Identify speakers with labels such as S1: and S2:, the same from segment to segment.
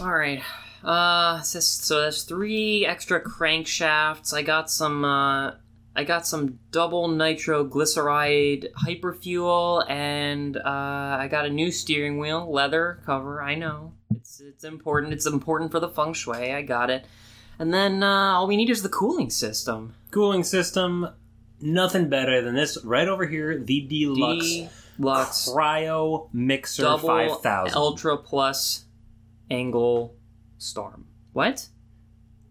S1: All right. Uh, it says- so that's three extra crankshafts. I got some. Uh, I got some double nitroglyceride hyperfuel, and uh, I got a new steering wheel, leather cover. I know it's it's important. It's important for the feng shui. I got it. And then uh, all we need is the cooling system.
S2: Cooling system, nothing better than this right over here, the Deluxe
S1: Lux
S2: Cryo Mixer
S1: double
S2: 5000.
S1: ultra plus angle storm. What?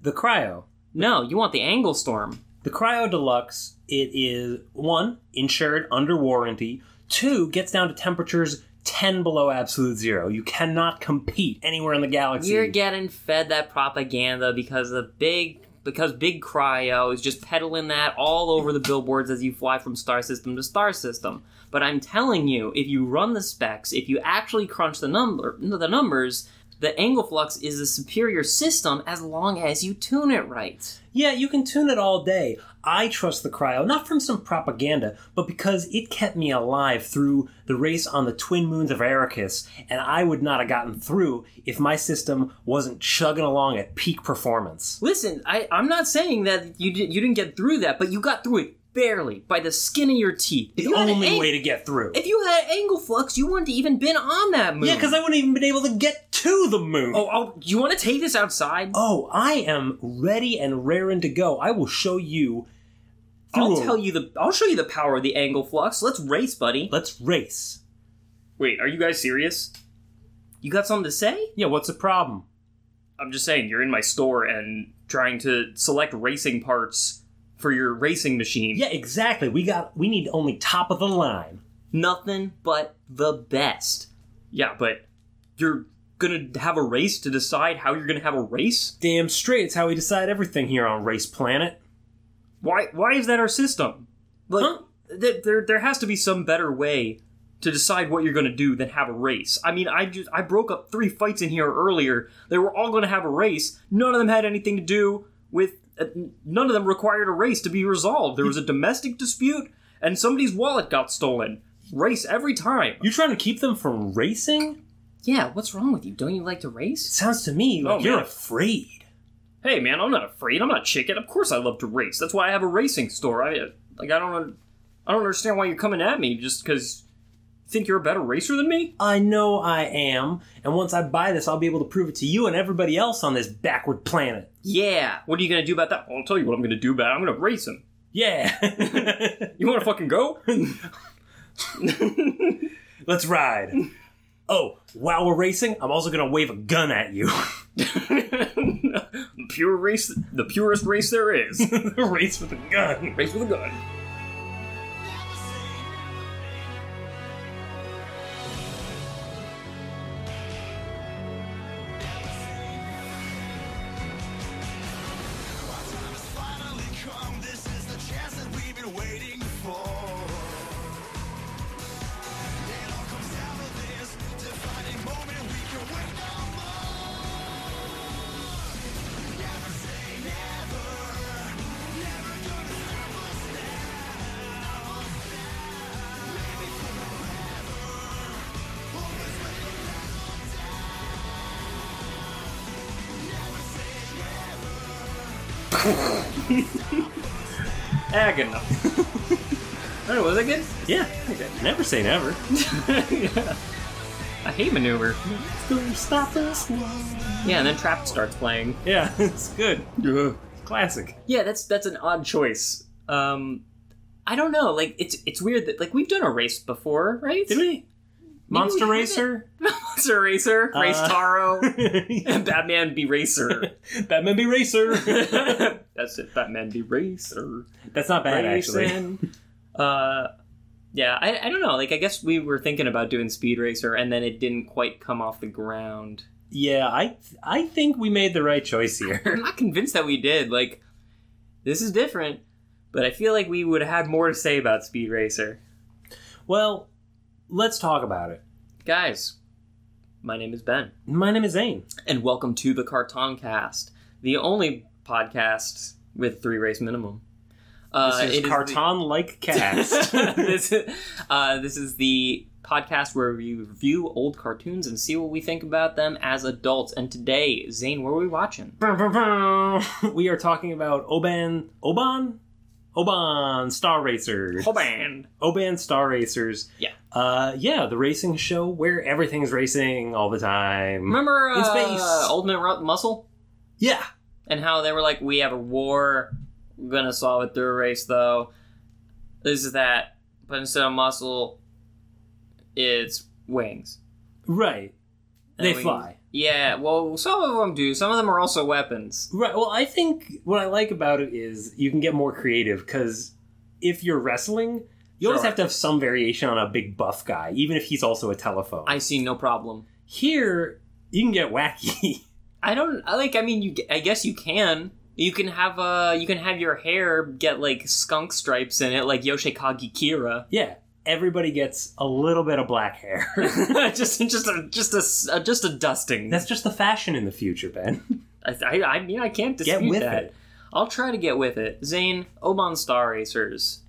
S2: the Cryo.
S1: No, you want the angle storm.
S2: The Cryo Deluxe, it is one, insured under warranty, two, gets down to temperatures 10 below absolute zero. You cannot compete anywhere in the galaxy.
S1: You're getting fed that propaganda because the big because big cryo is just peddling that all over the billboards as you fly from star system to star system. But I'm telling you, if you run the specs, if you actually crunch the number the numbers, the angle flux is a superior system as long as you tune it right.
S2: Yeah, you can tune it all day. I trust the cryo, not from some propaganda, but because it kept me alive through the race on the twin moons of Ericus, and I would not have gotten through if my system wasn't chugging along at peak performance.
S1: Listen, I, I'm not saying that you did, you didn't get through that, but you got through it barely by the skin of your teeth. If
S2: The
S1: you had
S2: only
S1: ang-
S2: way to get through.
S1: If you had angle flux, you wouldn't even been on that moon.
S2: yeah, because I wouldn't even been able to get to the moon.
S1: Oh, oh, do you want to take this outside?
S2: Oh, I am ready and raring to go. I will show you.
S1: I'll
S2: through.
S1: tell you the. I'll show you the power of the angle flux. Let's race, buddy.
S2: Let's race.
S1: Wait, are you guys serious? You got something to say?
S2: Yeah, what's the problem?
S1: I'm just saying, you're in my store and trying to select racing parts for your racing machine.
S2: Yeah, exactly. We got. We need only top of the line.
S1: nothing but the best. Yeah, but you're gonna have a race to decide how you're gonna have a race?
S2: Damn straight. It's how we decide everything here on Race Planet.
S1: Why why is that our system? Like
S2: Huh?
S1: th- there there has to be some better way to decide what you're gonna do than have a race. I mean I just I broke up three fights in here earlier. They were all gonna have a race. None of them had anything to do with uh, n- none of them required a race to be resolved. There was a domestic dispute and somebody's wallet got stolen. Race every time.
S2: You trying to keep them from racing?
S1: Yeah, what's wrong with you? Don't you like to race?
S2: Sounds to me
S1: Oh,
S2: like you're
S1: man.
S2: afraid.
S1: Hey, man, I'm not afraid. I'm not a chicken. Of course, I love to race. That's why I have a racing store. I like. I don't. un- I don't understand why you're coming at me just because you think you're a better racer than me.
S2: I know I am, and once I buy this, I'll be able to prove it to you and everybody else on this backward planet.
S1: Yeah. What are you gonna do about that? I'll tell you what I'm gonna do about it. I'm gonna race him.
S2: Yeah.
S1: You want to fucking go?
S2: Let's ride. Oh, while we're racing, I'm also gonna wave a gun at you.
S1: the pure race. The purest race there is.
S2: Race with a gun.
S1: race with a gun.
S3: finally come. This is the chance that we've been waiting for. It all comes out of this defining moment. We can wait no more. Never say never. Never gonna stop us now. Maybe forever. Always waiting down. Never say never.
S1: Agony. I don't know, was that good?
S2: Yeah. Never say never.
S1: I hate maneuver.
S2: Don't stop us
S1: Yeah, and then trap starts playing.
S2: Yeah, it's good.
S1: Yeah.
S2: Classic.
S1: Yeah, that's that's an odd choice. Um, I don't know. Like it's it's weird that like we've done a race before, right?
S2: Did we? Monster
S1: we
S2: Racer?
S1: Monster Racer, Race
S2: Uh.
S1: Taro, Batman be Racer.
S2: Batman be Racer.
S1: that's it. Batman be Racer.
S2: That's not bad, actually.
S1: Racing. Uh, yeah. I I don't know. Like I guess we were thinking about doing Speed Racer, and then it didn't quite come off the ground.
S2: Yeah, I I think we made the right choice here.
S1: I'm not convinced that we did. Like this is different, but I feel like we would have had more to say about Speed Racer.
S2: Well, let's talk about it.
S1: Guys, my name is Ben,
S2: My name is Zane.
S1: and welcome to the Cartoncast, the only podcast with three race minimum. Uh,
S2: This
S1: it
S2: is
S1: the-
S2: Carton like cast.
S1: this, uh, this is the podcast where we review old cartoons and see what we think about them as adults. And today, Zane, what are we watching?
S2: we are talking about Oban Oban Oban Star Racers.
S1: Hoban.
S2: Oban Star Racers.
S1: Yeah.
S2: Uh, yeah, the racing show where everything's racing all the time.
S1: Remember
S2: In
S1: uh,
S2: space.
S1: Old Man Ru- Muscle?
S2: Yeah.
S1: and how they were like, "We have a war. We're gonna solve it through a race, though." This is that, but instead of muscle, it's wings.
S2: Right.
S1: And
S2: They
S1: wings-
S2: fly.
S1: Yeah, well, some of them do. Some of them are also weapons.
S2: Right. Well, I think what I like about it is you can get more creative because if you're wrestling, you always
S1: Sure.
S2: have to have some variation on a big buff guy, even if he's also a telephone.
S1: I see no problem.
S2: Here, you can get wacky.
S1: I don't I like. I mean, you. I guess you can. You can have uh, you can have your hair get like skunk stripes in it, like Yoshikage Kira.
S2: yeah. Everybody gets a little bit of black hair.
S1: just, just, a, just a, s- uh, just a dusting.
S2: That's just the fashion in the future, Ben.
S1: I, I, I mean, I can't dispute
S2: Get with
S1: that.
S2: it.
S1: I'll try to get with it. Zane, Oban Star Racers.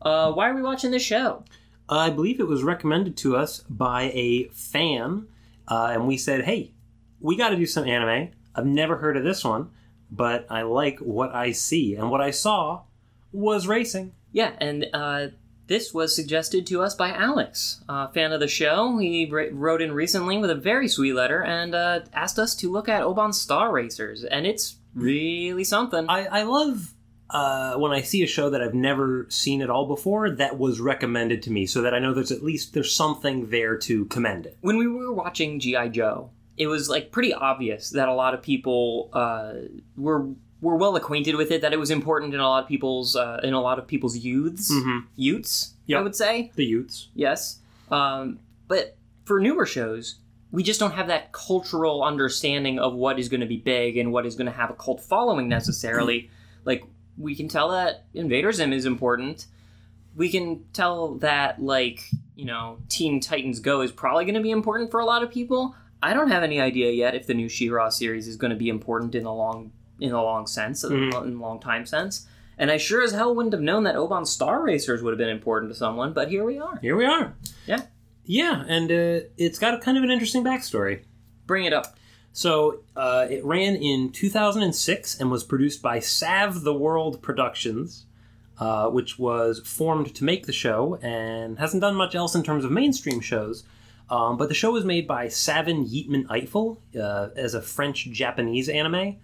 S1: Uh, why are we watching this show?
S2: I believe it was recommended to us by a fan, uh, and we said, "Hey, we got to do some anime. I've never heard of this one, but I like what I see, and what I saw was racing."
S1: Yeah, and uh, this was suggested to us by Alex, a fan of the show. He wr- wrote in recently with a very sweet letter and uh, asked us to look at Oban Star Racers, and it's really something.
S2: I, I love uh, when I see a show that I've never seen at all before that was recommended to me, so that I know there's at least there's something there to commend it.
S1: when we were watching GI Joe, it was like pretty obvious that a lot of people uh, were were well acquainted with it. That it was important in a lot of people's uh, in a lot of people's youths, youths. I
S2: Mm-hmm. Yep.
S1: would say
S2: The youths,
S1: yes. Um, but for newer shows, we just don't have that cultural understanding of what is going to be big and what is going to have a cult following necessarily. like we can tell that Invader Zim is important. We can tell that like you know Teen Titans Go is probably going to be important for a lot of people. I don't have any idea yet if the new She-Ra series is going to be important in the long in the long sense in the long time sense. And I sure as hell wouldn't have known that Oban Star Racers would have been important to someone, but here we are.
S2: here we are.
S1: Yeah.
S2: yeah, and uh, it's got a kind of an interesting backstory.
S1: Bring it up.
S2: So uh, it ran in 2006 and was produced by Sav the World Productions, uh, which was formed to make the show and hasn't done much else in terms of mainstream shows. Um, but the show was made by Savin Yeatman Eiffel uh, as a French Japanese anime.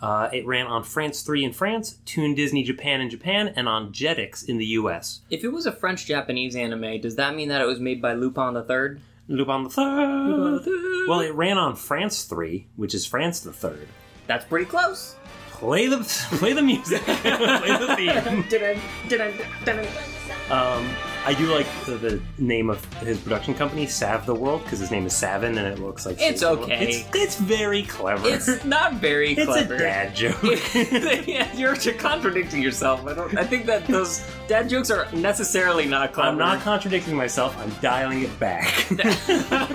S2: Uh, it ran on France 3 in France, Toon Disney Japan in Japan, and on Jetix in the US.
S1: If it was a French Japanese anime, does that mean that it was made by Lupin the Third?
S2: Lupin the Third. Well, it ran on France 3, which is France the Third.
S1: That's pretty close.
S2: play the play the music, play the theme. Um, I do like the, the name of his production company, Sav the World, because his name is Savin, and it looks like
S1: It's
S2: Savin.
S1: okay.
S2: It's, it's very clever.
S1: It's not very
S2: It's
S1: clever.
S2: a dad joke.
S1: yeah, you're, you're contradicting yourself. I don't. I think that those dad jokes are necessarily not clever.
S2: I'm not contradicting myself. I'm dialing it back. it's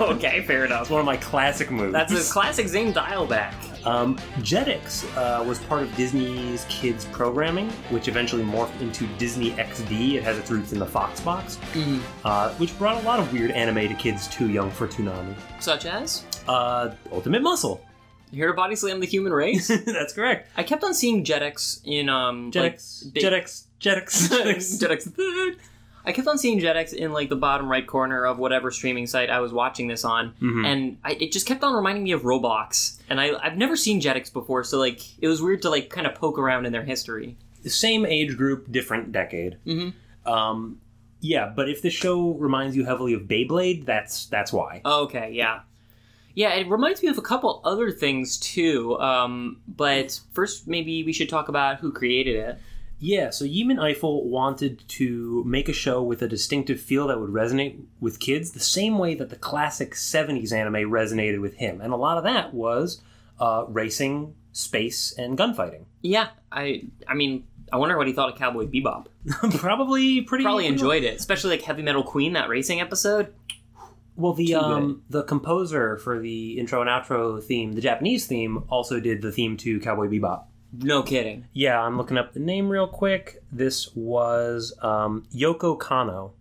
S1: okay, fair enough.
S2: one of my classic moves.
S1: That's a classic Zane dial back.
S2: Um, Jetix uh, was part of Disney's kids programming, which eventually morphed into Disney XD. It has its roots in the Fox box, uh, which brought a lot of weird anime to kids too young for Toonami.
S1: Such as
S2: Uh, Ultimate Muscle.
S1: here to body slam the human race.
S2: That's correct.
S1: I kept on seeing Jetix in um like,
S2: Jetix,
S1: big-
S2: Jetix, Jetix, Jetix.
S1: Jetix the third. I kept on seeing Jetix in like the bottom right corner of whatever streaming site I was watching this on, and I, it just kept on reminding me of Roblox. And I, I've never seen Jetix before, so like it was weird to like kind of poke around in their history.
S2: Same age group, different decade.
S1: Mhm.
S2: Um, yeah, but if the show reminds you heavily of Beyblade, that's that's why.
S1: Okay, yeah, yeah. It reminds me of a couple other things too. Um, but first, maybe we should talk about who created it.
S2: Yeah, so Yeeman Eiffel wanted to make a show with a distinctive feel that would resonate with kids the same way that the classic 70s anime resonated with him. And a lot of that was uh, racing, space, and gunfighting.
S1: Yeah, I, I mean, I wonder what he thought of Cowboy Bebop.
S2: Probably pretty
S1: Probably enjoyed it, especially like Heavy Metal Queen that racing episode.
S2: Well, the
S1: Too
S2: um, the composer for the intro and outro theme, the Japanese theme, also did the theme to Cowboy Bebop.
S1: No kidding.
S2: Yeah, I'm looking up the name real quick. This was um, Yoko Kano.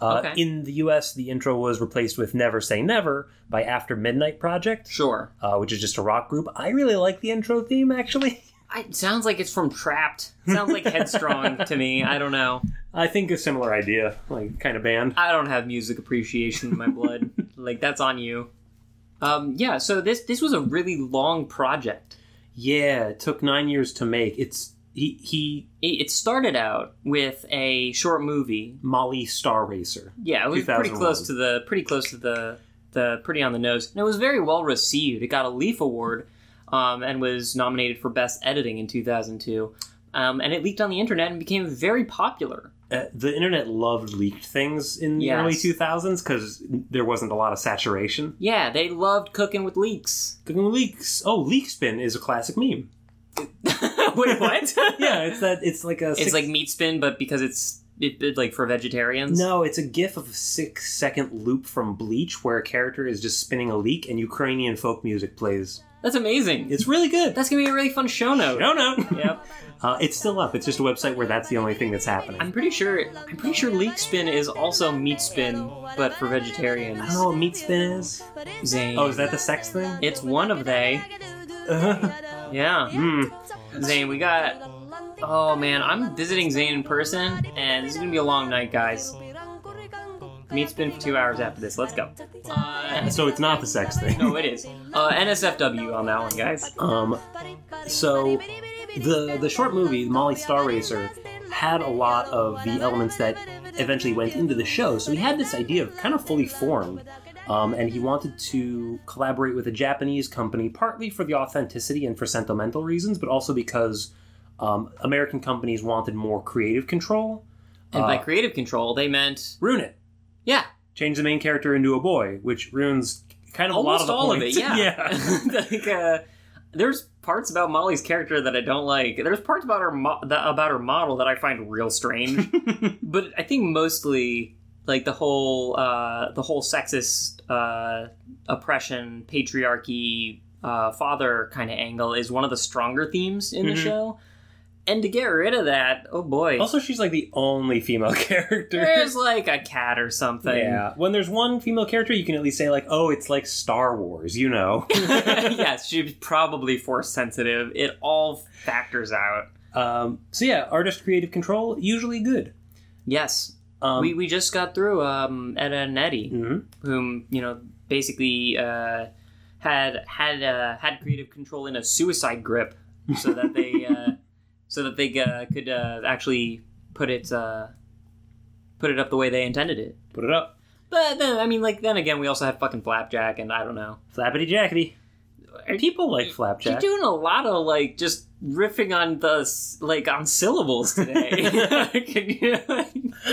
S2: Uh,
S1: Okay.
S2: In the US, the intro was replaced with Never Say Never by After Midnight Project,
S1: Sure.
S2: uh, which is just a rock group. I really like the intro theme, actually.
S1: I, it sounds like it's from Trapped. It sounds like Headstrong to me. I don't know.
S2: I think a similar idea, like kind of band.
S1: I don't have music appreciation in my blood. like that's on you. Um, yeah. So this this was a really long project.
S2: Yeah, it took nine years to make. It's he, he
S1: It, it started out with a short movie.
S2: Molly Star Racer.
S1: Yeah, it was pretty
S2: 2001.
S1: close to the pretty close to the the pretty on the nose, and it was very well received. It got a Leaf Award, um, and was nominated for best editing in 2002. Um, and it leaked on the internet and became very popular.
S2: Uh, the internet loved leaked things in the
S1: Yes.
S2: early 2000s because there wasn't a lot of saturation.
S1: Yeah, they loved cooking with leaks.
S2: Leaks. Oh, leak spin is a classic meme.
S1: Wait, what?
S2: yeah, it's that. It's like a.
S1: it's like meat spin, but because it's it, it, like for vegetarians.
S2: No, it's a gif of a six second loop from Bleach where a character is just spinning a leak and Ukrainian folk music plays.
S1: that's amazing.
S2: It's really good.
S1: That's gonna be a really fun show note.
S2: no, no.
S1: Yep.
S2: Uh, it's still up. It's just a website where that's the only thing that's happening.
S1: I'm pretty sure. I'm pretty sure leak spin is also meat spin, but for vegetarians.
S2: I don't know what Oh, meat spin is.
S1: Zane.
S2: Oh, is that the sex thing?
S1: It's one of they. Uh-huh. Yeah.
S2: Hmm.
S1: Zane, we got. Oh man, I'm visiting Zane in person, and this is gonna be a long night, guys. Meet's been for two hours after this. Let's go. Uh,
S2: So it's not the sex thing.
S1: no, it is. Uh, NSFW on that one, guys.
S2: Um, so the the short movie Molly Star Racer had a lot of the elements that eventually went into the show. So he had this idea of kind of fully formed, um, and he wanted to collaborate with a Japanese company partly for the authenticity and for sentimental reasons, but also because um, American companies wanted more creative control.
S1: And by creative control, they meant
S2: Ruin it.
S1: yeah,
S2: Change the main character into a boy, which ruins kind of
S1: almost
S2: a lot of
S1: all of
S2: the
S1: it.
S2: points.
S1: Yeah.
S2: yeah.
S1: like, uh, there's parts about Molly's character that I don't like. There's parts about her mo- that, about her model that I find real strange. but I think mostly like the whole uh, the whole sexist uh, oppression, patriarchy, uh, father kind of angle is one of the stronger themes in the
S2: Mhm.
S1: show. And to get rid of that, oh boy,
S2: Also, she's like the only female character.
S1: there's like a cat or something.
S2: Yeah. When there's one female character, you can at least say like, "Oh, it's like Star Wars," you know.
S1: yes, she's probably force sensitive. It all factors out.
S2: um, so yeah, artist creative control usually good.
S1: Yes,
S2: Um,
S1: we, we just got through um, Etta and Eddie,
S2: mhm.
S1: whom you know basically uh, had had uh, had creative control in a suicide grip, so that they uh, so that they uh, could uh, actually put it uh, put it up the way they intended it.
S2: Put it up,
S1: But then, I mean, like then again, we also have fucking flapjack, and I don't know.
S2: flappity jackety.
S1: Are
S2: People like
S1: You're
S2: flapjack.
S1: doing a lot of like just riffing on the s- like on syllables today. Can you-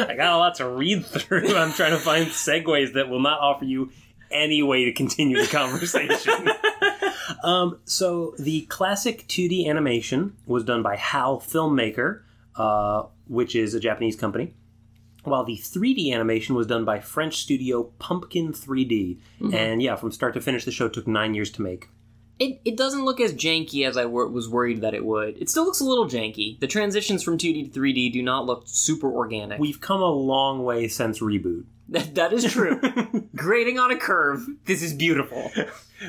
S2: I got a lot to read through. I'm trying to find segues that will not offer you any way to continue the conversation. um, so the classic 2D animation was done by HAL Filmmaker, uh, which is a Japanese company. While the 3D animation was done by French studio Pumpkin 3D. And yeah, from start to finish, the show took nine years to make.
S1: It, it doesn't look as janky as I wor- was worried that it would. It still looks a little janky. The transitions from 2D to 3D do not look super organic.
S2: We've come a long way since reboot.
S1: that, that is true. Grading on a curve, this is beautiful.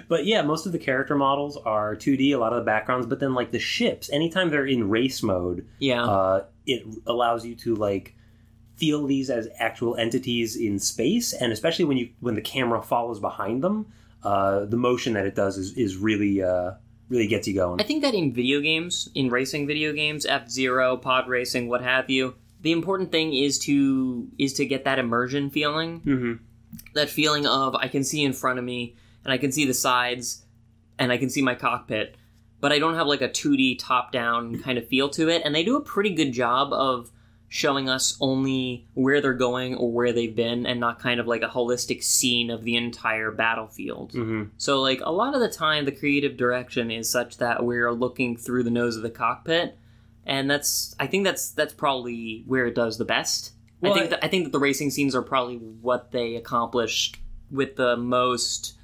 S2: But yeah, most of the character models are 2D, a lot of the backgrounds, but then like the ships, anytime they're in race mode,
S1: Yeah.
S2: uh, it allows you to like feel these as actual entities in space, and especially when you when the camera follows behind them, uh, the motion that it does is, is really uh, really gets you going.
S1: I think that in video games, in racing video games, F Zero, Pod Racing, what have you, the important thing is to is to get that immersion feeling,
S2: Mm-hmm.
S1: that feeling of I can see in front of me, and I can see the sides, and I can see my cockpit, but I don't have like a 2D top down kind of feel to it. And they do a pretty good job of showing us only where they're going or where they've been, and not kind of like a holistic scene of the entire battlefield.
S2: Mm-hmm.
S1: So, like, a lot of the time, the creative direction is such that we're looking through the nose of the cockpit, and that's I think that's that's probably where it does the best.
S2: Well,
S1: I think
S2: I-
S1: that, I think that the racing scenes are probably what they accomplished with the most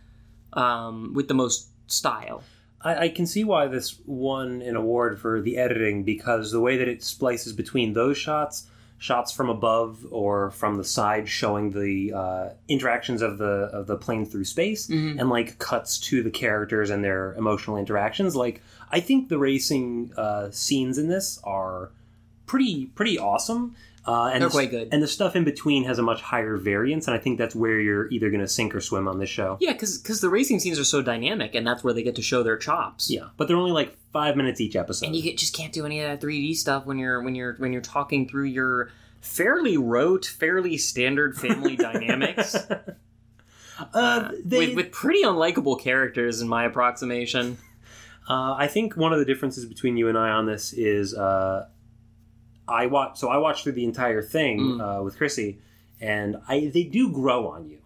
S1: um, with the most style.
S2: I, I can see why this won an award for the editing because the way that it splices between those shots shots from above or from the side showing the uh, interactions of the of the plane through space
S1: Mm-hmm.
S2: and like cuts to the characters and their emotional interactions like i think the racing uh, scenes in this are pretty pretty awesome uh, and
S1: They're
S2: the-
S1: quite good.
S2: and the stuff in between has a much higher variance and i think that's where you're either going to sink or swim on this show
S1: Yeah, because the racing scenes are so dynamic, and that's where they get to show their chops.
S2: yeah but they're only like five minutes each episode
S1: and you get, just can't do any of that 3D stuff when you're when you're when you're talking through your fairly rote, fairly standard family dynamics
S2: uh, they,
S1: with, with pretty unlikable characters, in my approximation.
S2: Uh, I think one of the differences between you and I on this is uh, I watch. So I watched through the entire thing
S1: Mm.
S2: uh, with Chrissy, and I they do grow on you.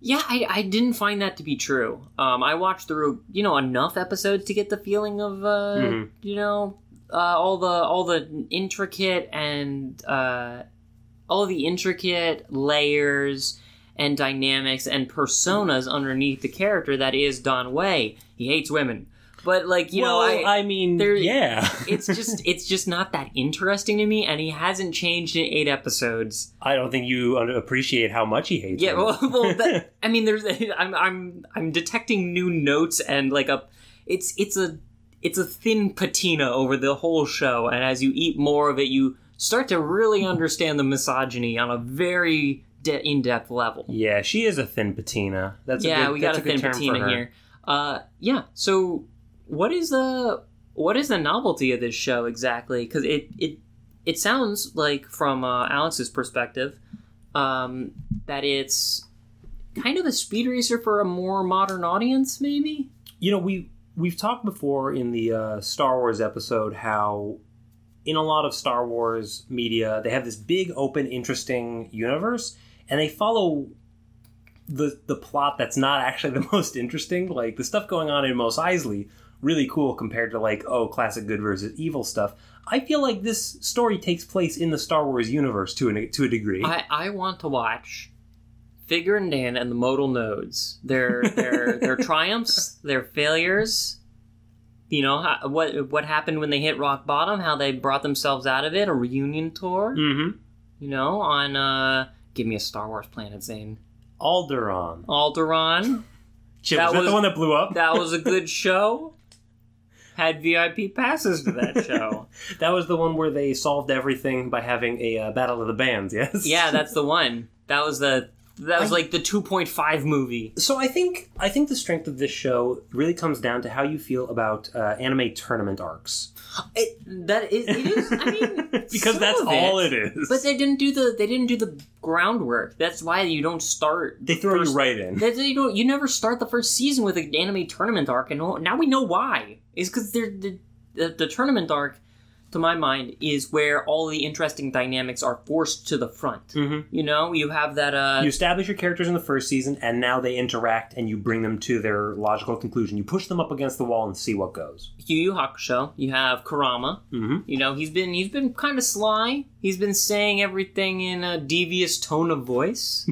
S1: Yeah, I, I didn't find that to be true. Um, I watched through you know enough episodes to get the feeling of uh,
S2: Mhm.
S1: you know uh, all the all the intricate and uh, all the intricate layers and dynamics and personas underneath the character that is Don Way. He hates women, but like you
S2: well,
S1: know I.
S2: I, mean,
S1: there-
S2: yeah,
S1: it's just it's just not that interesting to me and he hasn't changed in eight episodes
S2: I don't think you under- appreciate how much he hates.
S1: yeah,
S2: women.
S1: well, well that, I mean, there's I'm I'm I'm detecting new notes and like a it's it's a it's a thin patina over the whole show, and as you eat more of it, you start to really understand the misogyny on a very de- in depth level.
S2: yeah, she is a thin patina. That's
S1: yeah,
S2: a good,
S1: we got
S2: that's
S1: a
S2: good
S1: thin
S2: term for
S1: patina
S2: her.
S1: here. Uh, yeah. So what is the what is the novelty of this show exactly? Because it it it sounds like from uh, Alex's perspective um, that it's kind of a speed racer for a more modern audience, maybe.
S2: You know, we we've talked before in the uh, Star Wars episode how in a lot of Star Wars media they have this big, open, interesting universe, and they follow the the plot that's not actually the most interesting. Like the stuff going on in Mos Eisley, really cool compared to like oh, classic good versus evil stuff. I feel like this story takes place in the Star Wars universe to an, to a degree.
S1: I, I want to watch Figure and Dan and the modal nodes. Their their their triumphs, their failures. You know how, what what happened when they hit rock bottom? How they brought themselves out of it? A reunion tour.
S2: mm-hmm.
S1: You know on uh, give me a Star Wars planet, Zane.
S2: Alderaan.
S1: Alderaan.
S2: Chip,
S1: That
S2: is that
S1: was-
S2: the one that blew up?
S1: That was a good show. Had VIP passes to that show.
S2: That was the one where they solved everything by having a uh, battle of the bands. Yes.
S1: yeah, that's the one. That was the that was like the two point five movie.
S2: So I think I think the strength of this show really comes down to how you feel about uh, anime tournament arcs
S1: It, that is, it is. I mean,
S2: because
S1: some
S2: that's
S1: of
S2: all
S1: it
S2: it is.
S1: But they didn't do the they didn't do the groundwork. That's why you don't start.
S2: they throw you right in.
S1: That you don't you never start the first season with an anime tournament arc, and now we know why. Is because they're the, the the tournament arc, to my mind, is where all the interesting dynamics are forced to the front.
S2: Mhm.
S1: You know, you have that uh,
S2: You establish your characters in the first season, and now they interact, and you bring them to their logical conclusion. You push them up against the wall and see what goes.
S1: Yu Yu Hakusho. You have Kurama.
S2: Mhm.
S1: You know, he's been he's been kind of sly. He's been saying everything in a devious tone of voice.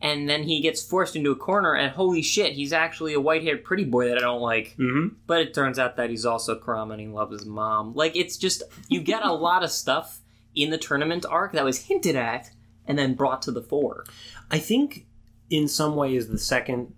S1: And then he gets forced into a corner, and holy shit, he's actually a white haired pretty boy that I don't like.
S2: Mm-hmm.
S1: But it turns out that he's also Kurama and he loves his mom. Like, it's just, you get a lot of stuff in the tournament arc that was hinted at and then brought to the fore.
S2: I think, in some ways, the second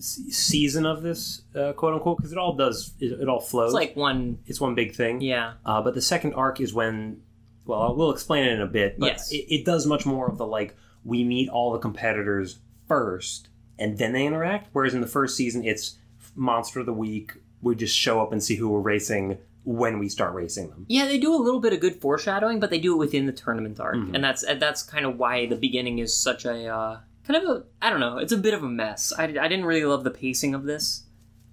S2: se- season of this uh, quote unquote because it all does it, it all flows
S1: It's like one,
S2: it's one big thing
S1: yeah.
S2: Uh, but the second arc is when, well, we'll explain it in a bit, but
S1: Yes.
S2: it, it does much more of the like, we meet all the competitors first and then they interact. Whereas in the first season, it's Monster of the Week. We just show up and see who we're racing when we start racing them.
S1: Yeah, they do a little bit of good foreshadowing, but they do it within the tournament arc, and that's and that's kind of why the beginning is such a uh, kind of a I don't know, it's a bit of a mess. I, I didn't really love the pacing of this.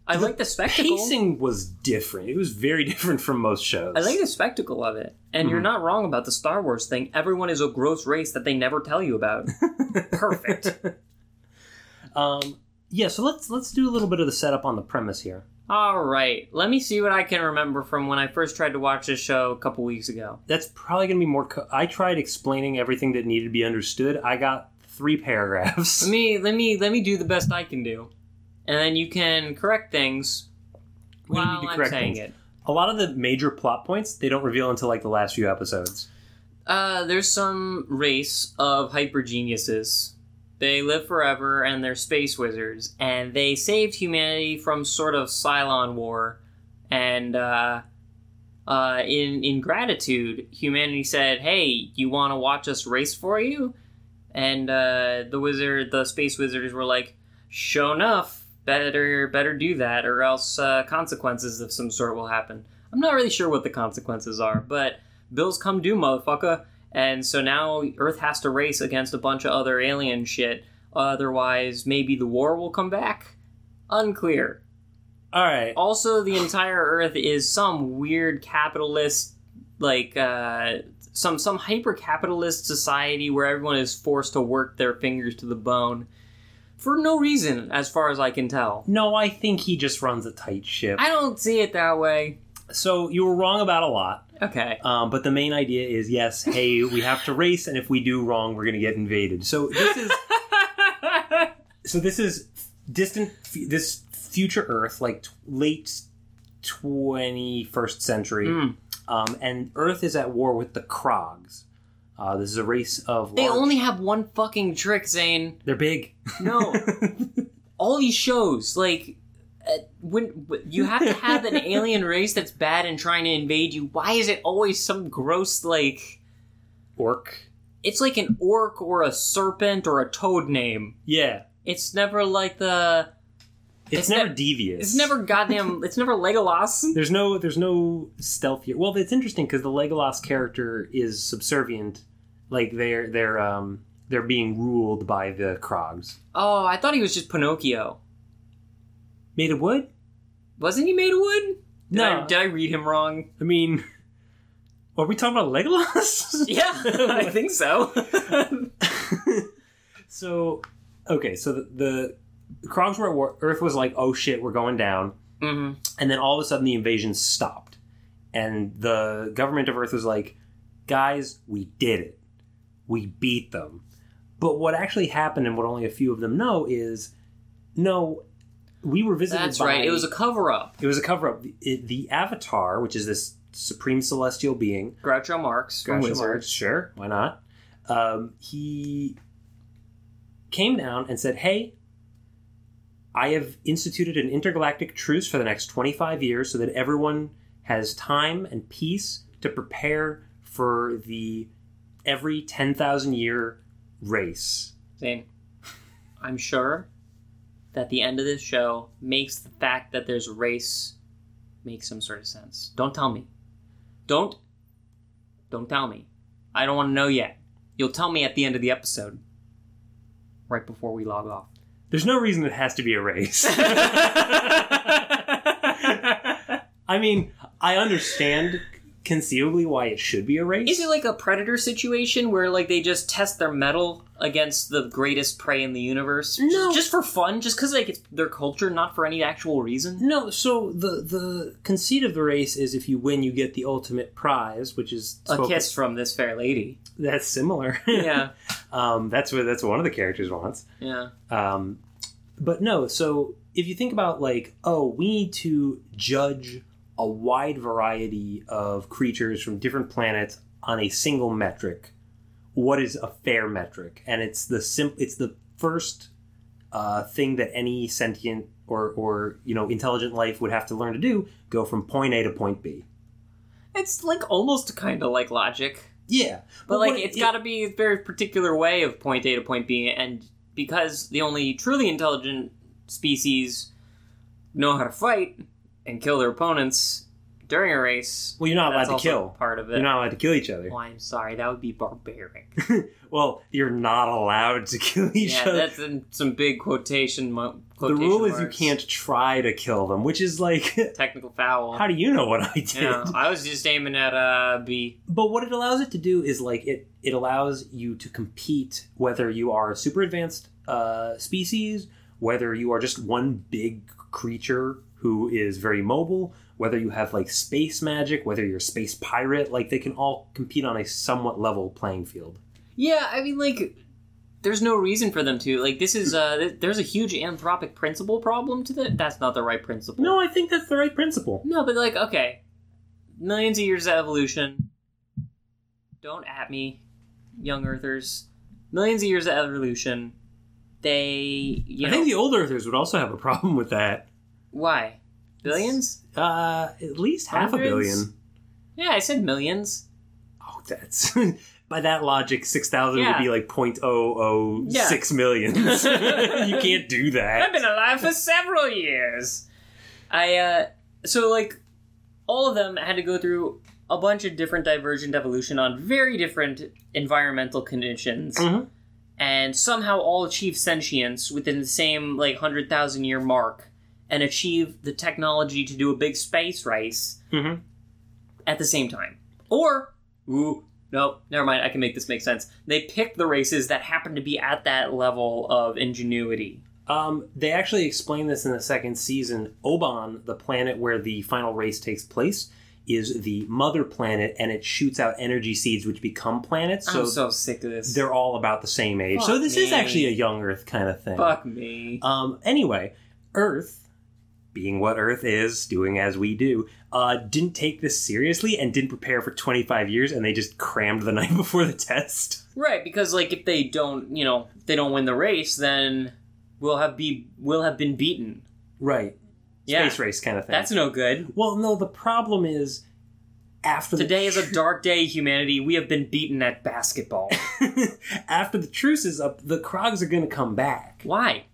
S1: I like the spectacle.
S2: Pacing was different. It was very different from most shows.
S1: I like the spectacle of it, and you're not wrong about the Star Wars thing. Everyone is a gross race that they never tell you about. Perfect.
S2: Um, yeah, so let's let's do a little bit of the setup on the premise here.
S1: All right, let me see what I can remember from when I first tried to watch this show a couple weeks ago.
S2: That's probably going to be more. Co- I tried explaining everything that needed to be understood. I got three paragraphs.
S1: Let me let me let me do the best I can do, and then you can correct things
S2: We don't need
S1: while
S2: to
S1: I'm
S2: correct
S1: saying
S2: things.
S1: it.
S2: a lot of the major plot points they don't reveal until like the last few episodes
S1: Uh, there's some race of hyper geniuses. They live forever and they're space wizards, and they saved humanity from sort of Cylon war. And uh, uh, in in gratitude, humanity said, "Hey, you want to watch us race for you?" And uh, the wizard, the space wizards, were like, "Show enough, better better do that, or else uh, consequences of some sort will happen." I'm not really sure what the consequences are, but bills come due, motherfucker. And so now Earth has to race against a bunch of other alien shit. Otherwise, maybe the war will come back. Unclear.
S2: All right.
S1: Also, the entire Earth is some weird capitalist, like uh, some some hyper capitalist society where everyone is forced to work their fingers to the bone for no reason, as far as I can tell.
S2: No, I think he just runs a tight ship.
S1: I don't see it that way.
S2: So you were wrong about a lot,
S1: Okay.
S2: um, but the main idea is yes, hey, we have to race, and if we do wrong, we're going to get invaded. So this is so this is distant f- this future Earth, like t- late twenty first century,
S1: Mm.
S2: um, and Earth is at war with the Krogs. Uh, this is a race of
S1: They
S2: large-
S1: only have one fucking trick, Zane.
S2: they're big.
S1: No. all these shows like uh, when w- you have to have an alien race that's bad and trying to invade you why is it always some gross like
S2: Orc.
S1: it's like an orc or a serpent or a toad name
S2: Yeah,
S1: it's never like the
S2: it's,
S1: It's
S2: never
S1: ne-
S2: devious.
S1: it's never goddamn it's never legolas
S2: There's no there's no stealth here. Well, it's interesting because the Legolas character is subservient, like they're they're um they're being ruled by the Krogs.
S1: oh i thought he was just pinocchio
S2: Made of wood?
S1: wasn't he made of wood did,
S2: No,
S1: I, did I read him wrong?
S2: I mean, are we talking about Legolas?
S1: Yeah, I think so.
S2: so. Okay, so the, the Krogs were at war. Earth was like, oh shit, we're going down.
S1: hmm
S2: And then all of a sudden, the invasion stopped, and the government of Earth was like, "Guys, we did it. We beat them." But what actually happened, and what only a few of them know, is no, we were visited.
S1: That's
S2: by-
S1: right. It was a cover up.
S2: it was a cover up. The, the Avatar, which is this supreme celestial being,
S1: Groucho Marx from
S2: Groucho
S1: Wizards.
S2: Marx, sure, why not? Um, he came down and said, "Hey." I have instituted an intergalactic truce for the next 25 years so that everyone has time and peace to prepare for the every 10,000 year race.
S1: Zane, I'm sure that the end of this show makes the fact that there's a race make some sort of sense. Don't tell me. Don't. Don't tell me. I don't want to know yet. You'll tell me at the end of the episode, right before we log off.
S2: There's no reason it has to be a race. I mean, I understand conceivably why it should be a race.
S1: Is it like a predator situation where like they just test their metal against the greatest prey in the universe?
S2: No.
S1: Just for fun, just because like it's their culture, not for any actual reason.
S2: No, so the the conceit of the race is if you win, you get the ultimate prize, which is
S1: A
S2: spoken-
S1: kiss from this fair lady.
S2: That's similar.
S1: Yeah,
S2: um, that's what that's what one of the characters wants.
S1: yeah.
S2: Um, but no, so if you think about like, oh, we need to judge a wide variety of creatures from different planets on a single metric. What is a fair metric? And it's the sim- it's the first uh, thing that any sentient or or you know intelligent life would have to learn to do: go from point A to point B.
S1: It's like almost kind of like logic,
S2: Yeah,
S1: but like
S2: what-
S1: it's got to be a very particular way of point A to point B, and because the only truly intelligent species know how to fight and kill their opponents during a race,
S2: well, you're not allowed
S1: that's
S2: to
S1: also
S2: kill.
S1: part of it.
S2: You're not allowed to kill each other.
S1: Well, I'm sorry, that would be barbaric.
S2: Well, you're not allowed to kill each
S1: yeah,
S2: other.
S1: that's in some big quotation. Mo-
S2: the
S1: quotation
S2: rule is you
S1: marks.
S2: can't try to kill them, which is like,
S1: technical foul.
S2: how do you know what I did?
S1: yeah, I was just aiming at uh B.
S2: But what it allows it to do is like it it allows you to compete whether you are a super advanced uh, species, whether you are just one big creature who is very mobile, whether you have like space magic, whether you're a space pirate. Like they can all compete on a somewhat level playing field.
S1: Yeah, I mean, like, there's no reason for them to. Like, this is uh, th- there's a huge anthropic principle problem to that. That's not the right principle.
S2: No, I think that's the right principle.
S1: no, but like, okay, millions of years of evolution. Don't at me, young Earthers. Millions of years of evolution. They, you
S2: I
S1: know,
S2: think the old Earthers would also have a problem with that.
S1: why billions?
S2: Uh, at least half
S1: Hundreds?
S2: a billion.
S1: Yeah, I said millions.
S2: Oh, that's by that logic, six thousand
S1: Yeah.
S2: would be like point oh oh six millions. you can't do
S1: I've
S2: that.
S1: been alive for several years. I uh so like all of them had to go through a bunch of different divergent evolution on very different environmental conditions
S2: Mhm.
S1: and somehow all achieve sentience within the same like 100,000 year mark and achieve the technology to do a big space race
S2: Mhm.
S1: at the same time. Or ooh no, never mind. I can make this make sense. They picked the races that happen to be at that level of ingenuity.
S2: Um, they actually explain this in the second season. Oban, the planet where the final race takes place, is the mother planet, and it shoots out energy seeds, which become planets. So,
S1: I'm Oh, so sick of this.
S2: they're all about the same age. so
S1: Fuck
S2: this is
S1: me.
S2: actually a young Earth kind of thing.
S1: Fuck me.
S2: Um, anyway, Earth, being what Earth is, doing as we do, uh, didn't take this seriously and didn't prepare for 25 years, and they just crammed the night before the test.
S1: Right, because like if they don't, you know, if they don't win the race, then we'll have be we'll have been beaten.
S2: Right.
S1: Yeah,
S2: Space race kind of thing.
S1: that's no good.
S2: well, no, the problem is after
S1: Today
S2: the
S1: is a dark day, humanity. We have been beaten at basketball.
S2: after the truce is up, the Krogs are going to come back
S1: Why?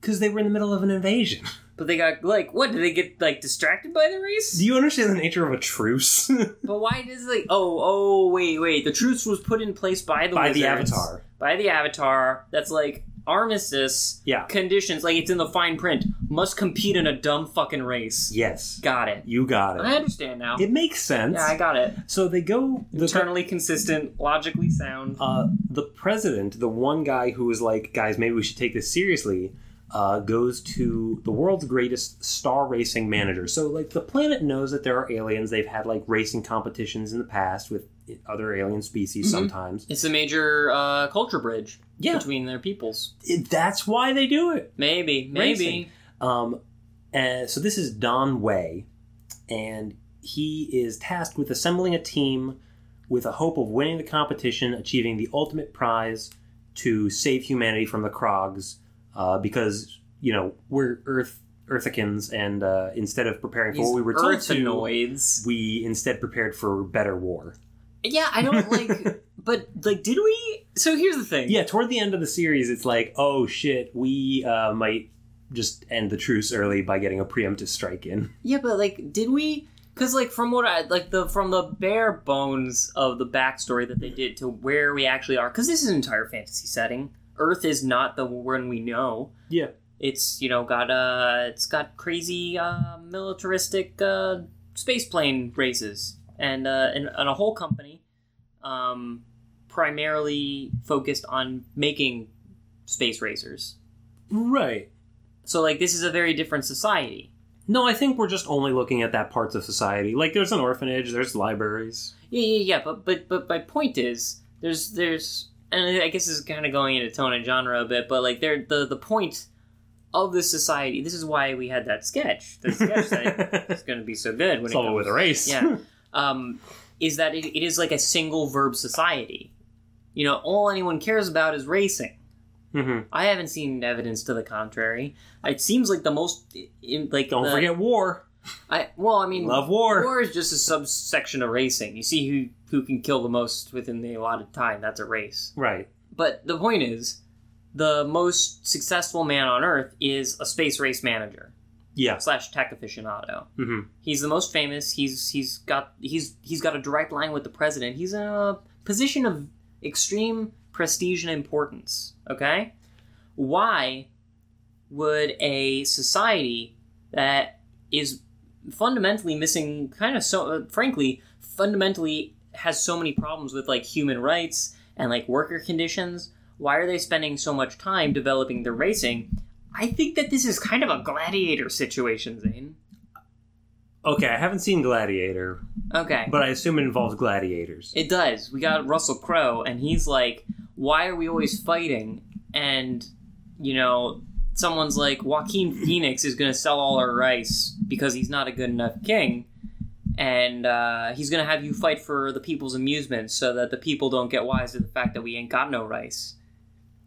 S2: because they were in the middle of an invasion.
S1: But they got like what? Did they get like distracted by the race?
S2: Do you understand the nature of a truce
S1: But why does like oh oh wait wait the truce was put in place by the
S2: by the
S1: wizards.
S2: Avatar?
S1: by the avatar that's like armistice
S2: Yeah.
S1: conditions like it's in the fine print must compete in a dumb fucking race.
S2: Yes,
S1: Got it.
S2: you got
S1: I
S2: it.
S1: understand now.
S2: It makes sense.
S1: yeah, I got it.
S2: so they go the
S1: Internally consistent, logically sound.
S2: uh, the president, the one guy who was like, guys, maybe we should take this seriously, uh, goes to the world's greatest star racing manager. So, like, the planet knows that there are aliens. They've had, like, racing competitions in the past with other alien species sometimes.
S1: It's a major uh, culture bridge
S2: Yeah.
S1: between their peoples.
S2: It- that's why they do it.
S1: Maybe,
S2: Racing.
S1: maybe.
S2: Um, and so this is Don Way, and he is tasked with assembling a team with a hope of winning the competition, achieving the ultimate prize to save humanity from the Krogs, uh, because you know we're Earth Earthicans, and uh, instead of preparing for
S1: These
S2: what we were told to,
S1: Earthanoids.
S2: we instead prepared for better war.
S1: Yeah, I don't like. but like, did we? So here's the thing.
S2: Yeah, toward the end of the series, it's like, oh shit, we uh, might just end the truce early by getting a preemptive strike in.
S1: Yeah, but like, did we? Because like, from what I like the from the bare bones of the backstory that they did to where we actually are, because this is an entire fantasy setting. Earth is not the one we know.
S2: Yeah.
S1: It's you know got uh it's got crazy uh, militaristic uh, space plane races and uh and, and a whole company, um, primarily focused on making space racers.
S2: Right.
S1: So like this is a very different society.
S2: No, I think we're just only looking at that parts of society. Like, there's an orphanage, there's libraries.
S1: Yeah, yeah, yeah. But but but my point is, there's there's, and I guess this is kind of going into tone and genre a bit, but like there the the point of this society. This is why we had that sketch. The sketch that is going to be so good when
S2: It's
S1: it
S2: all
S1: comes
S2: with a race.
S1: Yeah. um, is that it, it is like a single verb society. You know, all anyone cares about is racing.
S2: hmm
S1: I haven't seen evidence to the contrary. It seems like the most, in, like
S2: Don't
S1: the-
S2: forget war.
S1: I well, I mean,
S2: Love war.
S1: War is just a subsection of racing. You see who who can kill the most within the allotted time. That's a race.
S2: Right.
S1: But the point is, the most successful man on Earth is a space race manager
S2: Yes.
S1: slash tech aficionado.
S2: hmm
S1: He's the most famous. He's he's got he's he's got a direct line with the president. He's in a position of extreme prestige and importance. Okay, why would a society that is fundamentally missing, kind of so, uh, frankly, fundamentally has so many problems with like human rights and like worker conditions? Why are they spending so much time developing the racing? I think that this is kind of a gladiator situation, Zane.
S2: Okay, I haven't seen Gladiator,
S1: Okay.
S2: but I assume it involves gladiators.
S1: It does. We got Russell Crowe, and he's like, "Why are we always fighting?" And you know, someone's like, "Joaquin Phoenix is going to sell all our rice because he's not a good enough king," and uh, he's gonna have you fight for the people's amusement so that the people don't get wise to the fact that we ain't got no rice.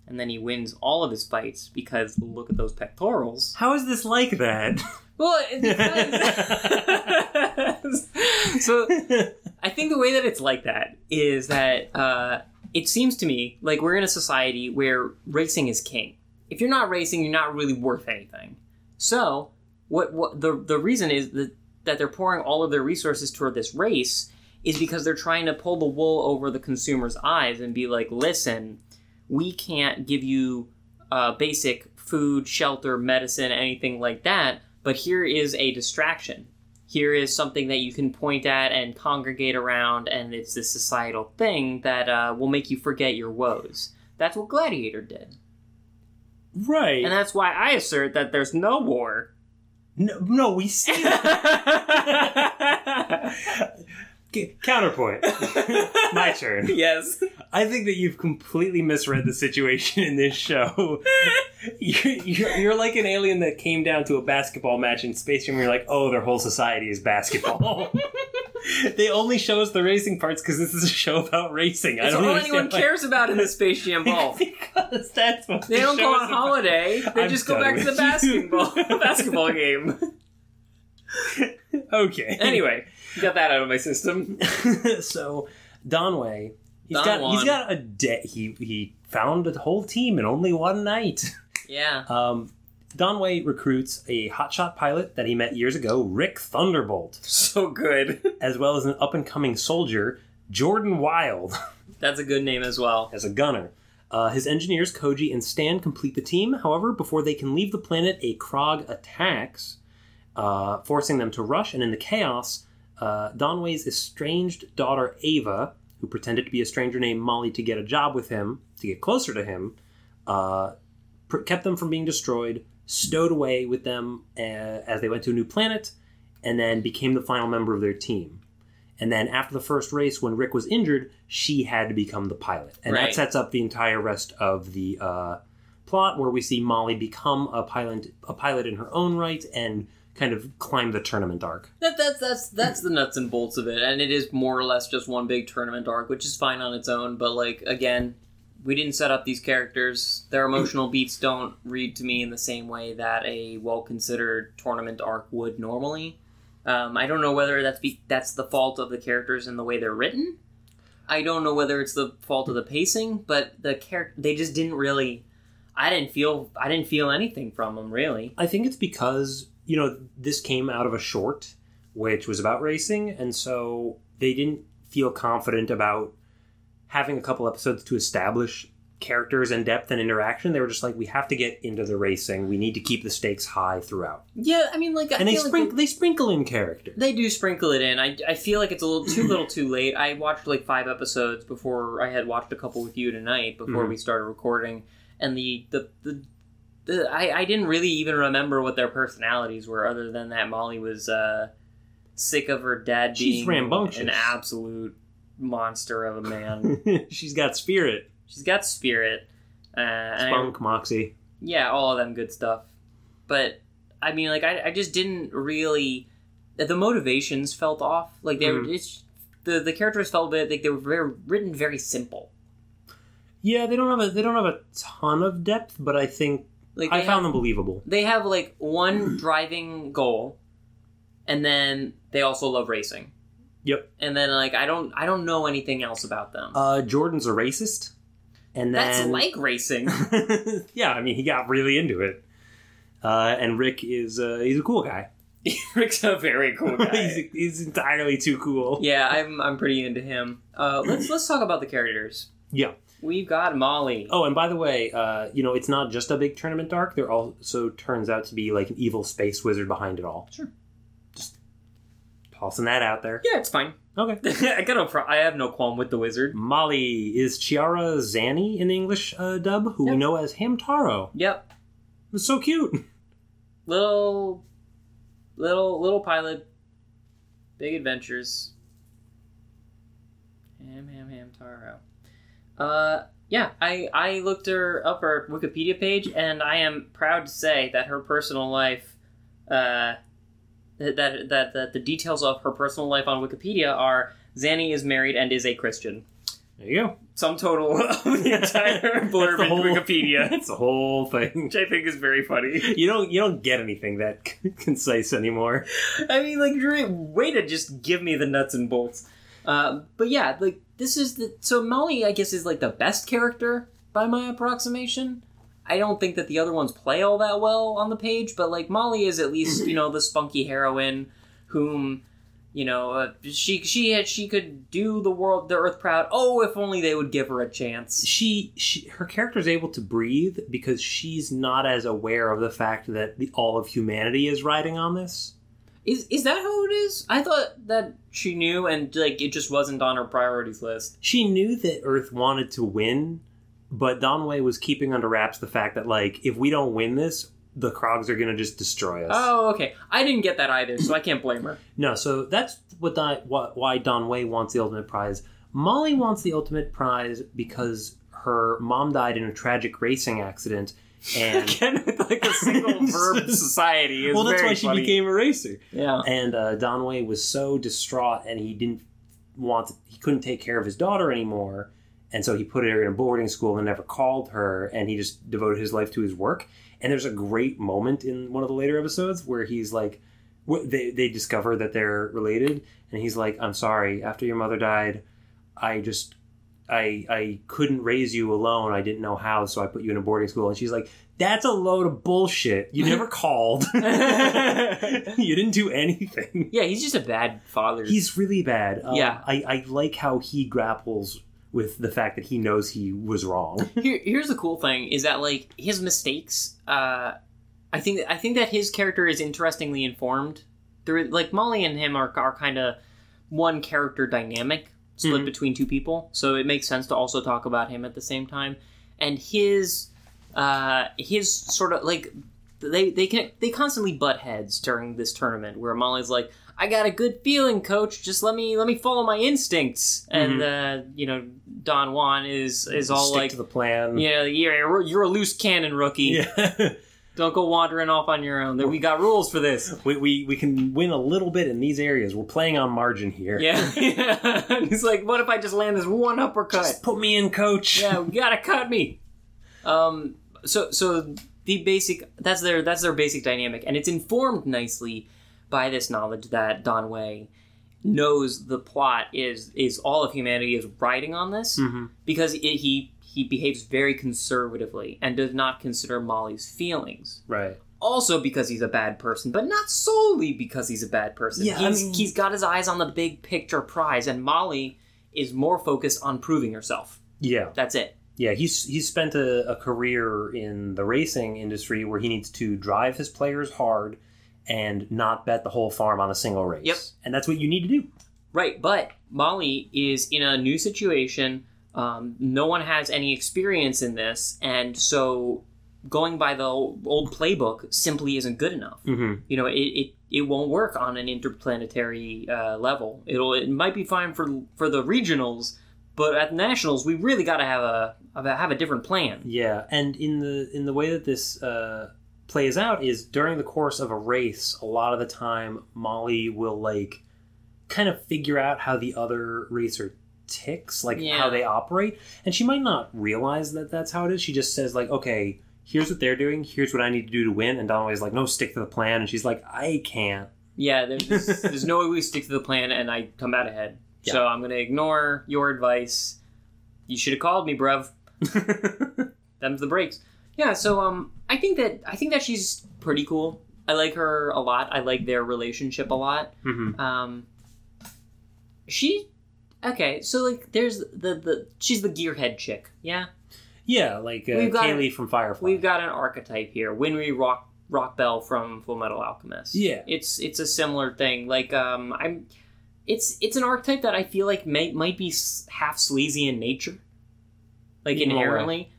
S1: And then he wins all of his fights because look at those pectorals.
S2: How is this like that?
S1: Well, it- because so I think the way that it's like that is that uh, it seems to me like we're in a society where racing is king. If you're not racing, you're not really worth anything. So what what the the reason is that that they're pouring all of their resources toward this race is because they're trying to pull the wool over the consumer's eyes and be like, listen, we can't give you uh, basic food, shelter, medicine, anything like that. But here is a distraction. Here is something that you can point at and congregate around, and it's this societal thing that uh, will make you forget your woes. That's what Gladiator did.
S2: right.
S1: And that's why I assert that there's no war.
S2: no, no, we see that. C- Counterpoint. My turn.
S1: yes.
S2: I think that you've completely misread the situation in this show. you're, you're, you're like an alien that came down to a basketball match in Space Jam. and You're like, oh, their whole society is basketball. they only show us the racing parts because this is a show about racing. I
S1: That's
S2: don't
S1: all
S2: understand
S1: anyone
S2: why-
S1: cares about in the Space Jam ball.
S2: because that's what
S1: They
S2: the
S1: don't
S2: show
S1: go
S2: is
S1: on
S2: about.
S1: holiday. They
S2: I'm
S1: just go
S2: done
S1: back to the
S2: with you.
S1: basketball basketball game.
S2: Okay.
S1: Anyway, got that out of my system.
S2: so Donway, he's
S1: Don
S2: got he's
S1: won.
S2: got a debt. He he found a whole team in only one night.
S1: Yeah.
S2: Um, Donway recruits a hotshot pilot that he met years ago, Rick Thunderbolt,
S1: So good.
S2: as well as an up and coming soldier, Jordan Wild,
S1: That's a good name as well.
S2: as a gunner. Uh, his engineers Koji and Stan complete the team. However, before they can leave the planet, a Krog attacks, uh, forcing them to rush. And in the chaos, uh, Donway's estranged daughter Ava, who pretended to be a stranger named Molly to get a job with him, to get closer to him, uh, pr- kept them from being destroyed, stowed away with them uh, as they went to a new planet, and then became the final member of their team. And then after the first race, when Rick was injured, she had to become the pilot, and
S1: Right.
S2: that sets up the entire rest of the uh, plot, where we see Molly become a pilot, a pilot in her own right, and kind of climb the tournament arc.
S1: That, that's that's that's the nuts and bolts of it, and it is more or less just one big tournament arc, which is fine on its own. But like again, we didn't set up these characters. Their emotional beats don't read to me in the same way that a well considered tournament arc would normally. Um, I don't know whether that's be- that's the fault of the characters and the way they're written. I don't know whether it's the fault of the pacing, but the character they just didn't really. I didn't feel I didn't feel anything from them really.
S2: I think it's because you know this came out of a short, which was about racing, and so they didn't feel confident about having a couple episodes to establish characters and depth and interaction. They were just like, we have to get into the racing. We need to keep the stakes high throughout,
S1: Yeah, I mean, like I
S2: and they
S1: feel like
S2: sprinkle they sprinkle in character.
S1: They do sprinkle it in. I, I feel like it's a little too little too late. I watched like five episodes before I had watched a couple with you tonight before
S2: Mhm.
S1: we started recording, and the the, the, the I, I didn't really even remember what their personalities were other than that Molly was uh, sick of her dad
S2: She's
S1: being
S2: rambunctious.
S1: an absolute monster of a man.
S2: She's got spirit,
S1: She's got spirit. Uh, and I-
S2: spunk, moxie.
S1: yeah, all of them good stuff. But I mean, like, I, I just didn't really. The motivations felt off. Like they, were
S2: Mhm.
S1: it's the the characters felt a bit like they were very, written very simple.
S2: Yeah, they don't have a they don't have a ton of depth, but I think
S1: Like
S2: I
S1: they
S2: found
S1: have,
S2: them believable.
S1: they have like one driving goal, and then they also love racing.
S2: Yep.
S1: And then like I don't I don't know anything else about them.
S2: Uh, Jordan's a racist, and then
S1: That's like racing.
S2: yeah, I mean, he got really into it. Uh, and Rick is uh, he's a cool guy.
S1: Rick's a very cool guy.
S2: he's, he's entirely too cool.
S1: yeah, I'm I'm pretty into him. Uh, let's let's talk about the characters.
S2: Yeah.
S1: We've got Molly.
S2: Oh, and by the way, uh, you know, it's not just a big tournament arc. There also turns out to be like an evil space wizard behind it all.
S1: Sure.
S2: Just tossing that out there.
S1: Yeah, it's fine.
S2: Okay.
S1: I got no pro- I have no qualm with the wizard.
S2: Molly is Chiara Zanni in the English uh, dub, who
S1: Yep.
S2: we know as Hamtaro.
S1: Yep.
S2: It's so cute.
S1: Little little little pilot big adventures. Ham ham ham taro. Uh yeah, I I looked her up her Wikipedia page and I am proud to say that her personal life uh that, that that the details of her personal life on Wikipedia are Zanny is married and is a Christian.
S2: There you go.
S1: Sum total of the entire
S2: That's
S1: blurb
S2: the
S1: in
S2: whole-
S1: Wikipedia,
S2: That's the whole thing.
S1: which I think is very funny.
S2: You don't you don't get anything that concise anymore.
S1: I mean, like, Dre, way to just give me the nuts and bolts. Uh, but yeah, like, this is the. So Molly, I guess, is like the best character by my approximation. I don't think that the other ones play all that well on the page, but like, Molly is at least, you know, the spunky heroine whom. You know, uh, she she had, she could do the world, the earth proud. Oh, if only they would give her a chance.
S2: She, she her character's able to breathe because she's not as aware of the fact that the, all of humanity is riding on this.
S1: Is is that how it is? I thought that she knew, and like it just wasn't on her priorities list.
S2: She knew that Earth wanted to win, but Donway was keeping under wraps the fact that like if we don't win this, the Krogs are gonna just destroy us.
S1: Oh, okay. I didn't get that either, so I can't blame her.
S2: No, so that's what Di- wh- why Don Way wants the ultimate prize. Molly wants the ultimate prize because her mom died in a tragic racing accident, and
S1: Again, with like a single verb society is
S2: well, that's
S1: very
S2: why she
S1: funny.
S2: became a racer.
S1: Yeah.
S2: And uh, Don Way was so distraught, and he didn't want he couldn't take care of his daughter anymore, and so he put her in a boarding school and never called her, and he just devoted his life to his work. And there's a great moment in one of the later episodes where he's like, wh- they they discover that they're related, and he's like, "I'm sorry. After your mother died, I just." I, I couldn't raise you alone. I didn't know how, so I put you in a boarding school. And she's like, That's a load of bullshit. You never called. you didn't do anything.
S1: Yeah, he's just a bad father.
S2: He's really bad. Um,
S1: Yeah.
S2: I, I like how he grapples with the fact that he knows he was wrong.
S1: Here, here's the cool thing is that like his mistakes uh I think I think that his character is interestingly informed. There like Molly and him are are kind of one character dynamic split
S2: Mhm.
S1: between two people, so it makes sense to also talk about him at the same time. And his uh his sort of like they they can they constantly butt heads during this tournament where Molly's like I got a good feeling coach just let me let me follow my instincts and uh you know Don Juan is is all
S2: Mm-hmm. Stick
S1: like
S2: to the plan.
S1: yeah, you're, you're a loose cannon rookie.
S2: Yeah.
S1: Don't go wandering off on your own. There- We got rules for this.
S2: we, we, we can win a little bit in these areas. We're playing on margin here.
S1: Yeah. And He's like, what if I just land this one uppercut?
S2: Just put me in, coach.
S1: yeah, you gotta cut me. Um, so so the basic that's their that's their basic dynamic, and it's informed nicely by this knowledge that Don Way knows the plot is is all of humanity is riding on this
S2: Mhm.
S1: because it, he he behaves very conservatively and does not consider Molly's feelings.
S2: Right.
S1: also because he's a bad person, but not solely because he's a bad person.
S2: Yeah, I
S1: he's,
S2: mean-
S1: he's got his eyes on the big picture prize, and Molly is more focused on proving herself.
S2: Yeah.
S1: That's it.
S2: Yeah. He's, he's spent a, a career in the racing industry where he needs to drive his players hard and not bet the whole farm on a single race.
S1: Yep.
S2: And that's what you need to do.
S1: Right, but Molly is in a new situation. Um, no one has any experience in this, and so going by the old playbook simply isn't good enough.
S2: Mm-hmm.
S1: you know it, it it won't work on an interplanetary uh, level it'll it might be fine for for the regionals but at nationals we really got to have a have a- have a different plan
S2: Yeah, and in the in the way that this uh, plays out is during the course of a race, a lot of the time Molly will like kind of figure out how the other racer ticks, like
S1: Yeah.
S2: how they operate, and she might not realize that that's how it is. She just says like, "Okay, here's what they're doing. Here's what I need to do to win." And Donald's like, "No, stick to the plan." And she's like, "I can't."
S1: yeah there's there's no way we stick to the plan and i come out ahead
S2: Yeah.
S1: so i'm gonna ignore your advice you should have called me bruv them's the breaks yeah so um i think that i think that she's pretty cool i like her a lot i like their relationship a lot
S2: Mhm.
S1: Um, she, okay, so like, there's the the she's the gearhead chick. Yeah,
S2: Yeah, like uh,
S1: We've got-
S2: Kaylee from Firefly.
S1: we've got an archetype here. Winry Rock Rockbell from Full Metal Alchemist.
S2: Yeah.
S1: it's it's a similar thing. Like, um, I'm. It's it's an archetype that I feel like may, might be s- half sleazy in nature, like
S2: In what way?
S1: inherently.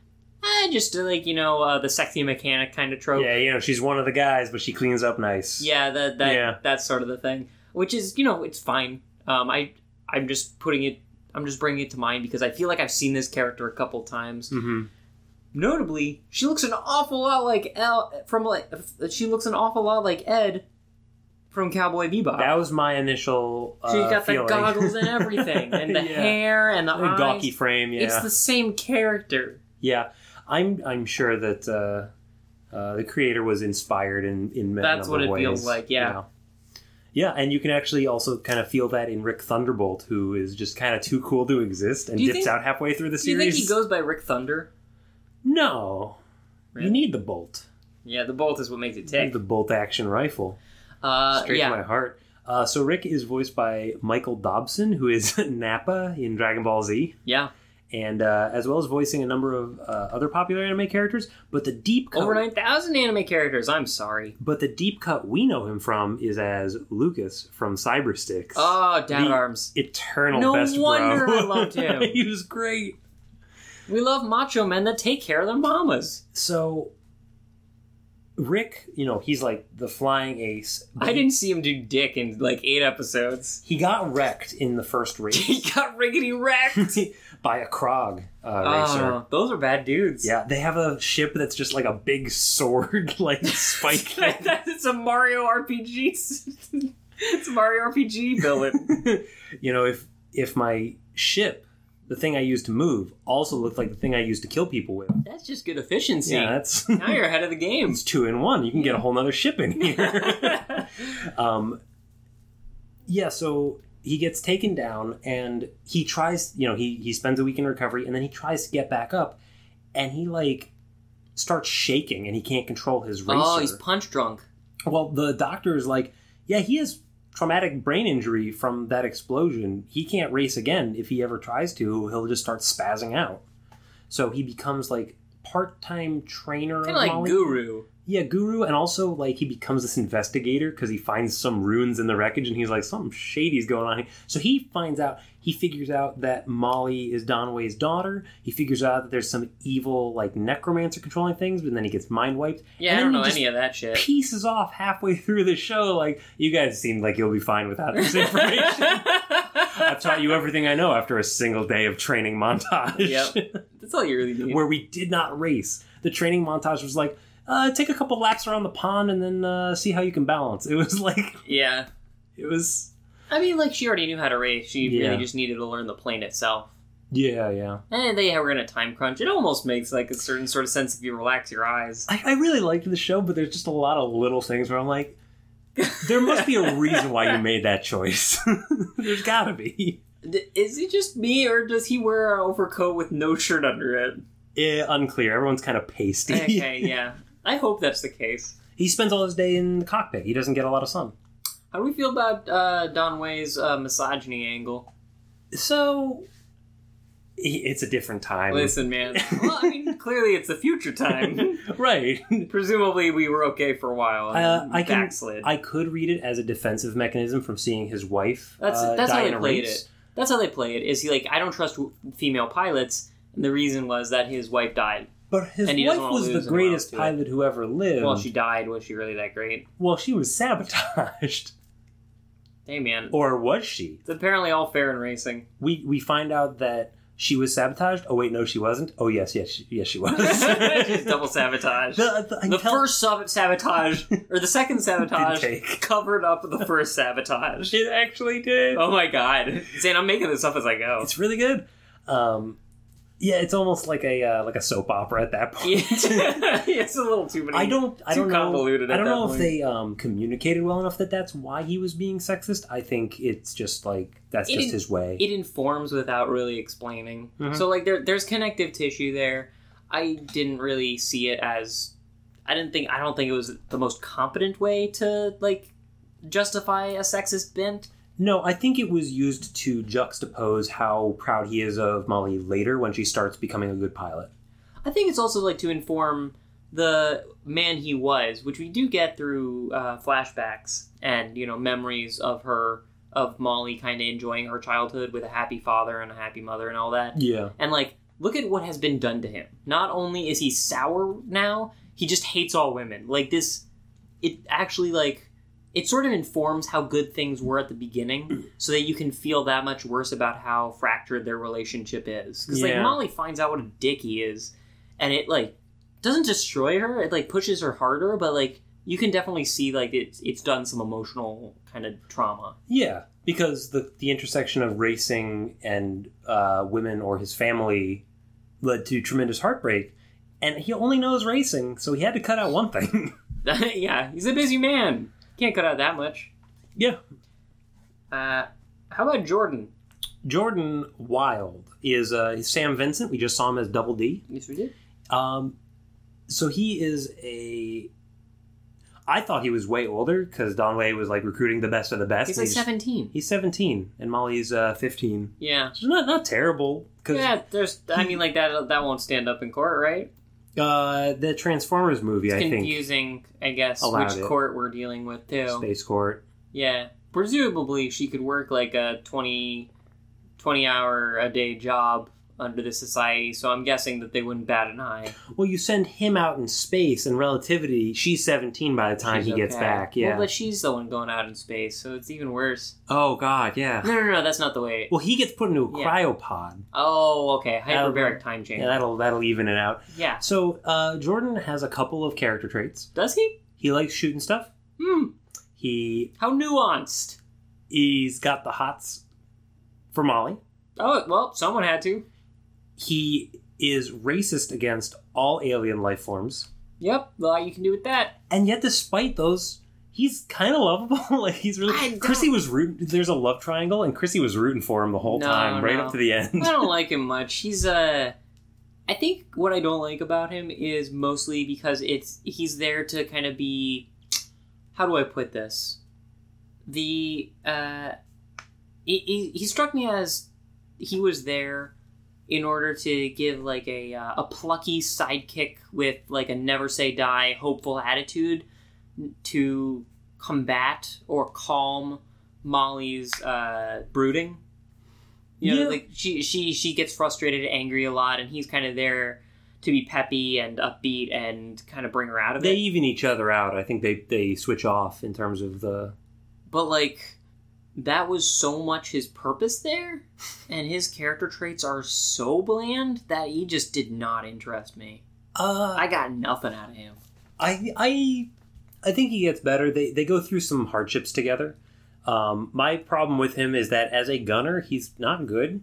S1: Eh, just uh, like you know uh, the sexy mechanic kind of trope.
S2: yeah, you know, she's one of the guys, but she cleans up nice.
S1: Yeah, that that
S2: Yeah.
S1: that's sort of the thing, which is you know it's fine. Um, I I'm just putting it. I'm just bringing it to mind because I feel like I've seen this character a couple times.
S2: hmm
S1: Notably, she looks an awful lot like El from like she looks an awful lot like Ed from Cowboy Bebop.
S2: That was my initial. Uh,
S1: She's got the
S2: feeling.
S1: goggles and everything, and the
S2: Yeah.
S1: hair and the
S2: And
S1: eyes.
S2: gawky frame. Yeah,
S1: It's the same character.
S2: yeah. I'm I'm sure that uh, uh, the creator was inspired in in many
S1: That's what
S2: number of
S1: it feels
S2: ways,
S1: like, yeah.
S2: you know. Yeah, and you can actually also kind of feel that in Rick Thunderbolt, who is just kind of too cool to exist and
S1: Do you
S2: dips
S1: think-
S2: out halfway through the
S1: Do you
S2: series.
S1: think he goes by Rick Thunder?
S2: No, you
S1: Really?
S2: need the bolt.
S1: Yeah, the bolt is what makes it
S2: You need
S1: tick.
S2: the bolt action rifle.
S1: Uh,
S2: Straight to
S1: yeah,
S2: my heart. Uh, so Rick is voiced by Michael Dobson, who is Nappa in Dragon Ball Z.
S1: yeah.
S2: and uh, as well as voicing a number of uh, other popular anime characters. But the deep cut,
S1: Over nine thousand anime characters. I'm sorry.
S2: but the deep cut we know him from is as Lucas from Cybersticks.
S1: Oh, Dad
S2: The-
S1: Arms.
S2: Eternal
S1: No
S2: best
S1: wonder
S2: bro.
S1: I loved him.
S2: he was great.
S1: We love macho men that take care of their mamas.
S2: So Rick, you know, he's like the flying ace. but
S1: I didn't see him do dick in like eight episodes.
S2: He got wrecked in the first race
S1: He got riggedy wrecked.
S2: by a Krog uh, racer.
S1: Oh, those are bad dudes.
S2: Yeah, they have a ship that's just like a big sword, like spike.
S1: it's a Mario RPG. it's a Mario RPG villain.
S2: you know, if if my ship, the thing I used to move, also looked like the thing I used to kill people with.
S1: That's just good efficiency.
S2: Yeah, that's
S1: now you're ahead of the game.
S2: it's two in one. You can get a whole nother ship in here. um, yeah, so he gets taken down, and he tries. You know, he he spends a week in recovery, and then he tries to get back up, and he like starts shaking, and he can't control his racer.
S1: Oh, he's punch drunk.
S2: Well, the doctor is like, yeah, he has traumatic brain injury from that explosion. He can't race again. If he ever tries to, he'll just start spazzing out. So he becomes like part-time trainer
S1: Kind
S2: of
S1: of like
S2: Molly.
S1: Guru.
S2: Yeah, guru, and also like he becomes this investigator because he finds some ruins in the wreckage, and he's like, something shady's going on. here. So he finds out, he figures out that Molly is Donway's daughter. He figures out that there's some evil like necromancer controlling things, but then he gets mind wiped.
S1: Yeah,
S2: And
S1: I
S2: then
S1: don't
S2: he
S1: know
S2: just
S1: any of that shit.
S2: pieces off halfway through the show. Like, you guys seem like you'll be fine without this information. I've taught you everything I know after a single day of training montage,
S1: Yep. That's all you really need.
S2: where we did not race. The training montage was like, uh, take a couple laps around the pond and then uh, see how you can balance. It was like,
S1: yeah.
S2: it was,
S1: I mean, like, she already knew how to race. She
S2: Yeah.
S1: really just needed to learn the plane itself.
S2: yeah, yeah.
S1: And they were in a time crunch. It almost makes, like, a certain sort of sense if you relax your eyes.
S2: I, I really liked the show, but there's just a lot of little things where I'm like, there must be a reason why you made that choice. there's gotta be.
S1: D- Is it just me, or does he wear an overcoat with no shirt under it?
S2: Eh, unclear. Everyone's kind of pasty.
S1: Okay, yeah. I hope that's the case.
S2: He spends all his day in the cockpit. He doesn't get a lot of sun.
S1: How do we feel about uh, Don Way's uh, misogyny angle?
S2: So i- it's a different time.
S1: Listen, man. Well, I mean, clearly it's the future time.
S2: Right.
S1: Presumably, we were okay for a while. And
S2: Uh, I can-
S1: backslid.
S2: I could read it as a defensive mechanism from seeing his wife.
S1: that's
S2: uh,
S1: that's
S2: die
S1: how
S2: in
S1: they
S2: a
S1: played
S2: race.
S1: it. That's how they play it. Is he like I don't trust w- female pilots, and the reason was that his wife died.
S2: But his
S1: And he
S2: wife
S1: doesn't wanna
S2: was the
S1: lose anyone else
S2: greatest
S1: to it.
S2: pilot who ever lived.
S1: Well, she died. Was she really that great?
S2: Well, she was sabotaged,
S1: Hey, man.
S2: or was she?
S1: It's apparently all fair in racing.
S2: We we find out that she was sabotaged. Oh wait, no, she wasn't. Oh yes, yes, she, yes, she was.
S1: Just double sabotage.
S2: The- the- I
S1: the
S2: tell-
S1: first sub- sabotage or the second sabotage
S2: take.
S1: covered up the first sabotage.
S2: it actually did.
S1: Oh my god, Zane, I'm making this up as I go.
S2: It's really good. Um, yeah, it's almost like a uh, like a soap opera at that point.
S1: it's a little too many.
S2: I don't. I
S1: Too
S2: don't know.
S1: convoluted at
S2: I don't
S1: that
S2: know if
S1: point.
S2: they um, communicated well enough that that's why he was being sexist. I think it's just like that's
S1: It
S2: just
S1: is-
S2: his way.
S1: It informs without really explaining. So like there, there's connective tissue there. I didn't really see it as. I didn't think. I don't think it was the most competent way to like justify a sexist bent.
S2: no, I think it was used to juxtapose how proud he is of Molly later when she starts becoming a good pilot.
S1: I think it's also like to inform the man he was, which we do get through uh, flashbacks and you know memories of her of Molly kind of enjoying her childhood with a happy father and a happy mother and all that.
S2: Yeah,
S1: And like, look at what has been done to him. Not only is he sour now, he just hates all women. Like this, it actually like it sort of informs how good things were at the beginning, so that you can feel that much worse about how fractured their relationship is. Because
S2: Yeah.
S1: like Molly finds out what a dick he is, and it like doesn't destroy her. It like pushes her harder, but like you can definitely see like it's it's done some emotional kind of trauma.
S2: Yeah, because the the intersection of racing and uh, women or his family led to tremendous heartbreak, and he only knows racing, so he had to cut out one thing.
S1: yeah, he's a busy man. Can't cut out that much.
S2: yeah,
S1: Uh, how about Jordan?
S2: Jordan Wild is uh, is Sam Vincent. We just saw him as Double D.
S1: Yes, we did.
S2: Um, so he is a. I thought he was way older because Don Way was like recruiting the best of the best.
S1: He's
S2: and
S1: like seventeen.
S2: He's seventeen, and Molly's uh, fifteen.
S1: Yeah.
S2: So not not terrible because
S1: Yeah, there's. I mean, like that. That won't stand up in court, right?
S2: uh, the Transformers movie, I think,
S1: Confusing, I guess,
S2: Allowed
S1: which
S2: it.
S1: court we're dealing with too.
S2: Space Court.
S1: Yeah. Presumably, she could work like a 20, 20 hour a day job under the society, so I'm guessing that they wouldn't bat an eye.
S2: Well, you send him out in space and relativity. She's seventeen by the time
S1: She's
S2: he gets
S1: okay.
S2: back. Yeah.
S1: Well, but she's the one going out in space, so it's even worse.
S2: oh God, yeah.
S1: No, no, no, that's not the way.
S2: Well, he gets put into a
S1: Yeah.
S2: cryopod.
S1: Oh, okay.
S2: That'll-
S1: Hyperbaric time
S2: Yeah,
S1: chamber.
S2: that'll that'll even it out.
S1: Yeah.
S2: So uh, Jordan has a couple of character traits.
S1: Does he?
S2: He likes shooting stuff.
S1: Hmm.
S2: He
S1: How nuanced.
S2: he's got the hots for Molly.
S1: Oh, well, someone had to.
S2: He is racist against all alien life forms,
S1: Yep, a lot you can do with that.
S2: and yet despite those, he's kind of lovable. like he's
S1: I
S2: really
S1: don't-
S2: Chrissy was rooting. There's a love triangle, and Chrissy was rooting for him the whole
S1: No,
S2: time, right
S1: no.
S2: up to the end.
S1: I don't like him much. He's Uh, I think what I don't like about him is mostly because it's he's there to kind of be how do I put this? The uh he, he, he struck me as he was there in order to give like a uh, a plucky sidekick with like a never say die hopeful attitude to combat or calm Molly's uh, brooding. You know,
S2: Yeah.
S1: like she she she gets frustrated, angry a lot, and he's kind of there to be peppy and upbeat and kind of bring her out of
S2: They
S1: it.
S2: even each other out. I think they they switch off in terms of the
S1: But like that was so much his purpose there, and his character traits are so bland that he just did not interest me.
S2: uh,
S1: I got nothing out of him.
S2: I I I think he gets better. They they go through some hardships together. Um, my problem with him is that as a gunner, he's not good.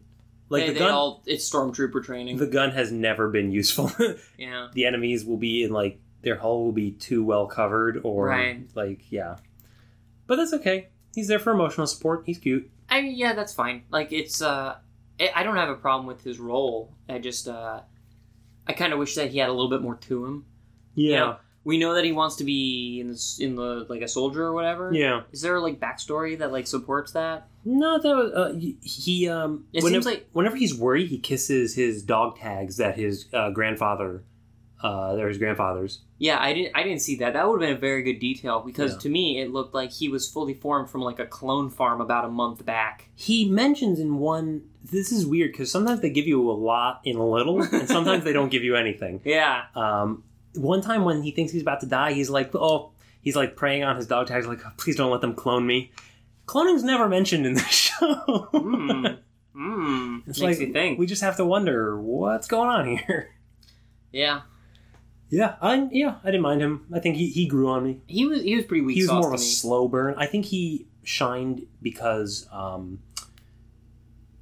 S2: Like
S1: they,
S2: the
S1: they
S2: gun,
S1: all it's stormtrooper training.
S2: the gun has never been useful.
S1: yeah.
S2: the enemies will be in like their hull will be too well covered, or
S1: Right.
S2: like yeah. But that's okay. He's there for emotional support. He's cute.
S1: I mean, yeah, that's fine. Like, it's, uh, I I don't have a problem with his role. I just, uh, I kind of wish that he had a little bit more to him. You know, we know that he wants to be in the, s- in the, like, a soldier or whatever.
S2: yeah.
S1: Is there, like, backstory that, like, supports that?
S2: No, that was uh, he- he. Um,
S1: It
S2: whenever,
S1: seems like-
S2: whenever he's worried, he kisses his dog tags that his uh, grandfather, uh, they're his grandfather's.
S1: Yeah, I didn't, I didn't see that. That would have been a very good detail because
S2: Yeah.
S1: to me, it looked like he was fully formed from, like, a clone farm about a month back.
S2: he mentions in one this is weird because sometimes they give you a lot in a little and sometimes they don't give you anything
S1: Yeah.
S2: um, one time when he thinks he's about to die he's like oh he's like praying on his dog tags like please don't let them clone me cloning's never mentioned in the show
S1: Mm. Mm. Makes
S2: it's like
S1: you think.
S2: we just have to wonder what's going on here
S1: yeah.
S2: yeah i yeah i didn't mind him i think he, he grew on me
S1: He was, he was pretty weak
S2: he was
S1: sauce
S2: more of a
S1: to me.
S2: slow burn. I think he shined because um,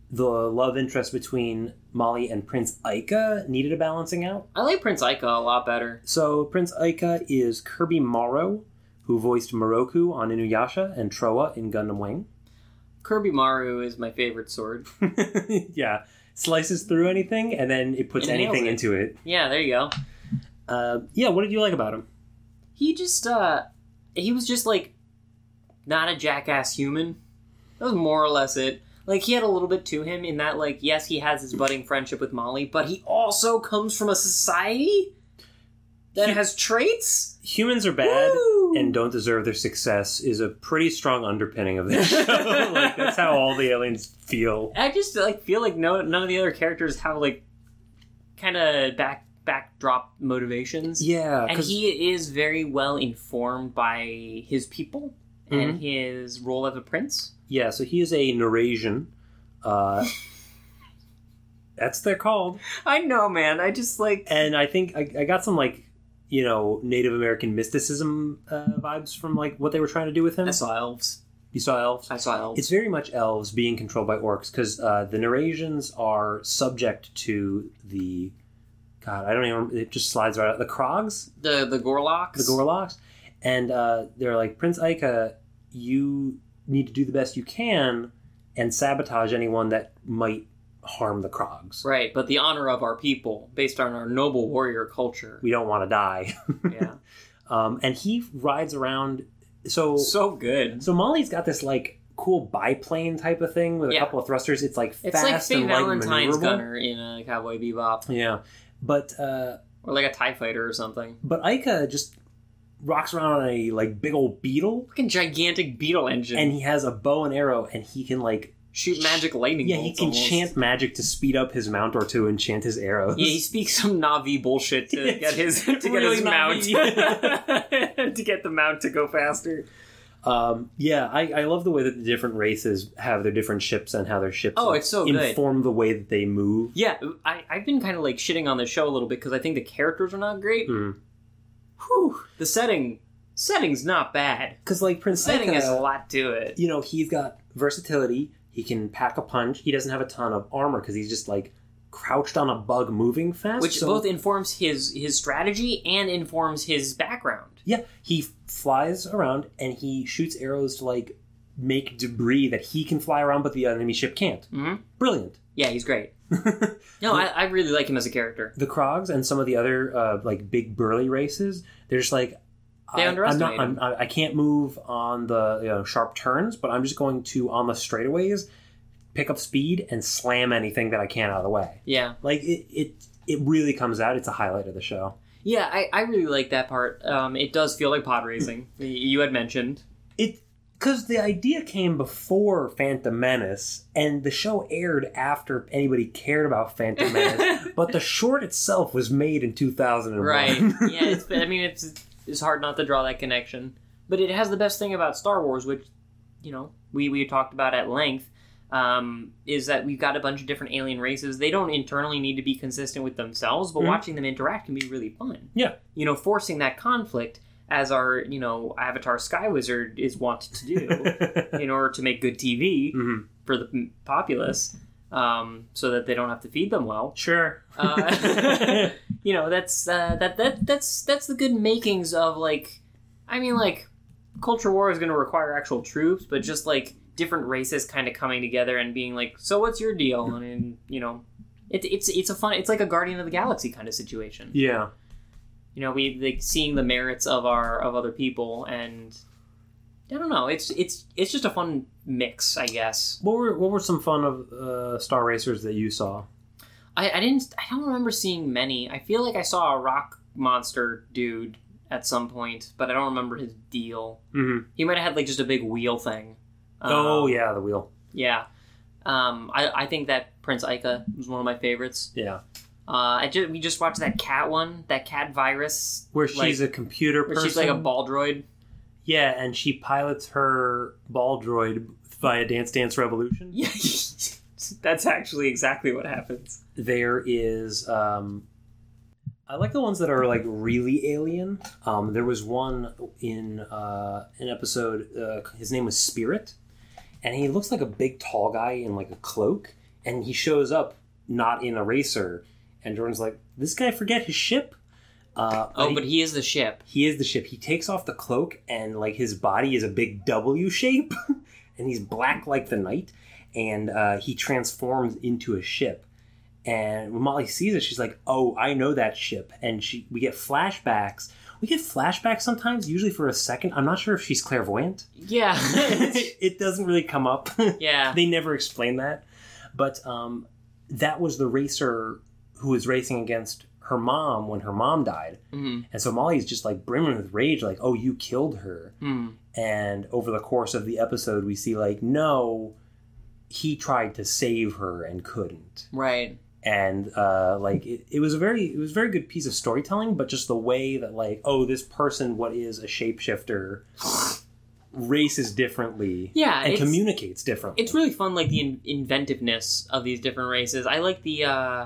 S2: the love interest between Molly and Prince Ika needed a balancing out.
S1: I like Prince Ika a lot better.
S2: So Prince Ika is Kirby Morrow, who voiced Moroku on Inuyasha and Troa in Gundam Wing.
S1: Kirby Maru is my favorite sword.
S2: yeah, slices through anything and then it puts
S1: It nails
S2: anything
S1: it.
S2: into it.
S1: Yeah, there you go.
S2: Uh, yeah, what did you like about him?
S1: He just uh he was just like not a jackass human. That was more or less it. Like he had a little bit to him in that like yes, he has his budding friendship with Molly, but he also comes from a society that
S2: He-
S1: has traits.
S2: Humans are bad.
S1: Woo!
S2: And don't deserve their success is a pretty strong underpinning of this show. like that's how all the aliens feel.
S1: I just like feel like no none of the other characters have like kind of back backdrop motivations.
S2: Yeah,
S1: and
S2: 'cause-
S1: he is very well informed by his people and
S2: Mm-hmm.
S1: his role as a prince.
S2: yeah. So he is a Eurasian. Uh, that's they're called,
S1: I know, man. I just like
S2: and I think I, I got some like you know Native American mysticism uh, vibes from like what they were trying to do with him.
S1: I saw elves.
S2: you saw elves.
S1: I saw elves.
S2: It's very much elves being controlled by orcs because uh, the Narasians are subject to the. God, I don't even. It just slides right out. The Krogs,
S1: the the Gorlocks.
S2: the Gorlocks, and uh, they're like Prince Ica. You need to do the best you can and sabotage anyone that might harm the Krogs.
S1: Right, but the honor of our people, based on our noble warrior culture.
S2: We don't want to die.
S1: Yeah,
S2: Um, and he rides around. So
S1: so good.
S2: So Molly's got this like cool biplane type of thing with a
S1: Yeah.
S2: couple of thrusters. It's like
S1: It's
S2: fast
S1: like Faye
S2: and like
S1: Valentine's
S2: maneuverable.
S1: gunner in a Cowboy Bebop,
S2: Yeah, but uh,
S1: or like a Tie Fighter or something.
S2: but Ica just rocks around on a like big old beetle,
S1: Fucking gigantic beetle engine.
S2: and he has a bow and arrow, and he can like
S1: shoot magic lightning.
S2: yeah he
S1: bolts
S2: can
S1: almost.
S2: chant magic to speed up his mount or to enchant his arrows.
S1: Yeah, he speaks some Navi bullshit to
S2: It's
S1: get his to get
S2: really
S1: his mount
S2: Na'vi.
S1: to get the mount to go faster.
S2: Um, yeah, I, I love the way that the different races have their different ships and how their ships
S1: Oh,
S2: like,
S1: it's so good.
S2: inform the way that they move.
S1: Yeah, I, I've been kind of like shitting on the show a little bit because I think the characters are not great.
S2: Mm.
S1: Whew, the setting setting's not bad.
S2: Because like Prince
S1: Setting
S2: Ica-
S1: has a lot to it.
S2: you know, he's got versatility. He can pack a punch. He doesn't have a ton of armor because he's just like crouched on a bug moving fast.
S1: which
S2: so-
S1: both informs his his strategy and informs his background.
S2: yeah, he f- flies around and he shoots arrows to like make debris that he can fly around, but the enemy ship can't.
S1: Mhm.
S2: Brilliant.
S1: Yeah, he's great. No, I, I really like him as a character.
S2: The Krogs and some of the other uh, like big burly races, they're just like.
S1: They
S2: I, I'm not,
S1: underestimate
S2: I'm, I I can't move on the you know, sharp turns, but I'm just going to on the straightaways, pick up speed and slam anything that I can out of the way.
S1: Yeah,
S2: Like it, it, it really comes out. It's a highlight of the show.
S1: yeah, I, I really like that part. Um, it does feel like pod racing. y- you had mentioned.
S2: It because the idea came before Phantom Menace, and the show aired after anybody cared about Phantom Menace. but the short itself was made in two thousand and one.
S1: Right. yeah, it's, I mean, it's it's hard not to draw that connection, but it has the best thing about Star Wars, which you know we we talked about at length, um, is that we've got a bunch of different alien races. They don't internally need to be consistent with themselves, but
S2: Mhm.
S1: watching them interact can be really fun.
S2: Yeah.
S1: you know, forcing that conflict as our you know Avatar Sky Wizard is wont to do in order to make good TV
S2: Mhm.
S1: for the populace. Um, so that they don't have to feed them well.
S2: Sure.
S1: Uh, you know that's uh, that that that's that's the good makings of like i mean like culture war is going to require actual troops but just like different races kind of coming together and being like so what's your deal and, and, you know it, it's it's a fun it's like a guardian of the galaxy kind of situation
S2: yeah.
S1: you know we like seeing the merits of our of other people and i don't know it's it's it's just a fun mix i guess
S2: What were what were some fun of uh, Star Racers that you saw?
S1: I, I didn't I don't remember seeing many. I feel like I saw a rock monster dude at some point, but I don't remember his deal.
S2: Mm-hmm.
S1: He might have had like just a big wheel thing.
S2: oh
S1: Um,
S2: yeah, the wheel.
S1: Yeah. Um, I, I think that Prince Ica was one of my favorites.
S2: Yeah,
S1: Uh, I just, we just watched that cat one, that cat virus,
S2: where
S1: Like-
S2: she's a computer
S1: where
S2: person.
S1: she's like a ball droid.
S2: Yeah, and she pilots her ball droid via Dance Dance Revolution.
S1: Yeah, that's actually exactly what happens.
S2: there is um I like the ones that are like really alien. Um, there was one in uh, an episode. Uh, his name was Spirit, and he looks like a big tall guy in like a cloak. And he shows up not in a racer. And Jordan's like, "This guy forget his ship." Uh,
S1: Oh,
S2: he-
S1: but he is the ship.
S2: he is the ship. He takes off the cloak and like his body is a big W shape, and he's black like the night, and uh, he transforms into a ship. And when Molly sees it, she's like, "Oh, I know that ship." And she, we get flashbacks. We get flashbacks sometimes, usually for a second. I'm not sure if she's clairvoyant.
S1: Yeah.
S2: it doesn't really come up.
S1: yeah.
S2: they never explain that. But um, that was the racer who was racing against her mom when her mom died.
S1: hmm
S2: And so Molly's just like brimming with rage, like, oh, you killed her.
S1: hmm
S2: And over the course of the episode, we see, like, no, he tried to save her and couldn't.
S1: Right.
S2: And uh, like it, it was a very it was a very good piece of storytelling, but just the way that like oh this person what is a shapeshifter races differently
S1: Yeah.
S2: and
S1: it's-
S2: communicates differently.
S1: it's really fun like the in- inventiveness of these different races i like the uh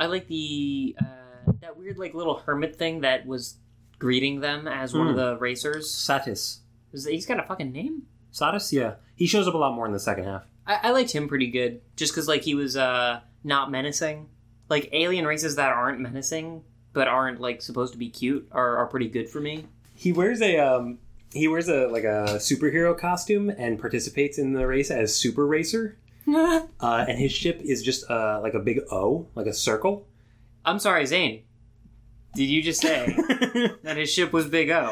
S1: i like the uh that weird like little hermit thing that was greeting them as one of the racers?
S2: Satis.
S1: Is, he's got a fucking name.
S2: Satis? Yeah. He shows up a lot more in the second half.
S1: I, I liked him pretty good, just because like he was uh not menacing. Like alien races that aren't menacing but aren't like supposed to be cute are, are pretty good for me.
S2: He wears a um he wears a like a superhero costume and participates in the race as Super Racer. Uh, and his ship is just uh, like a big O, like a circle.
S1: I'm sorry, Zane. Did you just say that his ship was Big O?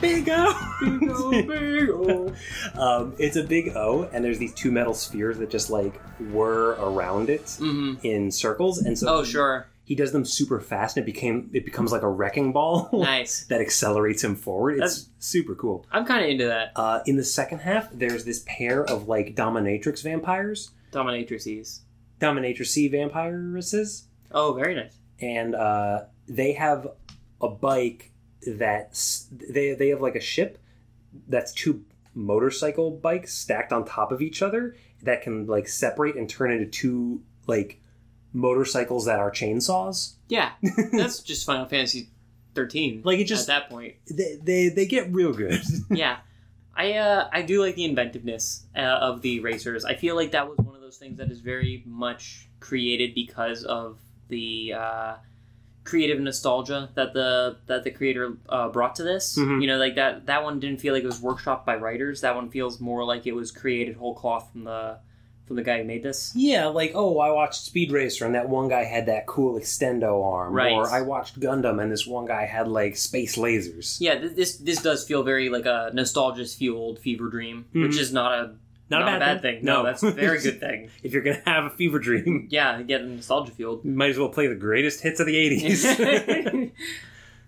S2: big O.
S1: Big O.
S2: um, it's a big O, and there's these two metal spheres that just like whir around it
S1: hmm
S2: in circles, and so
S1: Oh sure,
S2: he does them super fast, and it became it becomes like a wrecking ball
S1: nice.
S2: that accelerates him forward. It's
S1: That's-
S2: super cool.
S1: I'm kind of into that
S2: Uh, in the second half, there's this pair of like dominatrix vampires,
S1: dominatrixes.
S2: dominatrix vampiresses,
S1: Oh, very nice.
S2: and uh, they have a bike that s- they they have like a ship that's two motorcycle bikes stacked on top of each other that can like separate and turn into two like motorcycles that are chainsaws.
S1: Yeah, that's just Final Fantasy 13.
S2: Like it just
S1: at Uh, that point.
S2: they, they they get real good.
S1: Yeah, I uh, I do like the inventiveness uh, of the racers. I feel like that was one of those things that is very much created because of the uh, creative nostalgia that the that the creator uh, brought to this.
S2: Mhm.
S1: You know, like that that one didn't feel like it was workshopped by writers. That one feels more like it was created whole cloth from the from the guy who made this.
S2: yeah, like oh, I watched Speed Racer and that one guy had that cool extendo arm,
S1: Right.
S2: or I watched Gundam and this one guy had like space lasers.
S1: Yeah, th- this this does feel very like a nostalgia fueled fever dream, which
S2: Mhm.
S1: is not a not, a bad thing. No, that's a very good thing.
S2: if you're gonna have a fever dream.
S1: Yeah, getting nostalgia fueled.
S2: might as well play the greatest hits of the 80s.
S1: yeah,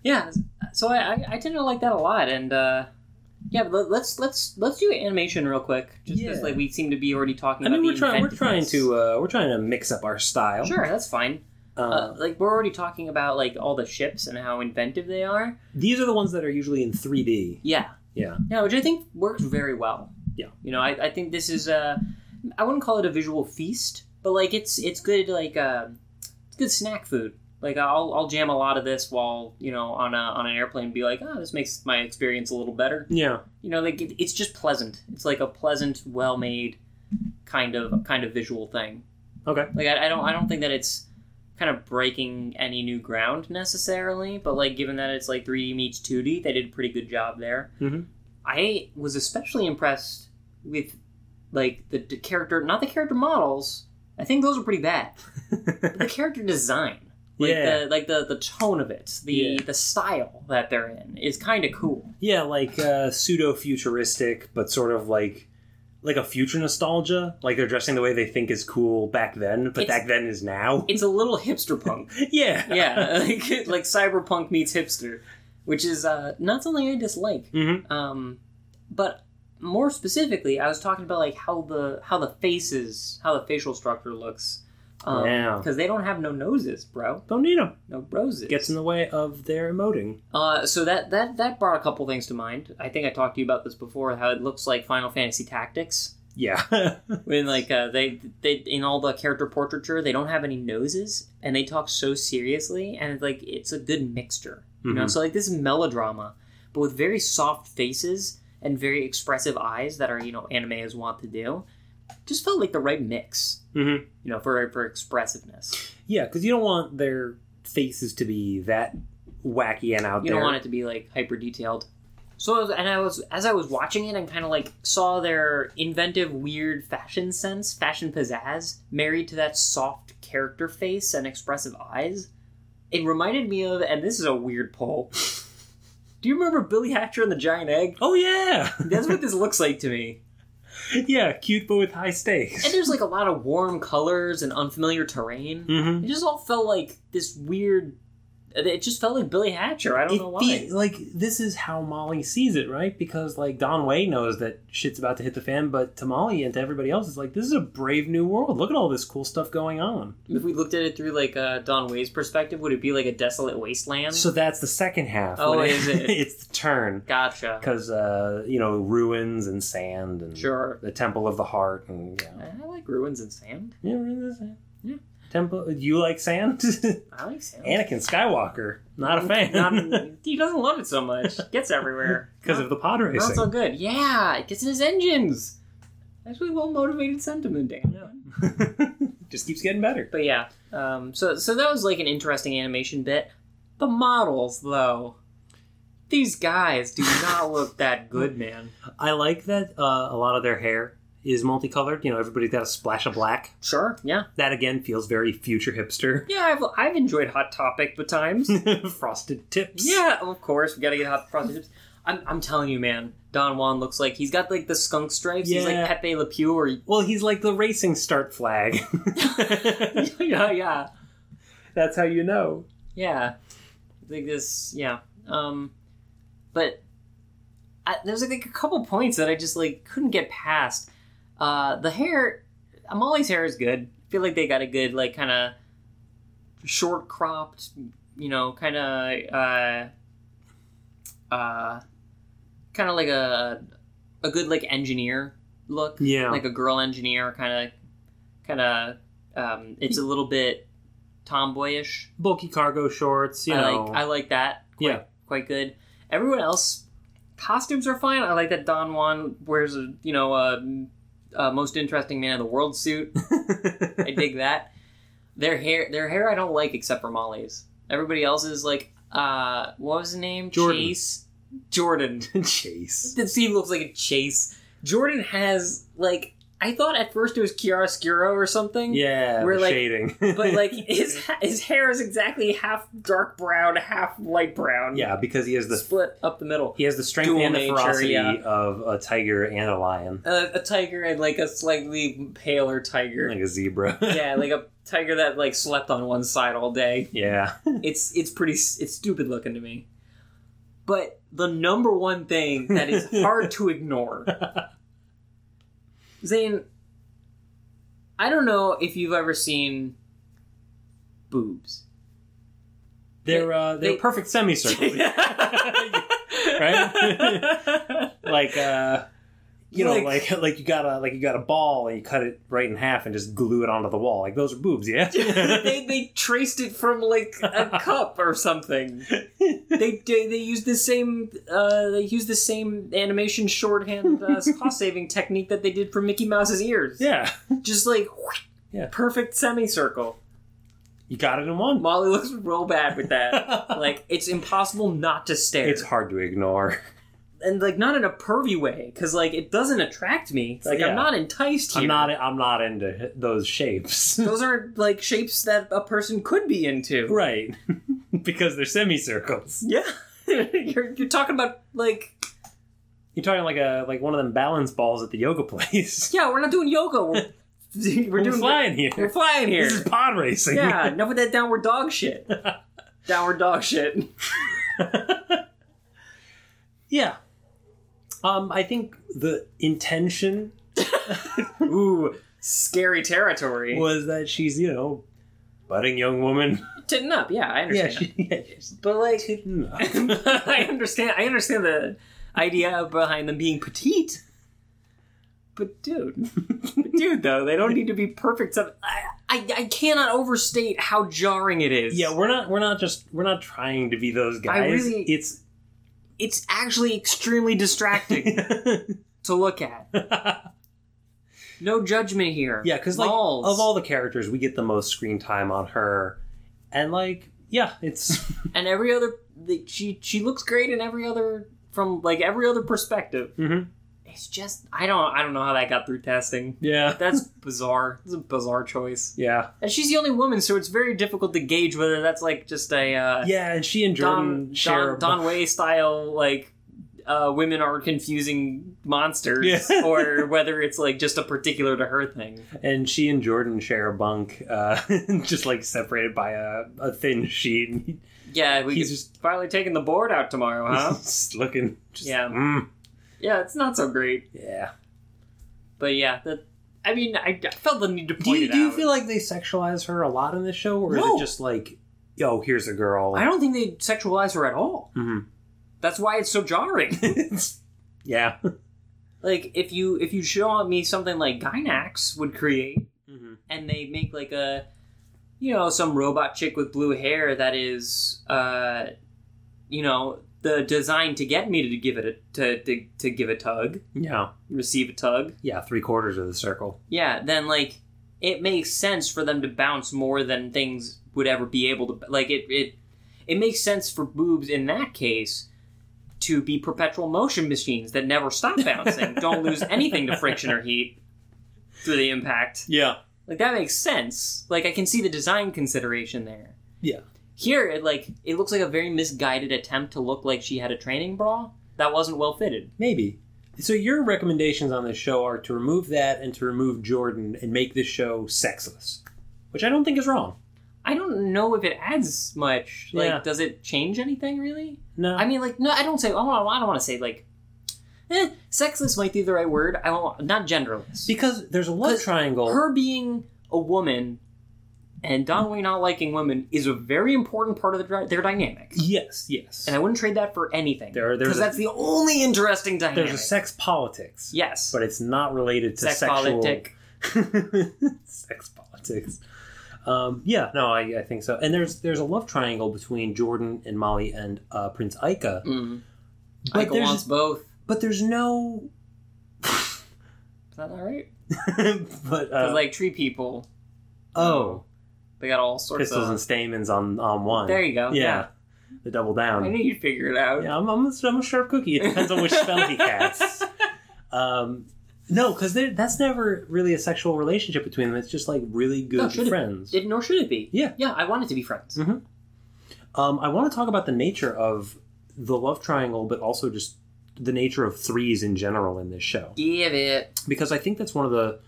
S1: so I, I I tend to like that a lot, and uh, yeah, but let- let's let's let's do animation real quick, just because
S2: Yeah.
S1: like we seem to be already talking.
S2: I mean,
S1: about
S2: we're
S1: the
S2: trying we're trying
S1: inventiveness.
S2: to uh, we're trying to mix up our style.
S1: sure, that's fine.
S2: Uh,
S1: uh, like we're already talking about like all the ships and how inventive they are.
S2: these are the ones that are usually in 3D.
S1: Yeah,
S2: Yeah.
S1: yeah, which I think works very well.
S2: Yeah.
S1: you know, I, I think this is uh, I wouldn't call it a visual feast, but like it's it's good like uh, it's good snack food. Like I'll I'll jam a lot of this while you know on a on an airplane and be like, oh, this makes my experience a little better.
S2: Yeah.
S1: You know, like it, it's just pleasant. It's like a pleasant, well made kind of kind of visual thing.
S2: Okay.
S1: Like I, I don't I don't think that it's kind of breaking any new ground necessarily, but like given that it's like 3D meets 2D, they did a pretty good job there.
S2: Mhm.
S1: I was especially impressed with like the, the character, not the character models. I think those are pretty bad. but the character design, like
S2: Yeah.
S1: the like the the tone of it, the
S2: Yeah.
S1: the style that they're in is kind of cool.
S2: Yeah, like uh, pseudo futuristic, but sort of like like a future nostalgia. Like they're dressing the way they think is cool back then, but
S1: It's-
S2: back then is now.
S1: It's a little hipster punk.
S2: yeah.
S1: yeah, like, like cyberpunk meets hipster, which is uh, not something I dislike.
S2: Mhm.
S1: Um, but more specifically, I was talking about like how the how the faces, how the facial structure looks. Um,
S2: Yeah.
S1: Because they don't have no noses, bro.
S2: Don't need them.
S1: No roses.
S2: Gets in the way of their emoting.
S1: Uh, so that that that brought a couple things to mind. I think I talked to you about this before. How it looks like Final Fantasy Tactics.
S2: Yeah.
S1: When like uh, they they in all the character portraiture, they don't have any noses, and they talk so seriously, and like it's a good mixture, you know.
S2: Mhm.
S1: So like this is melodrama, but with very soft faces and very expressive eyes that are you know animes want to do. Just felt like the right mix,
S2: mm-hmm.
S1: you know, for for expressiveness.
S2: Yeah, because you don't want their faces to be that wacky and out
S1: You
S2: there.
S1: don't want it to be like hyper detailed. So I was- and I was as I was watching it, I kind of like saw their inventive, weird fashion sense, fashion pizzazz, married to that soft character face and expressive eyes. It reminded me of, and this is a weird poll. Do you remember Billy Hatcher and the Giant Egg?
S2: Oh yeah,
S1: That's what this looks like to me.
S2: yeah, cute but with high
S1: And
S2: stakes.
S1: there's like a lot of warm colors and unfamiliar terrain.
S2: Mm-hmm.
S1: It just all felt like this weird It just felt like Billy Hatcher. I don't know
S2: It
S1: why.
S2: fe- like this is how Molly sees it, right? Because like Don Way knows that shit's about to hit the fan, but to Molly and to everybody else, it's like this is a brave new world. Look at all this cool stuff going on.
S1: if we looked at it through like uh, Don Way's perspective, would it be like a desolate wasteland?
S2: So that's the second half.
S1: Oh,
S2: when
S1: is it?
S2: it's the turn
S1: gotcha.
S2: because uh, you know ruins and sand and
S1: Sure.
S2: the Temple of the Heart and yeah,
S1: I like ruins and sand.
S2: yeah, ruins and sand.
S1: Yeah.
S2: Temple. You like sand?
S1: I like sand.
S2: Anakin Skywalker, not a fan
S1: Not- he doesn't love it so much. Gets everywhere.
S2: because of the pod racing.
S1: Not so good. Yeah, it gets in his engines. Actually, well motivated sentiment, Dan.
S2: Just keeps getting better.
S1: But yeah, um, so so that was like an interesting animation bit. The models, though, these guys do not look that good, man.
S2: I like that uh, a lot of their hair is multicolored. You know, everybody's got a splash of black.
S1: Sure, yeah,
S2: That again feels very future hipster.
S1: yeah. I've I've enjoyed Hot Topic with times.
S2: Frosted tips.
S1: yeah, of course, we gotta get hot frosted tips. I'm I'm telling you, man. Don Juan looks like he's got like the skunk stripes. He's
S2: Yeah.
S1: like Pepe Le Pew, or
S2: Well, he's like the racing start flag.
S1: yeah, yeah.
S2: That's how you know.
S1: Yeah, like this. Yeah, um, but I, there's like a couple points that I just like couldn't get past. Uh, the hair, Molly's hair is good. I feel like they got a good like kind of short cropped, you know, kind of uh, uh, kind of like a a good like engineer look.
S2: Yeah.
S1: like a girl engineer kind of kind of. Um, it's a little bit tomboyish
S2: Bulky cargo shorts. You
S1: I
S2: know.
S1: like I like that. Quite,
S2: Yeah.
S1: quite good. Everyone else costumes are fine. I like that Don Juan wears a you know a, a most interesting man in the world suit. I dig that. Their hair, their hair, I don't like except for Molly's. Everybody else is like, uh, what was his name?
S2: Jordan.
S1: Chase. Jordan.
S2: Chase.
S1: This he looks like a Chase. Jordan has like I thought at first it was chiaroscuro or something.
S2: Yeah,
S1: We're
S2: the
S1: like-
S2: shading.
S1: But like his his hair is exactly half dark brown, half light brown
S2: yeah, because he has the
S1: split up the middle.
S2: he has the strength
S1: Dual
S2: and the
S1: nature,
S2: ferocity
S1: yeah.
S2: of a tiger and a lion,
S1: Uh, a tiger and like a slightly paler tiger.
S2: like a zebra.
S1: yeah, like a tiger that like slept on one side all day.
S2: yeah.
S1: It's it's pretty s- it's stupid looking to me. But the number one thing that is hard to ignore, Zane. I don't know if you've ever seen boobs.
S2: They're uh, they're
S1: They-
S2: perfect semicircles.
S1: right?
S2: like uh you know,
S1: Like-
S2: like like you got a like you got a ball and you cut it right in half and just glue it onto the wall. Like those are boobs, yeah.
S1: they, they traced it from like a cup or something. They they, they used the same uh, they used the same animation shorthand uh, cost saving technique that they did for Mickey Mouse's ears.
S2: yeah,
S1: just like
S2: Yeah.
S1: perfect semicircle.
S2: you got it in one.
S1: Molly looks real bad with that. like it's impossible not to stare.
S2: It's hard to ignore.
S1: and like not in a pervy way because like it doesn't attract me. Like
S2: Yeah.
S1: I'm not enticed here.
S2: I'm not I'm not into those shapes,
S1: Those aren't like shapes that a person could be into.
S2: right? because they're semicircles.
S1: Yeah. you're, you're talking about like
S2: You're talking like a like one of them balance balls at the yoga place.
S1: yeah, we're not doing yoga. We're, we're
S2: We're
S1: doing
S2: flying here.
S1: We're flying here.
S2: This is pod racing.
S1: yeah, enough with that downward dog shit. downward dog shit.
S2: Yeah. Um, I think the intention ooh,
S1: Scary territory.
S2: was that she's you know budding young woman.
S1: Titten up. Yeah, I
S2: Yeah,
S1: understand.
S2: she, yeah, she's
S1: but like,
S2: no.
S1: I understand. I understand the idea behind them being petite. But dude, but dude, though they don't need to be perfect. I, I I cannot overstate how jarring it is.
S2: yeah, we're not we're not just we're not trying to be those guys.
S1: really-
S2: It's
S1: it's actually extremely distracting to look at. No judgment here.
S2: yeah, because like
S1: Malls.
S2: of all the characters, we get the most screen time on her, and like yeah, it's
S1: and every other the, she she looks great in every other from like every other perspective.
S2: Mhm.
S1: It's just I don't I don't know how that got through testing.
S2: yeah
S1: That's bizarre. It's a bizarre choice.
S2: yeah
S1: And she's the only woman, so it's very difficult to gauge whether that's like just a uh,
S2: yeah. And she and Jordan
S1: Don,
S2: share
S1: Don Don Way style like uh, women are confusing monsters,
S2: Yeah.
S1: or whether it's like just a particular to her thing.
S2: and she and Jordan share a bunk, uh, just like separated by a, a thin sheet.
S1: Yeah, we
S2: He's
S1: could-
S2: just-
S1: finally taking the board out tomorrow, huh?
S2: just looking. Just,
S1: Yeah.
S2: mm.
S1: yeah, it's not so great,
S2: yeah.
S1: but yeah, that. I mean, I I felt the need to point
S2: Do you,
S1: it
S2: do you
S1: out.
S2: feel like they sexualize her a lot in this show, or
S1: No.
S2: is it just like, yo, here's a girl?
S1: I don't think they sexualize her at all.
S2: Mhm.
S1: That's why it's so jarring.
S2: yeah.
S1: like if you if you show me something like Gynax would create,
S2: Mhm.
S1: and they make like a, you know, some robot chick with blue hair that is, uh, you know, the design to get me to give it a, to, to to give a tug,
S2: Yeah.
S1: receive a tug.
S2: Yeah. Three quarters of the circle.
S1: Yeah, then like it makes sense for them to bounce more than things would ever be able to like it it it makes sense for boobs in that case to be perpetual motion machines that never stop bouncing, don't lose anything to friction or heat through the impact.
S2: Yeah.
S1: Like that makes sense. Like I can see the design consideration there.
S2: Yeah.
S1: Here it like it looks like a very misguided attempt to look like she had a training bra that wasn't well fitted.
S2: Maybe. So your recommendations on this show are to remove that and to remove Jordan and make this show sexless, which I don't think is wrong.
S1: I don't know if it adds much. Like
S2: Yeah.
S1: does it change anything really?
S2: No.
S1: I mean, like, no, I don't say. I don't, I don't want to say like, eh, sexless might be the right word. I don't, not genderless.
S2: because there's a love
S1: 'Cause
S2: triangle.
S1: Her being a woman and Don Wayne not liking women is a very important part of the, dri- their dynamic,
S2: yes. Yes.
S1: and I wouldn't trade that for anything.
S2: There- there's
S1: because
S2: a-
S1: that's the only interesting dynamic.
S2: there's a sex politics.
S1: yes,
S2: But it's not related to
S1: sex
S2: sexual
S1: politic.
S2: sex politics. Um, yeah, no, I, I think so. And there's there's a love triangle between Jordan and Molly and uh, Prince Ika,
S1: Mm.
S2: but
S1: Michael
S2: there's
S1: wants both.
S2: but there's no
S1: Is that not right?
S2: but
S1: 'Cause,
S2: uh,
S1: like tree people,
S2: oh
S1: they got all sorts
S2: pistols and
S1: of.
S2: stamens on on one.
S1: There you go.
S2: yeah, the double
S1: I
S2: down.
S1: knew you'd figure it out.
S2: Yeah, I'm, I'm, a, I'm a sharp cookie. It depends on which spell he casts. Um, no, because that's never really a sexual relationship between them. It's just like really good
S1: No, should it-
S2: friends.
S1: It, nor should it be.
S2: Yeah.
S1: Yeah, I want it to be friends.
S2: Um, I want to talk about the nature of the love triangle, but also just the nature of threes in general in this show,
S1: Give it.
S2: because I think that's one of the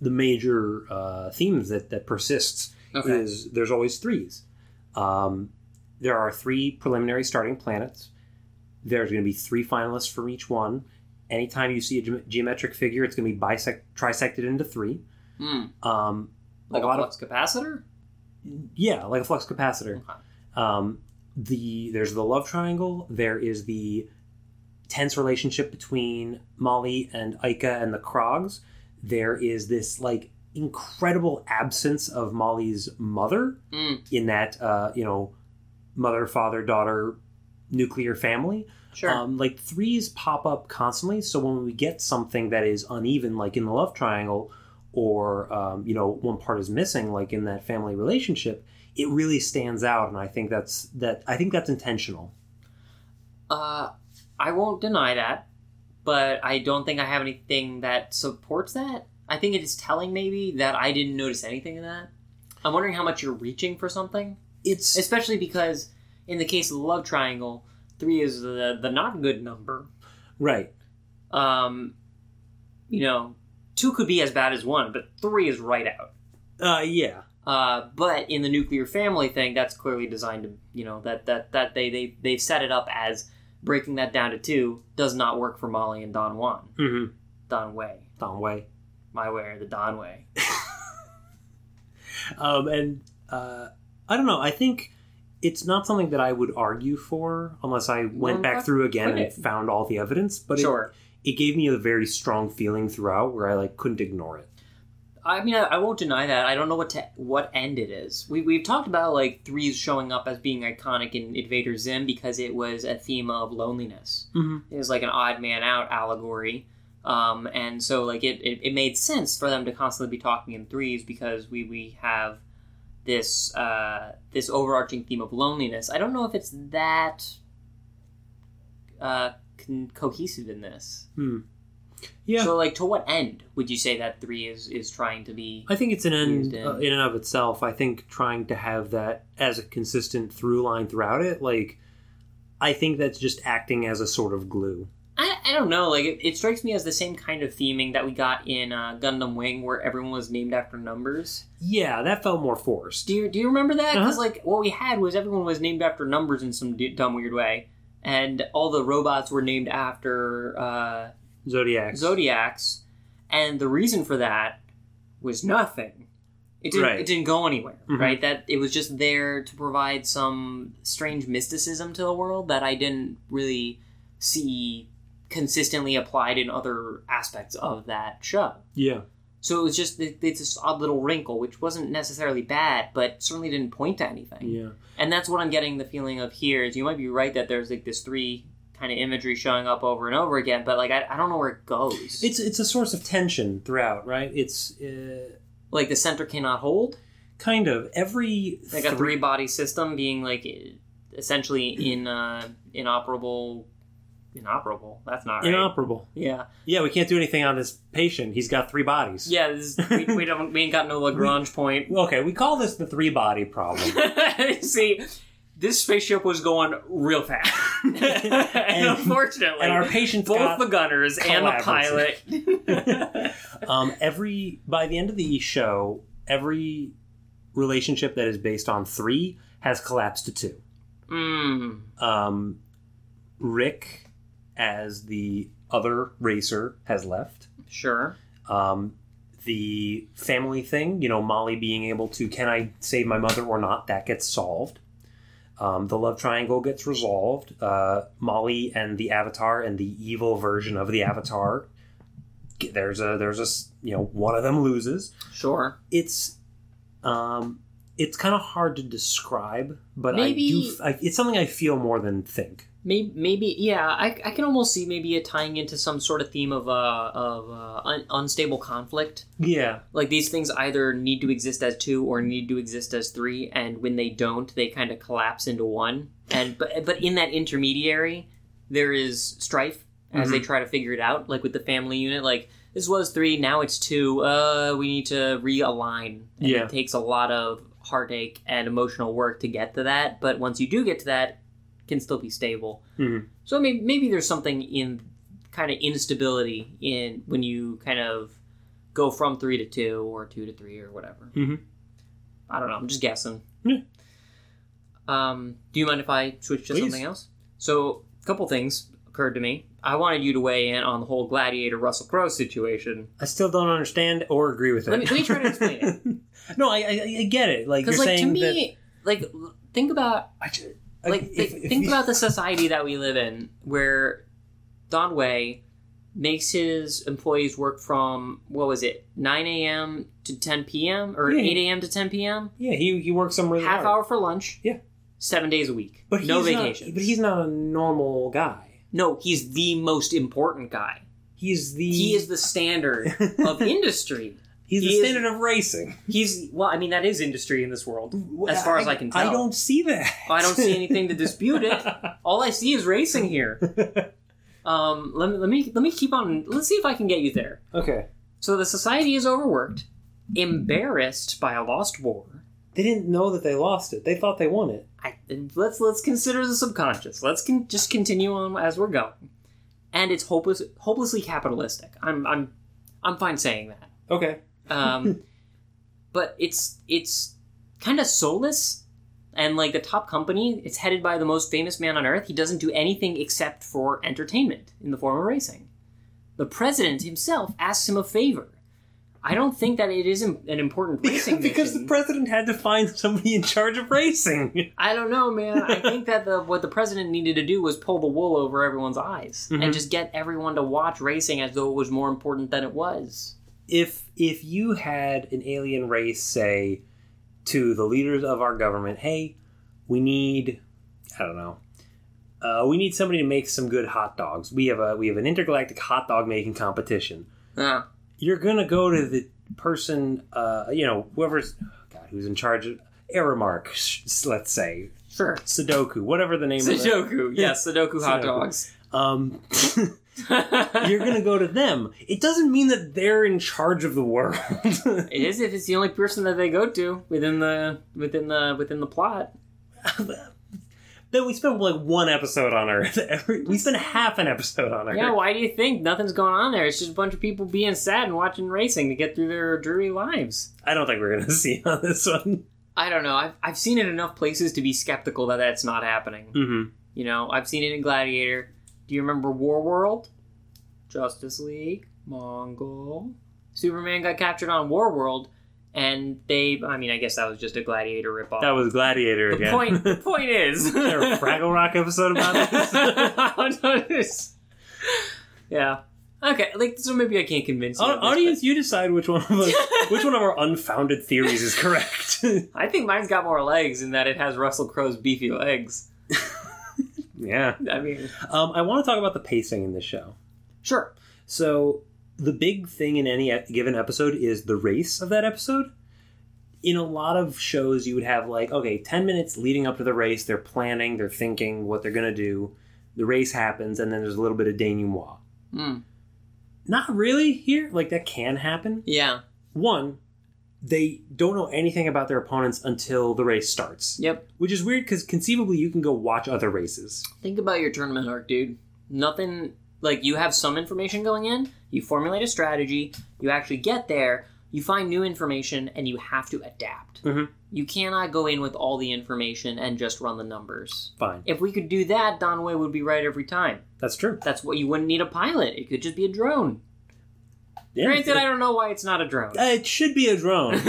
S2: the major uh, themes that that persists
S1: Okay.
S2: is there's always threes. Um, there are three preliminary starting planets. There's going to be three finalists from each one. Anytime you see a ge- geometric figure, it's going to be bisect- trisected into three.
S1: Mm.
S2: Um,
S1: Like
S2: Like
S1: a
S2: a lot
S1: flux
S2: of-
S1: capacitor?
S2: yeah, like a flux capacitor.
S1: Okay.
S2: um, the there's the love triangle there is the tense relationship between molly and Ika and the krogs there is this like incredible absence of molly's mother
S1: Mm,
S2: in that uh, you know mother father daughter nuclear family
S1: sure.
S2: um, like threes pop up constantly so when we get something that is uneven like in the love triangle or um, you know one part is missing like in that family relationship it really stands out and i think that's that i think that's intentional
S1: uh, I won't deny that, but I don't think I have anything that supports that. I think it is telling, maybe, that I didn't notice anything in that. I'm wondering how much you're reaching for something,
S2: it's,
S1: especially because in the case of the love triangle, three is the, the not good number.
S2: right
S1: Um, you know, two could be as bad as one, but three is right out.
S2: uh yeah
S1: Uh, but in the nuclear family thing, that's clearly designed to you know that that that they they they've set it up as breaking that down to two does not work for Molly and Don Juan.
S2: mm-hmm.
S1: Don Way,
S2: don way
S1: my way, or the Don Way.
S2: um and uh i don't know i think it's not something that i would argue for unless i went
S1: Well,
S2: back
S1: that's
S2: through again
S1: okay.
S2: and found all the evidence but it-
S1: sure,
S2: it gave me a very strong feeling throughout where i like couldn't ignore it
S1: I mean I, I won't deny that. I don't know what to what end it is. We we've talked about like threes showing up as being iconic in Invader Zim because it was a theme of loneliness.
S2: mm-hmm.
S1: It was like an odd man out allegory. Um, and so like it, it, it made sense for them to constantly be talking in threes because we, we have this uh, this overarching theme of loneliness. I don't know if it's that uh, con- cohesive in this.
S2: Hmm. Yeah.
S1: So like to what end would you say that three is is trying to be?
S2: I think it's an end
S1: Used in-
S2: uh, in and of itself. I think trying to have that as a consistent through line throughout it, like, I think that's just acting as a sort of glue.
S1: I, I I don't know. Like it, it strikes me as the same kind of theming that we got in uh, Gundam Wing, where everyone was named after numbers.
S2: Yeah, that felt more forced.
S1: Do you do you remember that? Because
S2: Uh-huh.
S1: like what we had was everyone was named after numbers in some d- dumb weird way, and all the robots were named after uh,
S2: Zodiac.
S1: zodiacs, and the reason for that was nothing. It didn't.
S2: Right.
S1: It didn't go anywhere.
S2: Mhm.
S1: Right. That it was just there to provide some strange mysticism to the world that I didn't really see consistently applied in other aspects of that show.
S2: Yeah.
S1: So it was just it- it's this odd little wrinkle, which wasn't necessarily bad, but certainly didn't point to anything.
S2: Yeah.
S1: And that's what I'm getting the feeling of here is you might be right that there's like this three kind of imagery showing up over and over again, but like I, I don't know where it goes.
S2: It's it's a source of tension throughout, right? It's uh,
S1: like the center cannot hold,
S2: kind of every
S1: like a three body system being like essentially in uh, inoperable, inoperable. That's not right.
S2: inoperable.
S1: yeah,
S2: Yeah, we can't do anything on this patient. He's got three bodies.
S1: yeah. This is, we, we don't we ain't got no Lagrange point.
S2: Well, Okay, we call this the three body problem.
S1: See, this spaceship was going real fast. and,
S2: And-
S1: unfortunately,
S2: and our patients
S1: both
S2: got
S1: the gunners and the pilot.
S2: um, every by the end of the show, every relationship that is based on three has collapsed to two.
S1: Mm,
S2: Um, Rick, as the other racer, has left.
S1: sure.
S2: Um, the family thing, you know, Molly being able to can I save my mother or not, that gets solved. Um, the love triangle gets resolved. Uh, Molly and the Avatar and the evil version of the Avatar. There's a there's a s- you know one of them loses
S1: Sure.
S2: it's um it's kind of hard to describe but i
S1: Maybe-
S2: do f- I, it's something i feel more than think
S1: Maybe, maybe yeah, I, I can almost see maybe it tying into some sort of theme of, uh, of uh, un- unstable conflict.
S2: yeah
S1: Like these things either need to exist as two or need to exist as three, and when they don't, they kind of collapse into one. And but but in that intermediary, there is strife as they try to figure it out. Like with the family unit, like this was three, now it's two. Uh, we need to realign. And
S2: Yeah.
S1: it takes a lot of heartache and emotional work to get to that. But once you do get to that, it can still be stable.
S2: Mhm.
S1: So maybe maybe there's something in kind of instability in when you kind of go from three to two or two to three or whatever.
S2: Mhm.
S1: I don't know. I'm just guessing.
S2: Yeah.
S1: Um, do you mind if I switch to
S2: Please.
S1: something else? So, a couple things occurred to me. I wanted you to weigh in on the whole Gladiator Russell Crowe situation.
S2: i still don't understand or agree with it
S1: Let me- let me try to explain
S2: it no i i, I get it like you're
S1: Because, like, to
S2: saying
S1: me, like, l- think about
S2: that I ju-
S1: like
S2: if-
S1: thi-
S2: if
S1: think
S2: you-
S1: about the society that we live in where don way makes his employees work from what was it 9 a.m to 10 p.m or
S2: Yeah.
S1: 8 a.m to 10 p.m
S2: yeah he, he works some really
S1: half
S2: hard.
S1: hour for lunch
S2: Yeah.
S1: seven days a week
S2: but
S1: no
S2: he's not-
S1: vacation
S2: but he's not a normal guy
S1: no he's the most important guy
S2: he's the
S1: he is the standard of industry
S2: he's the
S1: he is-
S2: standard of racing
S1: he's well i mean that is industry in this world as far as i can tell
S2: i don't see that
S1: I don't see anything to dispute it. All I see is racing here. Um, let me let me let me keep on. Let's see if I can get you there.
S2: okay
S1: So the society is overworked, embarrassed by a lost war.
S2: they didn't know that they lost it they thought they won it
S1: I, let's let's consider the subconscious. Let's con- just continue on as we're going. And it's hopeless, hopelessly capitalistic. I'm I'm I'm fine saying that.
S2: okay
S1: um, but it's it's kind of soulless and like the top company it's headed by the most famous man on earth he doesn't do anything except for entertainment in the form of racing the president himself asks him a favor i don't think that it is im- an important racing
S2: because the
S1: mission.
S2: president had to find somebody in charge of racing.
S1: i don't know man i think that the, what the president needed to do was pull the wool over everyone's eyes and just get everyone to watch racing as though it was more important than it was
S2: If if you had an alien race say to the leaders of our government, "Hey, we need I don't know. Uh, we need somebody to make some good hot dogs. We have a we have an intergalactic hot dog making competition.
S1: Ah,
S2: You're going to go to the person uh, you know, whoever's God, who's in charge of Aramark, sh- let's say,
S1: sure
S2: Sudoku, whatever the name of it.
S1: Sudoku, yes, Sudoku hot
S2: Sudoku.
S1: dogs.
S2: Um you're going to go to them. It doesn't mean that they're in charge of the world.
S1: It is if it's the only person that they go to within the within the within the plot.
S2: Then we spent like one episode on Earth. Every, we spent half an episode on Earth.
S1: Yeah, why do you think nothing's going on there? It's just a bunch of people being sad and watching racing to get through their dreary lives.
S2: I don't think we're gonna see on this one.
S1: I don't know. I've, I've seen it enough places to be skeptical that that's not happening.
S2: Mm-hmm.
S1: You know, I've seen it in Gladiator. Do you remember War World? Justice League, Mongol. Superman got captured on War World, and they. I mean, I guess that was just a Gladiator ripoff.
S2: That was Gladiator
S1: the
S2: again.
S1: point. The point is,
S2: Is there a Fraggle Rock episode about this?
S1: yeah. Okay, like so maybe I can't convince you.
S2: Au-
S1: of this,
S2: Audience, you decide which one of us, which one of our unfounded theories is correct.
S1: but I think mine's got more legs in that it has Russell Crowe's beefy legs.
S2: yeah.
S1: I mean,
S2: Um, I want to talk about the pacing in this show.
S1: sure.
S2: So the big thing in any e- given episode is the race of that episode. In a lot of shows, you would have like, okay, 10 minutes leading up to the race, they're planning, they're thinking what they're going to do. The race happens, and then there's a little bit of denouement.
S1: Hmm.
S2: Not really here. Like, that can happen.
S1: Yeah.
S2: One, they don't know anything about their opponents until the race starts,
S1: Yep.
S2: which is weird because conceivably you can go watch other races.
S1: Think about your tournament arc, dude. Nothing like you have some information going in, you formulate a strategy, you actually get there, you find new information, and you have to adapt.
S2: Mhm.
S1: You cannot go in with all the information and just run the numbers.
S2: Fine.
S1: If we could do that, Donway would be right every time.
S2: That's true.
S1: That's what you wouldn't need a pilot. It could just be a drone.
S2: Yeah.
S1: Granted, I don't know why it's not a drone.
S2: Uh, it should be a drone.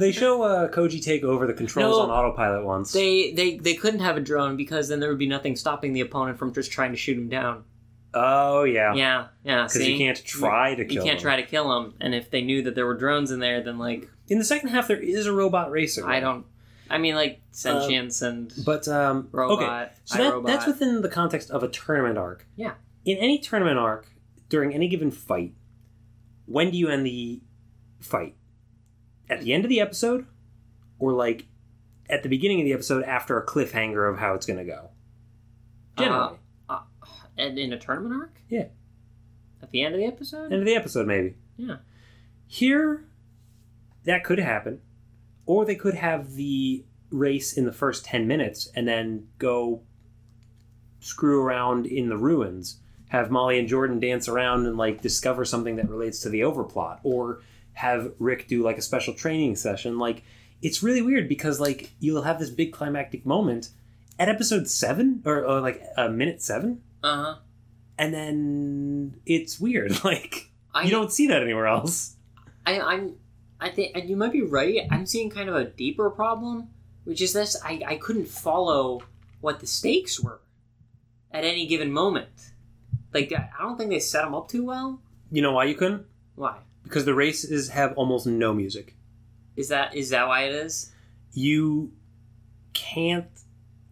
S2: they show uh, Koji take over the controls
S1: No.
S2: on autopilot once.
S1: they they they couldn't have a drone because then there would be nothing stopping the opponent from just trying to shoot him down.
S2: oh yeah,
S1: Yeah, yeah.
S2: because
S1: see?
S2: you can't try to kill.
S1: you can't
S2: them.
S1: try to kill him. And if they knew that there were drones in there, then like
S2: In the second half, there is a robot racer.
S1: I don't. I mean, like sentience and
S2: But um, okay,
S1: robot.
S2: so that,
S1: iRobot.
S2: that's within the context of a tournament arc.
S1: Yeah.
S2: In any tournament arc, during any given fight, when do you end the fight? At the end of the episode, or like at the beginning of the episode after a cliffhanger of how it's going to go.
S1: Uh,
S2: Generally,
S1: and in a tournament arc.
S2: Yeah.
S1: At the end of the episode.
S2: end of the episode maybe.
S1: yeah.
S2: Here, that could happen. Or they could have the race in the first 10 minutes and then go screw around in the ruins. Have Molly and Jordan dance around and like discover something that relates to the overplot. Or have Rick do like a special training session. Like, it's really weird because like you'll have this big climactic moment at episode seven or, or like uh, minute seven,
S1: Uh huh.
S2: and then it's weird. Like,
S1: I
S2: you don't see that anywhere else.
S1: I, I'm, I think and you might be right. I'm seeing kind of a deeper problem, which is this: I, I couldn't follow what the stakes were at any given moment. Like I I don't think they set them up too well.
S2: You know why you couldn't?
S1: Why
S2: Because the races have almost no music.
S1: is that? Is that why it is?
S2: You can't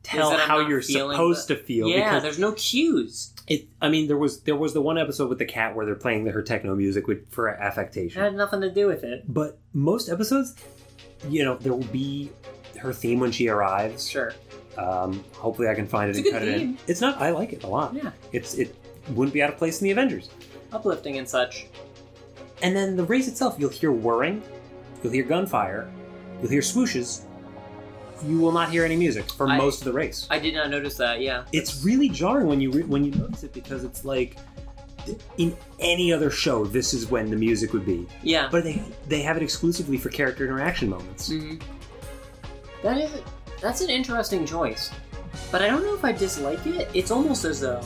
S2: tell
S1: that I'm
S2: how
S1: not
S2: you're
S1: feeling
S2: supposed to feel
S1: yeah,
S2: because
S1: there's no cues.
S2: it I mean there was there was the one episode with the cat where they're playing the, her techno music with, for
S1: It
S2: affectation.
S1: had nothing to do with it.
S2: but most episodes you know there will be her theme when she arrives.
S1: Sure.
S2: Um, hopefully I can find it
S1: It's a
S2: and
S1: good
S2: cut it in.
S1: theme.
S2: It's not I like it a lot.
S1: Yeah.
S2: It's it wouldn't be out of place in the Avengers.
S1: Uplifting and such.
S2: And then the race itself, you'll hear whirring, you'll hear gunfire, you'll hear swooshes. You will not hear any music for
S1: I-
S2: most of the race.
S1: I did not notice that. Yeah.
S2: it's really jarring when you re- when you notice it because it's like in any other show, this is when the music would be.
S1: Yeah.
S2: But they they have it exclusively for character interaction moments.
S1: Mhm. That is that's an interesting choice, but I don't know if I dislike it. It's almost as though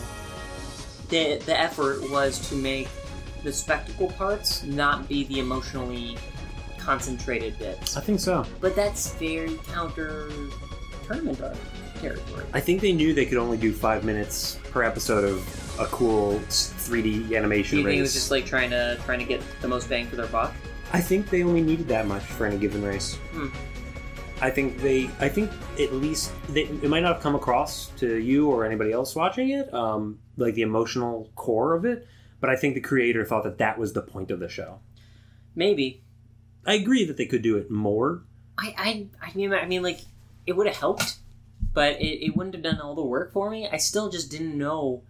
S1: the the effort was to make the spectacle parts not be the emotionally concentrated bits.
S2: I think so.
S1: But that's very counter tournament art territory.
S2: I think they knew they could only do five minutes per episode of a cool 3D
S1: Do
S2: animation
S1: you
S2: race.
S1: think it was just like trying to trying to get the most bang for their buck?
S2: I think they only needed that much for any given race.
S1: Hmm.
S2: I think they. I think at least they, it might not have come across to you or anybody else watching it, um, like the emotional core of it. But I think the creator thought that that was the point of the show.
S1: Maybe.
S2: I agree that they could do it more.
S1: I I I mean I mean like it would have helped, but it, it wouldn't have done all the work for me. I still just didn't know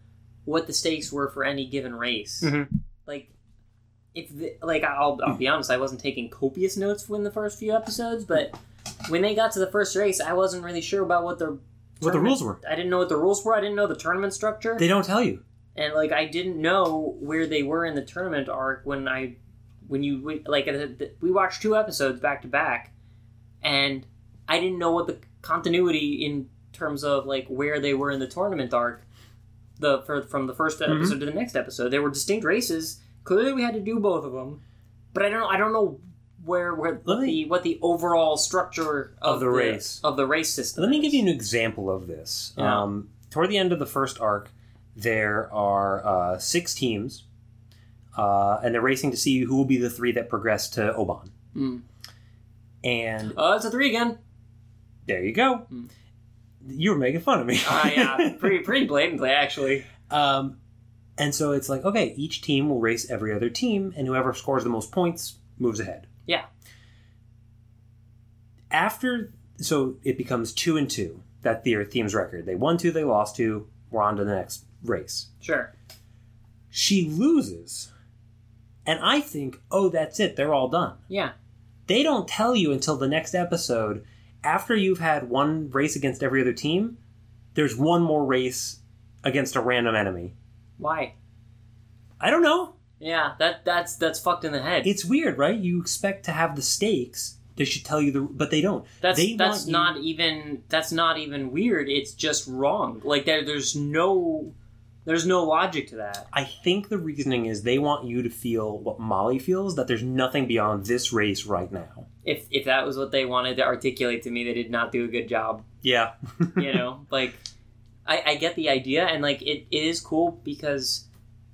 S1: what the stakes were for any given race.
S2: Mhm.
S1: Like if the, like I'll I'll be honest, I wasn't taking copious notes when the first few episodes, but when they got to the first race, I wasn't really sure about what their
S2: What the
S1: tournament-
S2: rules were.
S1: I didn't know what the rules were. I didn't know the tournament structure.
S2: They don't tell you.
S1: and like I didn't know where they were in the tournament arc when I when you we- like uh, th- we watched two episodes back to back and I didn't know what the continuity in terms of like where they were in the tournament arc the for, from the first
S2: Mm-hmm.
S1: episode to the next episode they were distinct races clearly we had to do both of them but I don't know I don't know where where
S2: Let me-
S1: the what the overall structure of,
S2: Of the race.
S1: of the race system
S2: Let me
S1: is.
S2: give you an example of this.
S1: Yeah.
S2: Um, toward the end of the first arc, there are uh, six teams, uh, and they're racing to see who will be the three that progress to Oban.
S1: Mm.
S2: And
S1: oh it's a three again
S2: there you go. You were making fun of me.
S1: uh, yeah pretty pretty blatantly actually
S2: Um, and so it's like, okay, each team will race every other team, and whoever scores the most points moves ahead.
S1: yeah
S2: After, so it becomes two and two. That their team's record. They won two, they lost two. We're on to the next race.
S1: Sure.
S2: She loses, and I think, oh, that's it. They're all done.
S1: Yeah.
S2: They don't tell you until the next episode. After you've had one race against every other team, there's one more race against a random enemy.
S1: Why?
S2: I don't know.
S1: Yeah. That that's that's fucked in the head.
S2: It's weird, right? You expect to have the stakes. They should tell you the, but they don't.
S1: that's
S2: they
S1: that's
S2: want you-
S1: not even that's not even weird. It's just wrong. Like there there's no there's no logic to that.
S2: I think the reasoning is they want you to feel what Molly feels that there's nothing beyond this race right now.
S1: If if that was what they wanted to articulate to me, they did not do a good job.
S2: Yeah.
S1: You know, like I, I get the idea, and like it, it is cool because.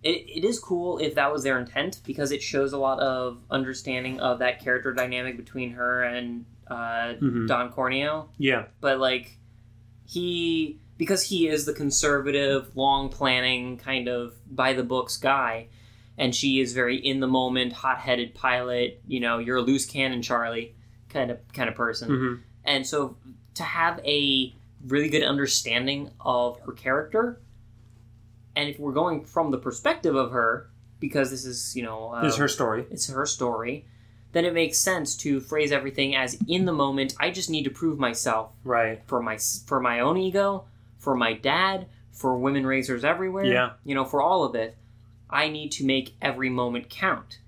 S1: It, it is cool if that was their intent because it shows a lot of understanding of that character dynamic between her and uh,
S2: Mhm.
S1: Don Corneo.
S2: yeah.
S1: but like he because he is the conservative long planning kind of by the books guy and she is very in the moment hot-headed pilot you know you're a loose cannon charlie kind of kind of person
S2: Mhm.
S1: and so to have a really good understanding of her character and if we're going from the perspective of her because this is you know uh,
S2: This is her story.
S1: it's her story then it makes sense to phrase everything as in the moment i just need to prove myself
S2: Right.
S1: for my for my own ego, for my dad, for women racers everywhere.
S2: Yeah.
S1: you know, for all of it, I need to make every moment count.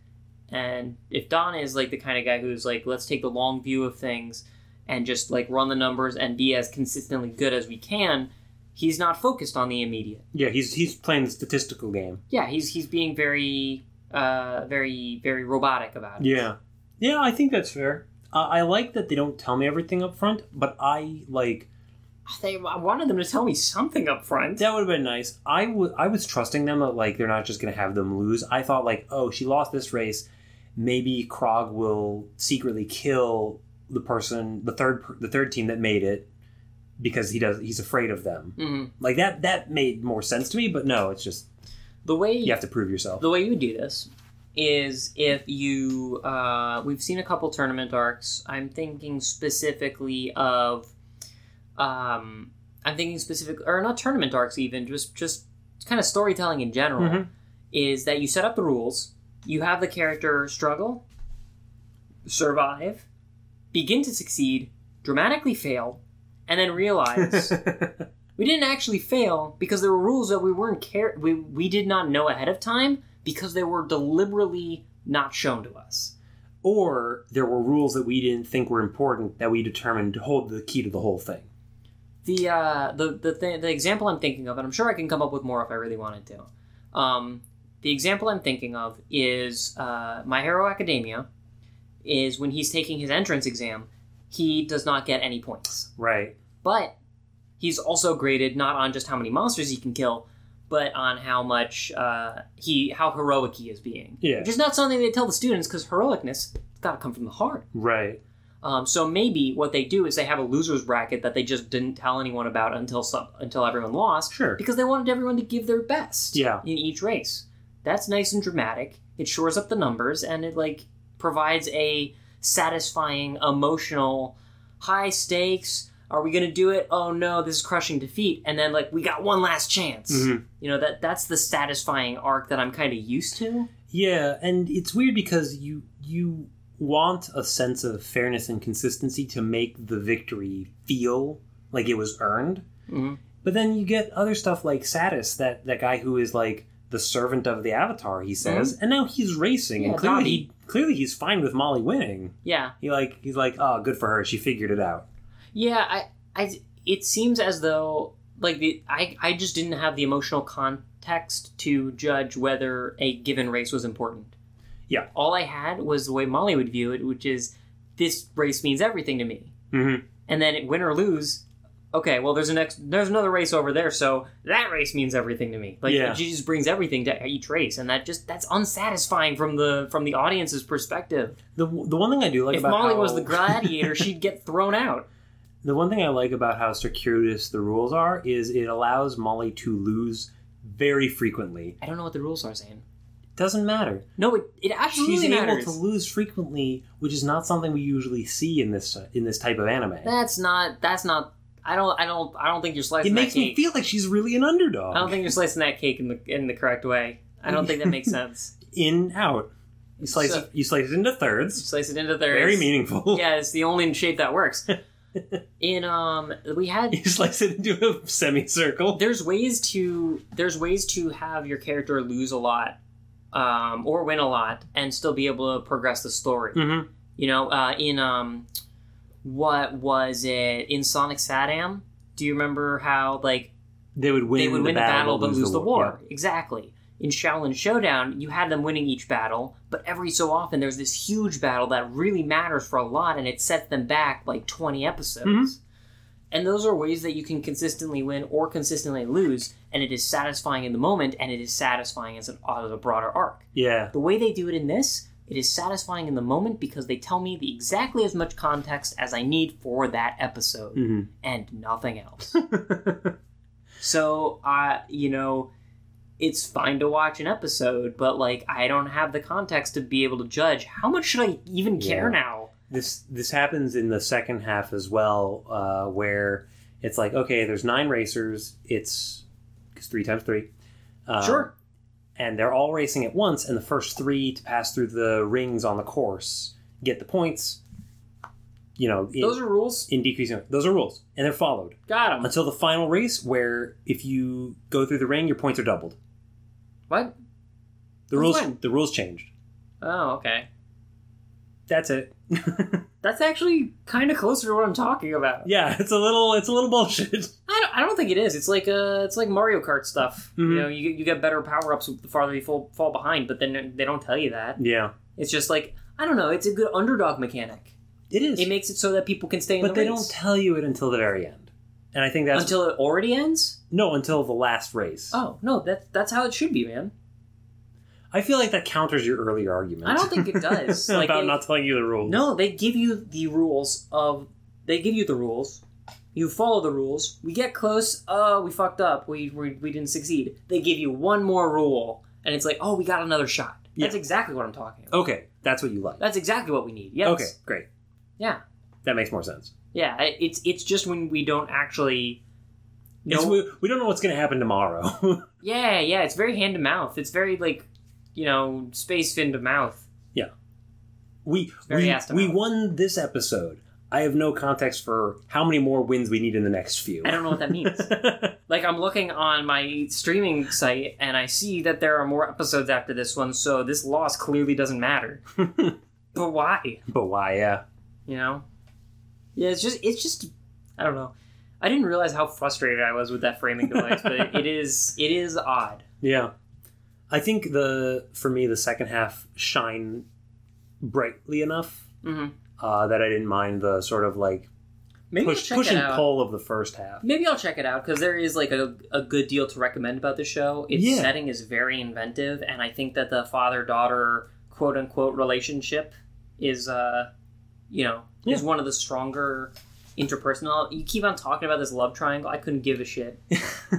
S1: And if Don is like the kind of guy who's like, let's take the long view of things and just like run the numbers and be as consistently good as we can, he's not focused on the immediate.
S2: Yeah, he's he's playing the statistical game.
S1: Yeah, he's he's being very uh very very robotic about it.
S2: Yeah. Yeah, I think that's fair. Uh, I like that they don't tell me everything up front, but I like
S1: They, I wanted them to tell me something up front.
S2: That would have been nice. I wa- I was trusting them that like they're not just gonna have them lose. I thought like, oh, she lost this race. Maybe Krog will secretly kill the person, the third per- the third team that made it, because he does he's afraid of them.
S1: hmm
S2: Like that that made more sense to me. But no, it's just
S1: The way
S2: you have to prove yourself.
S1: the way you do this is if you uh, we've seen a couple tournament arcs i'm thinking specifically of um, i'm thinking specific or not tournament arcs even just just kind of storytelling in general
S2: Mhm.
S1: is that you set up the rules you have the character struggle survive begin to succeed dramatically fail and then realize we didn't actually fail because there were rules that we weren't care we, we did not know ahead of time because they were deliberately not shown to us.
S2: or there were rules that we didn't think were important that we determined to hold the key to the whole thing.
S1: The uh, the the, th- the example I'm thinking of, and I'm sure I can come up with more if I really wanted to. Um, the example I'm thinking of is uh, My Hero Academia. Is when he's taking his entrance exam, he does not get any points.
S2: Right.
S1: but he's also graded not on just how many monsters he can kill, but on how much uh, he how heroic he is being.
S2: Yeah.
S1: which is not something they tell the students because heroicness it's got to come from the heart.
S2: Right.
S1: Um, so maybe what they do is they have a losers bracket that they just didn't tell anyone about until some, until everyone lost.
S2: Sure.
S1: because they wanted everyone to give their best.
S2: Yeah.
S1: in each race. That's nice and dramatic. It shores up the numbers and it like provides a satisfying emotional high stakes. Are we gonna do it? Oh no, this is crushing defeat. And then like we got one last chance.
S2: Mhm.
S1: You know that that's the satisfying arc that I'm kind of used to.
S2: Yeah, and it's weird because you you want a sense of fairness and consistency to make the victory feel like it was earned, But then you get other stuff like Satis, that that guy who is like the servant of the Avatar, he says, and now he's racing, and
S1: Mm-hmm. Yeah,
S2: clearly
S1: Dobby.
S2: he, clearly he's fine with Molly winning.
S1: Yeah.
S2: He like he's like, oh, good for her, she figured it out.
S1: Yeah, I, I, it seems as though like the I, I just didn't have the emotional context to judge whether a given race was important.
S2: Yeah.
S1: All I had was the way Molly would view it, which is this race means everything to me.
S2: Mhm.
S1: And then win or lose, okay, well there's a next there's another race over there, so that race means everything to me. Like
S2: Yeah.
S1: she just brings everything to each race, and that just that's unsatisfying from the from the audience's perspective.
S2: The the one thing I do like
S1: if
S2: about
S1: Molly was
S2: how-
S1: the gladiator, she'd get thrown out.
S2: The one thing I like about how circuitous the rules are is it allows Molly to lose very frequently.
S1: I don't know what the rules are, Zane.
S2: Doesn't matter.
S1: No, it, it absolutely
S2: She's
S1: matters.
S2: able to lose frequently, which is not something we usually see in this uh, in this type of anime.
S1: that's not. That's not. I don't. I don't. I don't think you're slicing.
S2: it makes
S1: that
S2: me
S1: cake.
S2: feel like she's really an underdog.
S1: I don't think you're slicing that cake in the in the correct way. I don't think that makes sense.
S2: in out. You slice
S1: So-
S2: it, you slice it into thirds.
S1: Slice it into thirds.
S2: Very meaningful.
S1: Yeah, it's the only shape that works. In um, we had
S2: You slice it into a semicircle.
S1: there's ways to there's ways to have your character lose a lot, um, or win a lot, and still be able to progress the story.
S2: Mm-hmm.
S1: You know, uh, in um, what was it in Sonic Sadam? Do you remember how like
S2: They would win.
S1: they would
S2: the
S1: win the battle, but lose the war.
S2: Yeah.
S1: Exactly. In Shaolin Showdown, you had them winning each battle, but every so often there's this huge battle that really matters for a lot, and it sets them back like 20 episodes. And those are ways that you can consistently win or consistently lose, and it is satisfying in the moment, and it is satisfying as, an, as a broader arc.
S2: Yeah.
S1: The way they do it in this, it is satisfying in the moment because they tell me the exactly as much context as I need for that episode
S2: Mhm.
S1: and nothing else. so, uh, you know, it's fine to watch an episode, but like I don't have the context to be able to judge how much should I even care
S2: Yeah.
S1: now.
S2: This this happens in the second half as well, uh, where it's like okay, there's nine racers. It's it's three times three. Uh,
S1: sure.
S2: and they're all racing at once, and the first three to pass through the rings on the course get the points. You know, in,
S1: Those are rules.
S2: in decreasing. Those are rules, and they're followed
S1: Got them.
S2: until the final race, where if you go through the ring, your points are doubled.
S1: What?
S2: The
S1: That's
S2: rules,
S1: fine.
S2: the rules changed.
S1: Oh, okay.
S2: That's it.
S1: That's actually kind of closer to what I'm talking about.
S2: yeah, it's a little, it's a little bullshit.
S1: I don't, I don't think it is. It's like uh, it's like Mario Kart stuff.
S2: Mhm.
S1: You know, you, you get better power ups the farther you fall, fall behind, but then they don't tell you that.
S2: Yeah,
S1: It's just like I don't know. It's a good underdog mechanic.
S2: it is.
S1: It makes it so that people can stay in
S2: but
S1: the
S2: they
S1: race
S2: don't tell you it until the very end. And I think that's
S1: until it already ends.
S2: no until the last race.
S1: Oh no, that that's how it should be, man.
S2: I feel like that counters your earlier argument.
S1: I don't think it does. Like,
S2: about
S1: they-
S2: not telling you the rules.
S1: No, they give you the rules of they give you the rules. You follow the rules. We get close. Oh, we fucked up. We we, we didn't succeed. They give you one more rule, and it's like, oh, we got another shot. That's
S2: Yeah.
S1: exactly what I'm talking about.
S2: Okay, that's what you like.
S1: That's exactly what we need. Yes.
S2: Okay, great.
S1: Yeah.
S2: That makes more sense.
S1: Yeah. I- It's it's just when we don't actually.
S2: It's-
S1: know.
S2: we, we don't know what's going to happen tomorrow.
S1: Yeah, yeah. It's very hand to mouth. It's very like, you know, space fin to mouth.
S2: we
S1: very
S2: we,
S1: asked
S2: we
S1: about.
S2: won this episode. I have no context for how many more wins we need in the next few.
S1: I don't know what that means. like I'm looking on my streaming site and I see that there are more episodes after this one, so this loss clearly doesn't matter. but why?
S2: but why? Yeah.
S1: You know? Yeah, it's just it's just I don't know. I didn't realize how frustrated I was with that framing device, but it is it is odd.
S2: Yeah. I think the for me the second half shine brightly enough
S1: Mhm.
S2: uh, that I didn't mind the sort of like
S1: Maybe I'll
S2: push
S1: check
S2: push
S1: it
S2: and
S1: out.
S2: pull of the first half.
S1: Maybe I'll check it out because there is like a, a good deal to recommend about the show. Its
S2: Yeah.
S1: setting is very inventive, and I think that the father daughter quote unquote relationship is uh you know is
S2: Yeah.
S1: one of the stronger interpersonal. You keep on talking about this love triangle. I couldn't give a shit.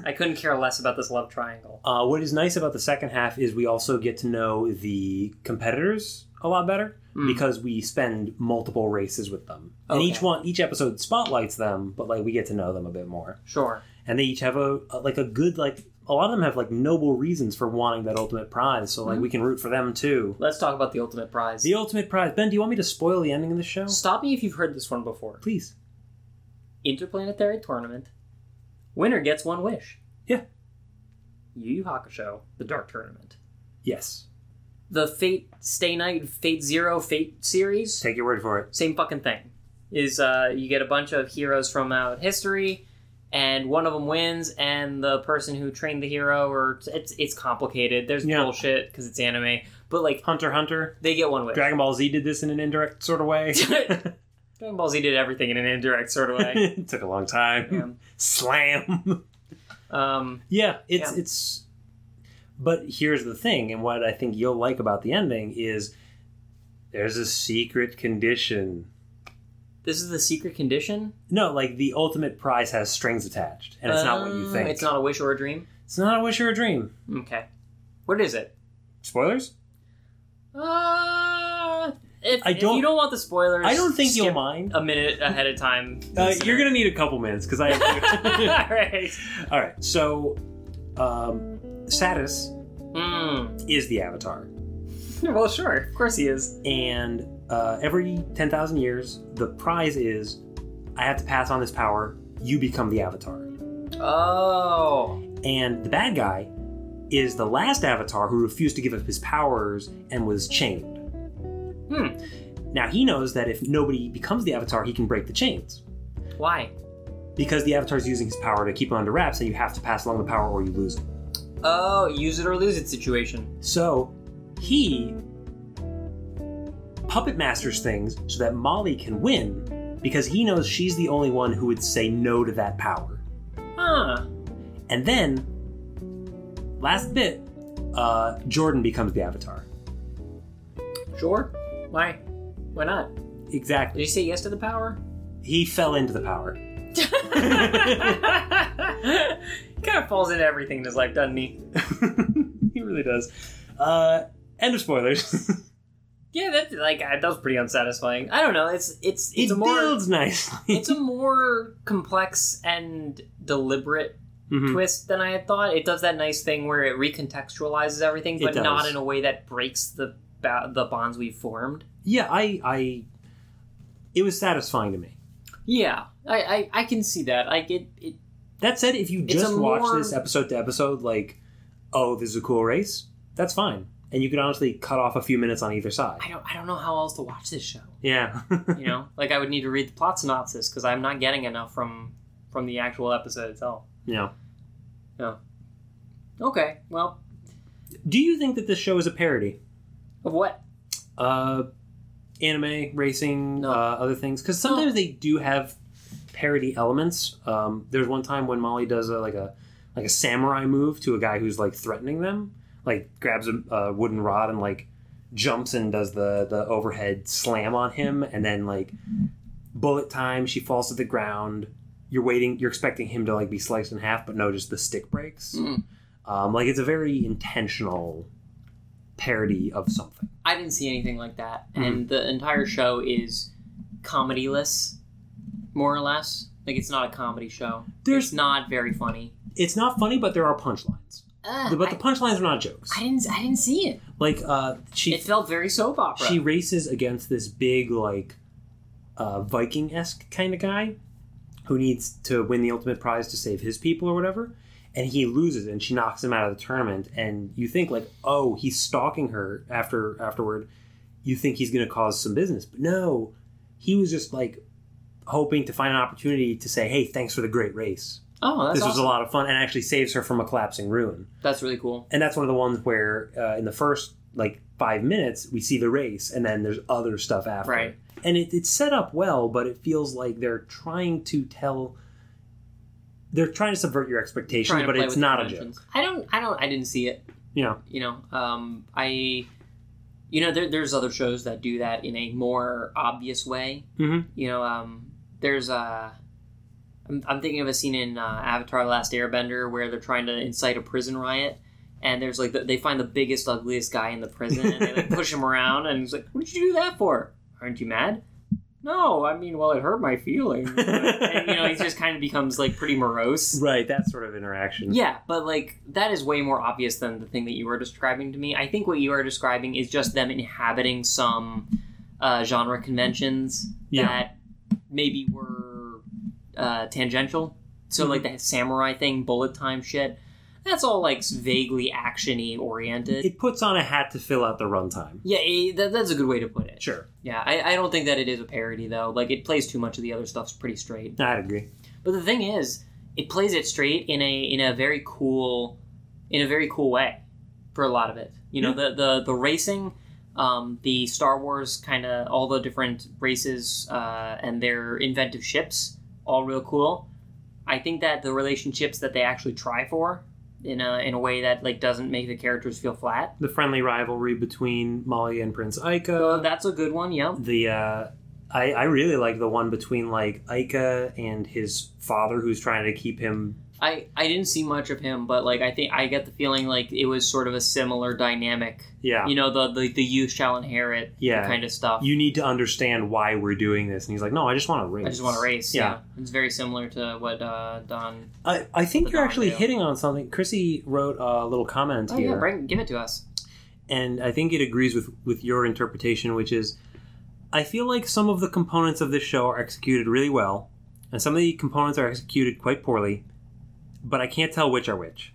S1: I couldn't care less about this love triangle.
S2: Uh, what is nice about the second half is we also get to know the competitors a lot better because we spend multiple races with them, and
S1: Hmm.
S2: each
S1: Okay.
S2: one each episode spotlights them, but like we get to know them a bit more,
S1: Sure.
S2: and they each have a, a like a good like a lot of them have like noble reasons for wanting that ultimate prize, so like
S1: Hmm.
S2: we can root for them too.
S1: Let's talk about the ultimate prize.
S2: The ultimate prize. Ben, do you want me to spoil the ending of the show?
S1: Stop me if you've heard this one before.
S2: Please.
S1: Interplanetary tournament. Winner gets one wish.
S2: Yeah.
S1: Yu Yu Hakusho, the Dark Tournament.
S2: Yes.
S1: The Fate Stay Night, Fate Zero, Fate series.
S2: Take your word for it.
S1: same fucking thing is uh, you get a bunch of heroes from out history and one of them wins and the person who trained the hero or it's it's complicated there's
S2: Yeah.
S1: bullshit because it's anime but like
S2: Hunter x Hunter.
S1: they get one win
S2: Dragon Ball Z did this in an indirect sort of way.
S1: dragon ball z did everything in an indirect sort of way
S2: it took a long time.
S1: Yeah.
S2: Slam.
S1: um
S2: yeah, it's
S1: Yeah.
S2: it's but here's the thing and what I think you'll like about the ending is there's a secret condition.
S1: this is the secret condition
S2: No, like the ultimate prize has strings attached and it's not what you
S1: Um,
S2: think.
S1: it's not a wish or a dream
S2: It's not a wish or a dream.
S1: okay what is it
S2: Spoilers?
S1: uh if,
S2: I
S1: if
S2: don't-
S1: you don't want the spoilers
S2: I don't think you'll
S1: skip
S2: mind.
S1: a minute ahead of time
S2: Uh, you're gonna need a couple minutes because I.
S1: all right
S2: All right. So, um, Satis
S1: Hmm.
S2: is the Avatar,
S1: Well, sure. Of course he is.
S2: and uh, every ten thousand years, the prize is I have to pass on this power. You become the Avatar,
S1: Oh.
S2: and the bad guy is the last Avatar who refused to give up his powers and was chained.
S1: Hmm.
S2: Now he knows that if nobody becomes the Avatar, he can break the chains.
S1: Why?
S2: Because the Avatar is using his power to keep it under wraps, and you have to pass along the power or you lose it.
S1: Oh, use it or lose it situation.
S2: So he puppet masters things so that Molly can win because he knows she's the only one who would say no to that power.
S1: Huh.
S2: And then, last bit, uh, Jordan becomes the avatar.
S1: Sure. Why? Why not? Did
S2: Exactly.
S1: he say yes to the power?
S2: He fell into the power.
S1: kind of falls into everything in his life, doesn't he?
S2: he really does. Uh, end of spoilers.
S1: Yeah, that like uh, that was pretty unsatisfying. I don't know. It's it's it's
S2: it
S1: a more
S2: builds nicely.
S1: it's a more complex and deliberate
S2: Mhm.
S1: twist than I had thought. It does that nice thing where it recontextualizes everything,
S2: It
S1: but not
S2: does.
S1: in a way that breaks the ba- the bonds we've formed.
S2: Yeah, I, I. It was satisfying to me.
S1: Yeah, I I, I can see that. I get it.
S2: That said, if you
S1: It's
S2: just
S1: a
S2: watch
S1: more-
S2: this episode to episode, like, oh, this is a cool race, that's fine. And you could honestly cut off a few minutes on either side.
S1: I don't I don't know how else to watch this show.
S2: Yeah.
S1: You know, like I would need to read the plot synopsis because I'm not getting enough from from the actual episode itself.
S2: yeah.
S1: Okay, well,
S2: Do you think that this show is a parody?
S1: of what?
S2: Uh, anime, racing,
S1: No.
S2: uh, other things? Because sometimes they do have parody elements. Um, there's one time when Molly does a, like a like a samurai move to a guy who's like threatening them, like grabs a, a wooden rod and like jumps and does the the overhead slam on him, and then like bullet time, she falls to the ground. You're waiting, you're expecting him to like be sliced in half, but no, just the stick breaks.
S1: Mm.
S2: Um, like it's a very intentional parody of something.
S1: I didn't see anything like that, and the entire show is comedyless, more or less. Like it's not a comedy show.
S2: There's
S1: It's not very funny.
S2: it's not funny, but there are punchlines.
S1: Uh,
S2: But
S1: I,
S2: the punchlines are not jokes.
S1: I didn't I didn't see it.
S2: Like uh, she
S1: It felt very soap opera.
S2: she races against this big like uh, Viking esque kind of guy who needs to win the ultimate prize to save his people or whatever, and he loses and she knocks him out of the tournament. And you think like, oh, he's stalking her after afterward. You think he's going to cause some business, but no, he was just like hoping to find an opportunity to say, hey, thanks for the great race.
S1: oh, that's
S2: this was
S1: awesome.
S2: a lot of fun, and actually saves her from a collapsing ruin
S1: That's really cool.
S2: and that's one of the ones where uh, in the first like five minutes we see the race and then there's other stuff after
S1: Right.
S2: and it, it's set up well but it feels like they're trying to tell they're trying to subvert your expectations
S1: Trying to
S2: but
S1: play
S2: it's
S1: with
S2: not a joke
S1: conventions. I don't I don't I didn't see it.
S2: you know
S1: you know um i you know there, there's other shows that do that in a more obvious way
S2: Mhm.
S1: you know um there's uh I'm, I'm thinking of a scene in uh, avatar the last airbender where they're trying to incite a prison riot and there's like the, they find the biggest ugliest guy in the prison and they like push him around and he's like what did you do that for aren't you mad no i mean well it hurt my feelings and you know he just kind of becomes like pretty morose
S2: right that sort of interaction
S1: yeah, but like that is way more obvious than the thing that you were describing to me. I think what you are describing is just them inhabiting some uh, genre conventions
S2: Yeah.
S1: that maybe were uh, tangential So like
S2: Mm-hmm.
S1: the samurai thing, bullet time shit. That's all like vaguely actiony oriented.
S2: It puts on a hat to fill out the runtime.
S1: yeah, it, that, that's a good way to put it.
S2: Sure,
S1: Yeah, I, I don't think that it is a parody though. Like it plays too much of the other stuff's pretty straight.
S2: I'd agree.
S1: But the thing is, it plays it straight in a in a very cool in a very cool way for a lot of it. You know, the the the racing, um, the Star Wars kind of all the different races uh, and their inventive ships, all real cool. I think that the relationships that they actually try for in a in a way that like doesn't make the characters feel flat.
S2: The friendly rivalry between Molly and Prince
S1: So
S2: Aika.
S1: that's a good one. Yeah.
S2: the uh, I, I really like the one between like Aika and his father, who's trying to keep him.
S1: I, I didn't see much of him, but like I think I get the feeling like it was sort of a similar dynamic
S2: Yeah,
S1: you know the, the the you shall inherit
S2: Yeah.
S1: kind of stuff
S2: you need to understand why we're doing this. And he's like, no, I just want to race.
S1: i just want to race
S2: Yeah.
S1: yeah. it's very similar to what uh don
S2: I, I think
S1: The
S2: you're actually
S1: Dondale.
S2: hitting on something. Chrissy wrote a little comment
S1: oh
S2: here,
S1: yeah bring, give it to us
S2: and I think it agrees with, with your interpretation, which is I feel like some of the components of this show are executed really well, and some of the components are executed quite poorly, but I can't tell which are which.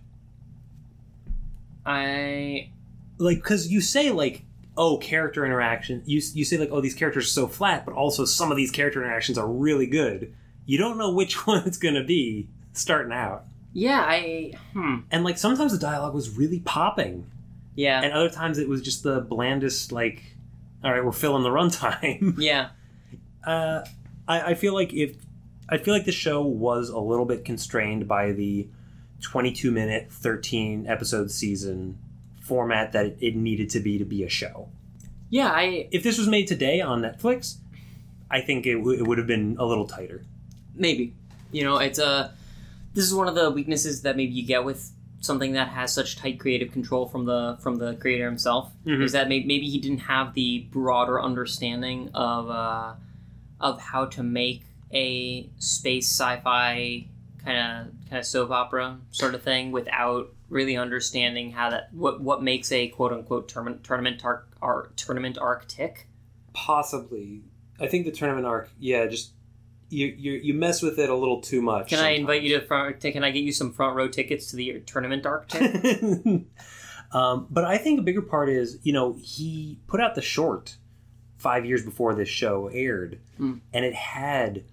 S1: i
S2: Like, because you say, like, oh, character interaction. You, you say, like, oh, these characters are so flat, but also some of these character interactions are really good. You don't know which one it's going to be starting out.
S1: yeah i hmm
S2: And, like, sometimes the dialogue was really popping.
S1: yeah
S2: and other times it was just the blandest like all right we're filling the runtime
S1: yeah
S2: uh, I, I feel like if i feel like the show was a little bit constrained by the 22 minute 13 episode season format that it, it needed to be to be a show
S1: yeah i
S2: if this was made today on netflix i think it, w- it would have been a little tighter
S1: maybe you know it's a this is one of the weaknesses that maybe you get with something that has such tight creative control from the from the creator himself
S2: Mhm.
S1: is that maybe, maybe he didn't have the broader understanding of uh, of how to make a space sci-fi kind of kind of soap opera sort of thing without really understanding how that what what makes a quote unquote tournament tournament arc, arc tournament arc tick
S2: possibly i think the tournament arc yeah just you you, you mess with it a little too much
S1: can I invite you to front can I get you some front row tickets to the tournament arc tick
S2: um, but I think a bigger part is, you know, he put out the short five years before this show aired,
S1: Hmm.
S2: and it had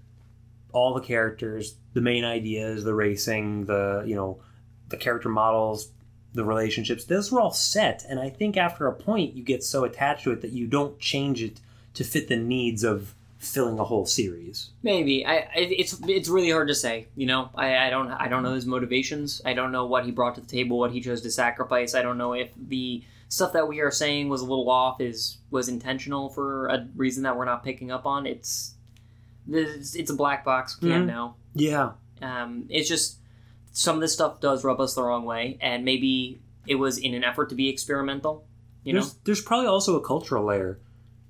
S2: all the characters, the main ideas, the racing, the you know, the character models, the relationships. Those were all set, and I think after a point, you get so attached to it that you don't change it to fit the needs of filling a whole series.
S1: Maybe I, I. It's it's really hard to say. You know, I, I don't I don't know his motivations. I don't know what he brought to the table. What he chose to sacrifice. I don't know if the stuff that we are saying was a little off is was intentional for a reason that we're not picking up on. It's it's, it's a black box. We Can't
S2: Mhm.
S1: know.
S2: Yeah,
S1: Um, it's just some of this stuff does rub us the wrong way, and maybe it was in an effort to be experimental. You know,
S2: there's, there's probably also a cultural layer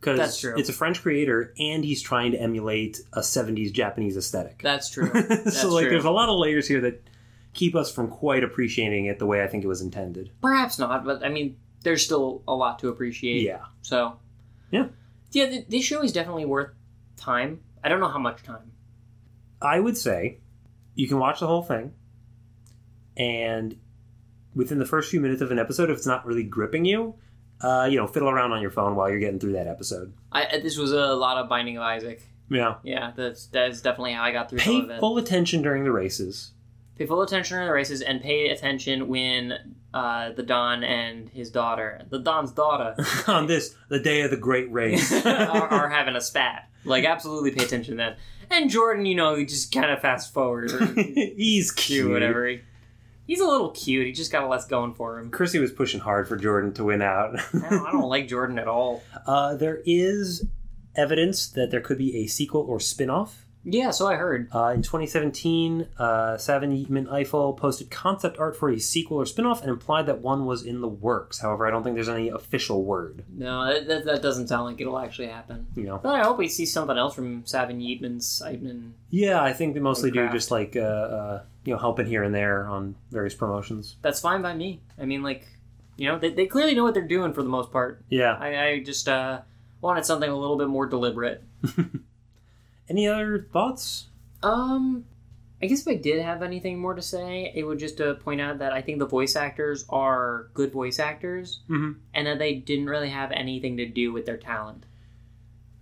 S1: That's
S2: because
S1: true.
S2: it's a French creator and he's trying to emulate a 70s Japanese aesthetic.
S1: that's true. That's
S2: so like
S1: true.
S2: there's a lot of layers here that keep us from quite appreciating it the way I think it was intended.
S1: Perhaps not, but I mean, there's still a lot to appreciate.
S2: Yeah.
S1: So,
S2: Yeah.
S1: yeah. th- This show is definitely worth time. I don't know how much time.
S2: I would say you can watch the whole thing and within the first few minutes of an episode if it's not really gripping you, uh, you know, fiddle around on your phone while you're getting through that episode.
S1: I this was a lot of Binding of Isaac.
S2: Yeah.
S1: Yeah, that's that is definitely how I got through some of
S2: Pay
S1: it.
S2: full attention during the races.
S1: pay full attention to the races and pay attention when uh, the Don and his daughter, the Don's daughter,
S2: on this, the day of the great race.
S1: are, are having a spat. Like, absolutely pay attention then. And Jordan, you know, he just kind of fast forward or
S2: He's
S1: cute,
S2: cute.
S1: whatever. He- He's a little cute. He just got less going for him.
S2: Chrissy was pushing hard for Jordan to win out.
S1: I don't, I don't like Jordan at all.
S2: Uh, there is evidence that there could be a sequel or spin-off.
S1: Yeah, so I heard.
S2: Uh, in 2017, uh, Savin Yeatman Eiffel posted concept art for a sequel or spin-off and implied that one was in the works. However, I don't think there's any official word.
S1: No, that, that, that doesn't sound like it'll actually happen.
S2: You know?
S1: But I hope we see something else from Savin Yeatman's Yeatman.
S2: Yeah, I think they mostly do
S1: Craft.
S2: just like uh, uh, you know helping here and there on various promotions.
S1: That's fine by me. I mean, like, you know, they, they clearly know what they're doing for the most part.
S2: Yeah.
S1: I, I just uh, wanted something a little bit more deliberate.
S2: Any other thoughts?
S1: Um, I guess if I did have anything more to say, it would just uh, point out that I think the voice actors are good voice actors,
S2: Mhm.
S1: and that they didn't really have anything to do with their talent.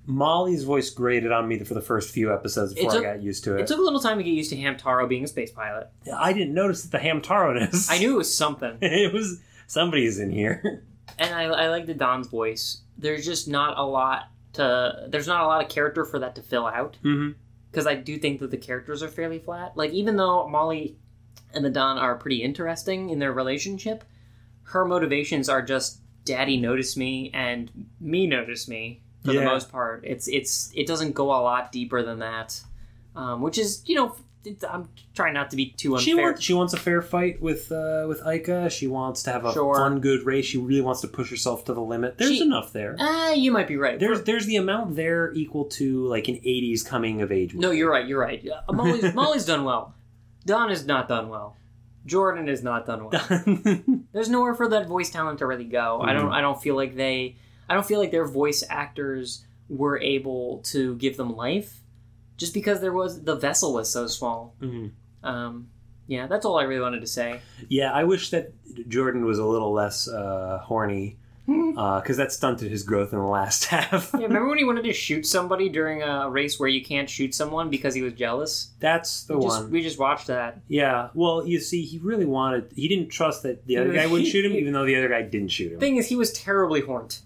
S2: Molly's voice grated on me for the first few episodes before
S1: took-
S2: I got used to
S1: It
S2: it.
S1: took a little time to get used to Hamtaro being a space pilot.
S2: I didn't notice that the Hamtaro is.
S1: I knew it was something,
S2: it was somebody's in here.
S1: and I, I like the Don's voice. There's just not a lot to. There's not a lot of character for that to fill out.
S2: mm-hmm.
S1: because I do think that the characters are fairly flat. Like even though Molly and the Don are pretty interesting in their relationship, her motivations are just daddy notice me and me notice me for the
S2: Yeah.
S1: most part. It's it's it doesn't go a lot deeper than that, um, which is you know it, I'm trying not to be too unfair.
S2: She wants she wants a fair fight with uh, with Ica. She wants to have a
S1: Sure.
S2: fun, good race. She really wants to push herself to the limit. There's
S1: She-
S2: enough there.
S1: Ah, you might be right.
S2: There's there's the amount there equal to like an '80s coming of age.
S1: no, you're right. You're right. Uh, Molly's Molly's done well. Don is not done well. Jordan is not done well.
S2: Mm-hmm.
S1: there's nowhere for that voice talent to really go. I don't I don't feel like they I don't feel like their voice actors were able to give them life just because there was the vessel was so small.
S2: Mhm.
S1: Um, yeah, that's all I really wanted to say.
S2: Yeah, I wish that Jordan was a little less uh, horny because that stunted his growth in the last half.
S1: Yeah, remember when he wanted to shoot somebody during a race where you can't shoot someone because he was jealous?
S2: That's the
S1: We
S2: one.
S1: just, we just watched that.
S2: Yeah. Well, you see, he really wanted. He didn't trust that the other guy would shoot him, even though the other guy didn't shoot him.
S1: Thing is, he was terribly horned.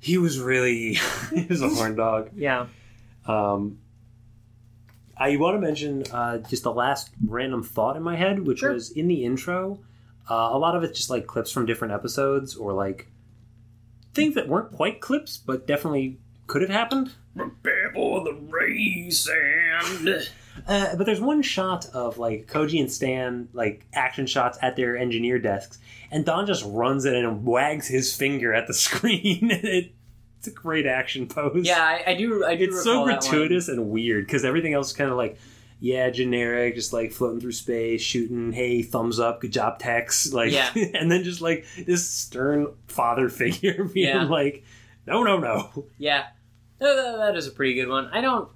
S2: he was really. he was a horn dog.
S1: Yeah.
S2: Um, I want to mention uh, just the last random thought in my head, which
S1: Sure.
S2: was in the intro. Uh, a lot of it's just like clips from different episodes or like things that weren't quite clips, but definitely could have happened.
S1: Before the race and
S2: Uh, but there's one shot of like Koji and Stan like action shots at their engineer desks, and Don just runs in and wags his finger at the screen. it, it's a great action pose.
S1: yeah, I, I do. I do.
S2: it's so
S1: recall that one.
S2: gratuitous and weird because everything else is kind of like yeah, generic, just like floating through space, shooting, hey, thumbs up, good job, Tex. Like,
S1: Yeah.
S2: and then just like this stern father figure being
S1: Yeah.
S2: like, no, no, no.
S1: Yeah, That- that- that is a pretty good one. I don't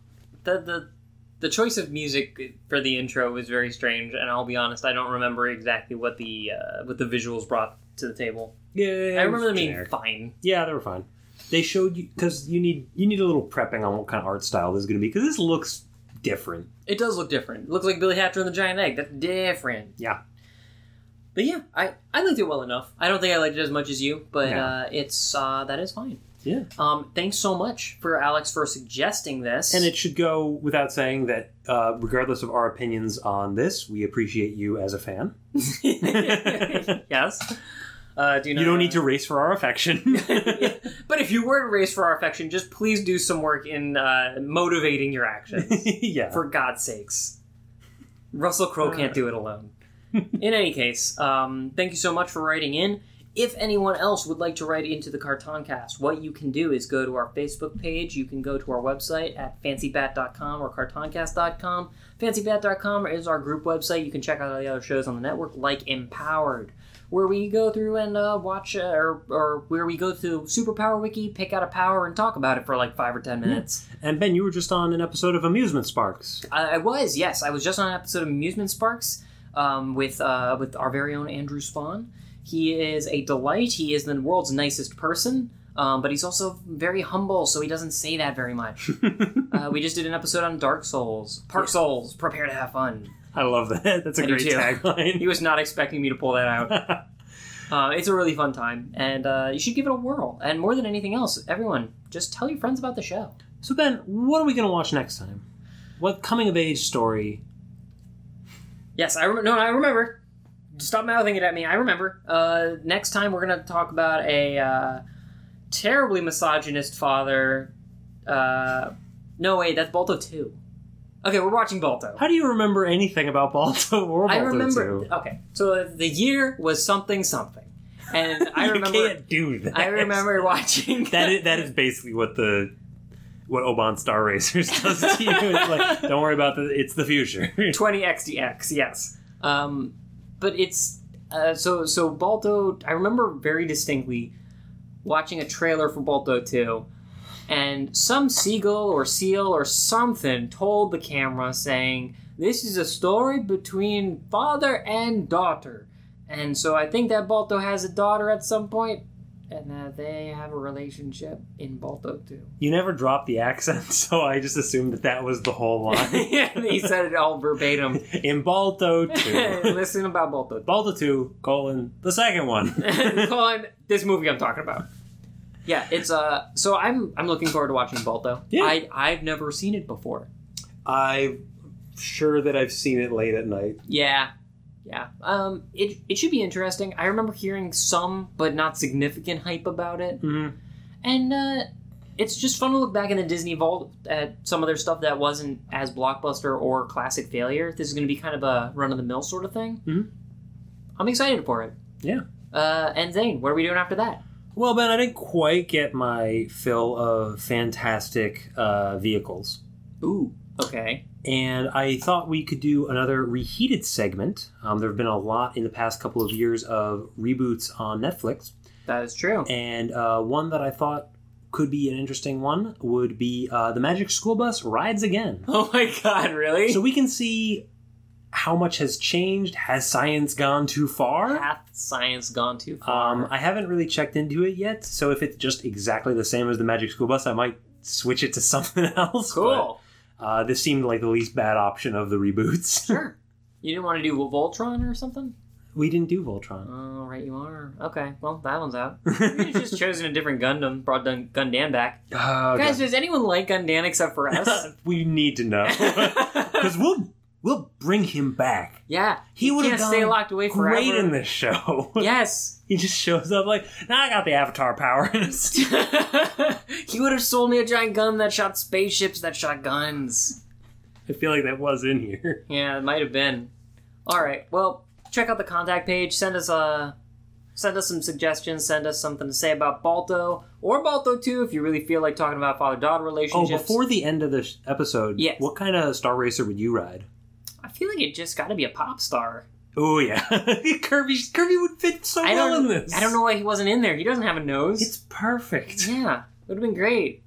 S1: the the the choice of music for the intro was very strange, and I'll be honest, I don't remember exactly what the uh, what the visuals brought to the table.
S2: Yeah,
S1: I remember them being
S2: generic.
S1: fine.
S2: Yeah, they were fine. They showed you because you need you need a little prepping on what kind of art style this is going to be because this looks different.
S1: It does look different. It looks like Billy Hatcher and the Giant Egg. That's different.
S2: Yeah.
S1: But yeah, I, I liked it well enough. I don't think I liked it as much as you, but
S2: Yeah.
S1: uh, it's uh, that is fine.
S2: Yeah,
S1: Um, thanks so much for Alex for suggesting this.
S2: and it should go without saying that uh, regardless of our opinions on this, we appreciate you as a fan.
S1: yes. Uh, do
S2: You don't need to race for our affection.
S1: but if you were to race for our affection, just please do some work in uh, motivating your actions.
S2: yeah,
S1: for God's sakes. Russell Crowe can't do it alone. in any case, um, thank you so much for writing in. If anyone else would like to write into the Cartoncast, what you can do is go to our Facebook page. You can go to our website at fancybat.com or cartoncast.com. Fancybat.com is our group website. You can check out all the other shows on the network, like Empowered, where we go through and uh, watch, uh, or, or where we go through Superpower Wiki, pick out a power, and talk about it for like five or ten minutes.
S2: and Ben, you were just on an episode of Amusement Sparks.
S1: I, I was, yes. I was just on an episode of Amusement Sparks um, with uh, with our very own Andrew Spawn. He is a delight. He is the world's nicest person, um, but he's also very humble, so he doesn't say that very much. uh, we just did an episode on Dark Souls, Park Souls. Prepare to have fun.
S2: I love that. That's a
S1: I do
S2: great
S1: too.
S2: tagline.
S1: He was not expecting me to pull that out. Uh, it's a really fun time, and uh, you should give it a whirl. And more than anything else, everyone, just tell your friends about the show.
S2: so Ben, what are we going to watch next time? What coming of age story?
S1: Yes, I remember. No, I remember. Stop mouthing it at me. I remember. Uh, next time we're gonna talk about a uh, terribly misogynist father. Uh, no, wait, that's Balto two. Okay, we're watching Balto.
S2: How do you remember anything about Balto or Balto
S1: I remember.
S2: II?
S1: Okay, so the year was something something, and I remember.
S2: do that.
S1: I remember watching
S2: that. Is, that is basically what the what Oban Star Racers does to you. It's like, don't worry about the. It's the future.
S1: 20xdx yes um, but it's uh, so so balto i remember very distinctly watching a trailer for balto 2 and some seagull or seal or something told the camera saying this is a story between father and daughter. And so I think that Balto has a daughter at some point, and that they have a relationship in Balto too.
S2: You never dropped the accent, so I just assumed that that was the whole line.
S1: and he said it all verbatim.
S2: In Balto 2.
S1: Listen about Balto.
S2: Balto 2, colon, the second one.
S1: on this movie I'm talking about. Yeah, it's uh. So I'm I'm looking forward to watching Balto.
S2: Yeah.
S1: I I've never seen it before.
S2: I'm sure that I've seen it late at night.
S1: Yeah. Yeah. Um it it should be interesting. I remember hearing some but not significant hype about it.
S2: Mhm.
S1: And uh it's just fun to look back in the Disney vault at some of their stuff that wasn't as blockbuster or classic failure. This is going to be kind of a run of the mill sort of thing.
S2: Mhm.
S1: I'm excited for it.
S2: Yeah.
S1: Uh, and Zane, what are we doing after that?
S2: Well, Ben, I didn't quite get my fill of fantastic uh, vehicles.
S1: Ooh. Okay.
S2: And I thought we could do another reheated segment. Um, there have been a lot in the past couple of years of reboots on Netflix.
S1: That is true.
S2: And uh, one that I thought could be an interesting one would be uh, The Magic School Bus Rides Again.
S1: Oh my god, really?
S2: So we can see how much has changed. Has science gone too far?
S1: Hath science gone too far?
S2: Um, I haven't really checked into it yet. So if it's just exactly the same as The Magic School Bus, I might switch it to something else.
S1: cool.
S2: But, uh, this seemed like the least bad option of the reboots.
S1: sure. You didn't want to do Voltron or something?
S2: we didn't do Voltron.
S1: Oh, right, you are. Okay, well, that one's out. You could've just chosen a different Gundam, brought Dun- Gundam back.
S2: Oh,
S1: Guys, does anyone like Gundam except for us?
S2: we need to know because we'll we'll bring him back.
S1: yeah,
S2: He would've
S1: can't stay
S2: gone
S1: locked away forever.
S2: Great in this show.
S1: yes.
S2: He just shows up like, now I got the Avatar powers.
S1: he would have sold me a giant gun that shot spaceships that shot guns.
S2: I feel like that was in here.
S1: Yeah, it might have been. All right. Well, check out the contact page. Send us a send us some suggestions. Send us something to say about Balto or Balto Two if you really feel like talking about father daughter
S2: Oh,
S1: relationships.
S2: before the end of the sh- episode,
S1: Yes.
S2: what kind of Star Racer would you ride?
S1: I feel like it just got to be a pop star.
S2: Oh yeah, Kirby. Kirby would fit so
S1: I
S2: well in
S1: don't.
S2: this.
S1: I don't know why he wasn't in there. He doesn't have a nose.
S2: It's perfect.
S1: yeah, would have been great.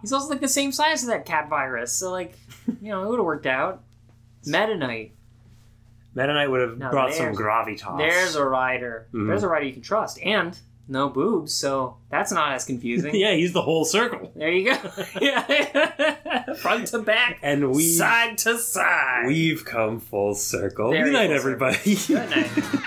S1: He's also like the same size as that cat virus, so like, you know, it would have worked out. Meta Knight.
S2: Meta Knight would have
S1: Now
S2: brought some
S1: there's-
S2: gravitas.
S1: There's a rider.
S2: Mhm.
S1: There's a rider you can trust, and no boobs, so that's not as confusing.
S2: yeah, he's the whole circle,
S1: There you go. yeah. Front to back.
S2: and we
S1: side to side.
S2: we've come full circle.
S1: Very
S2: Good night,
S1: full circle.
S2: everybody.
S1: Good night.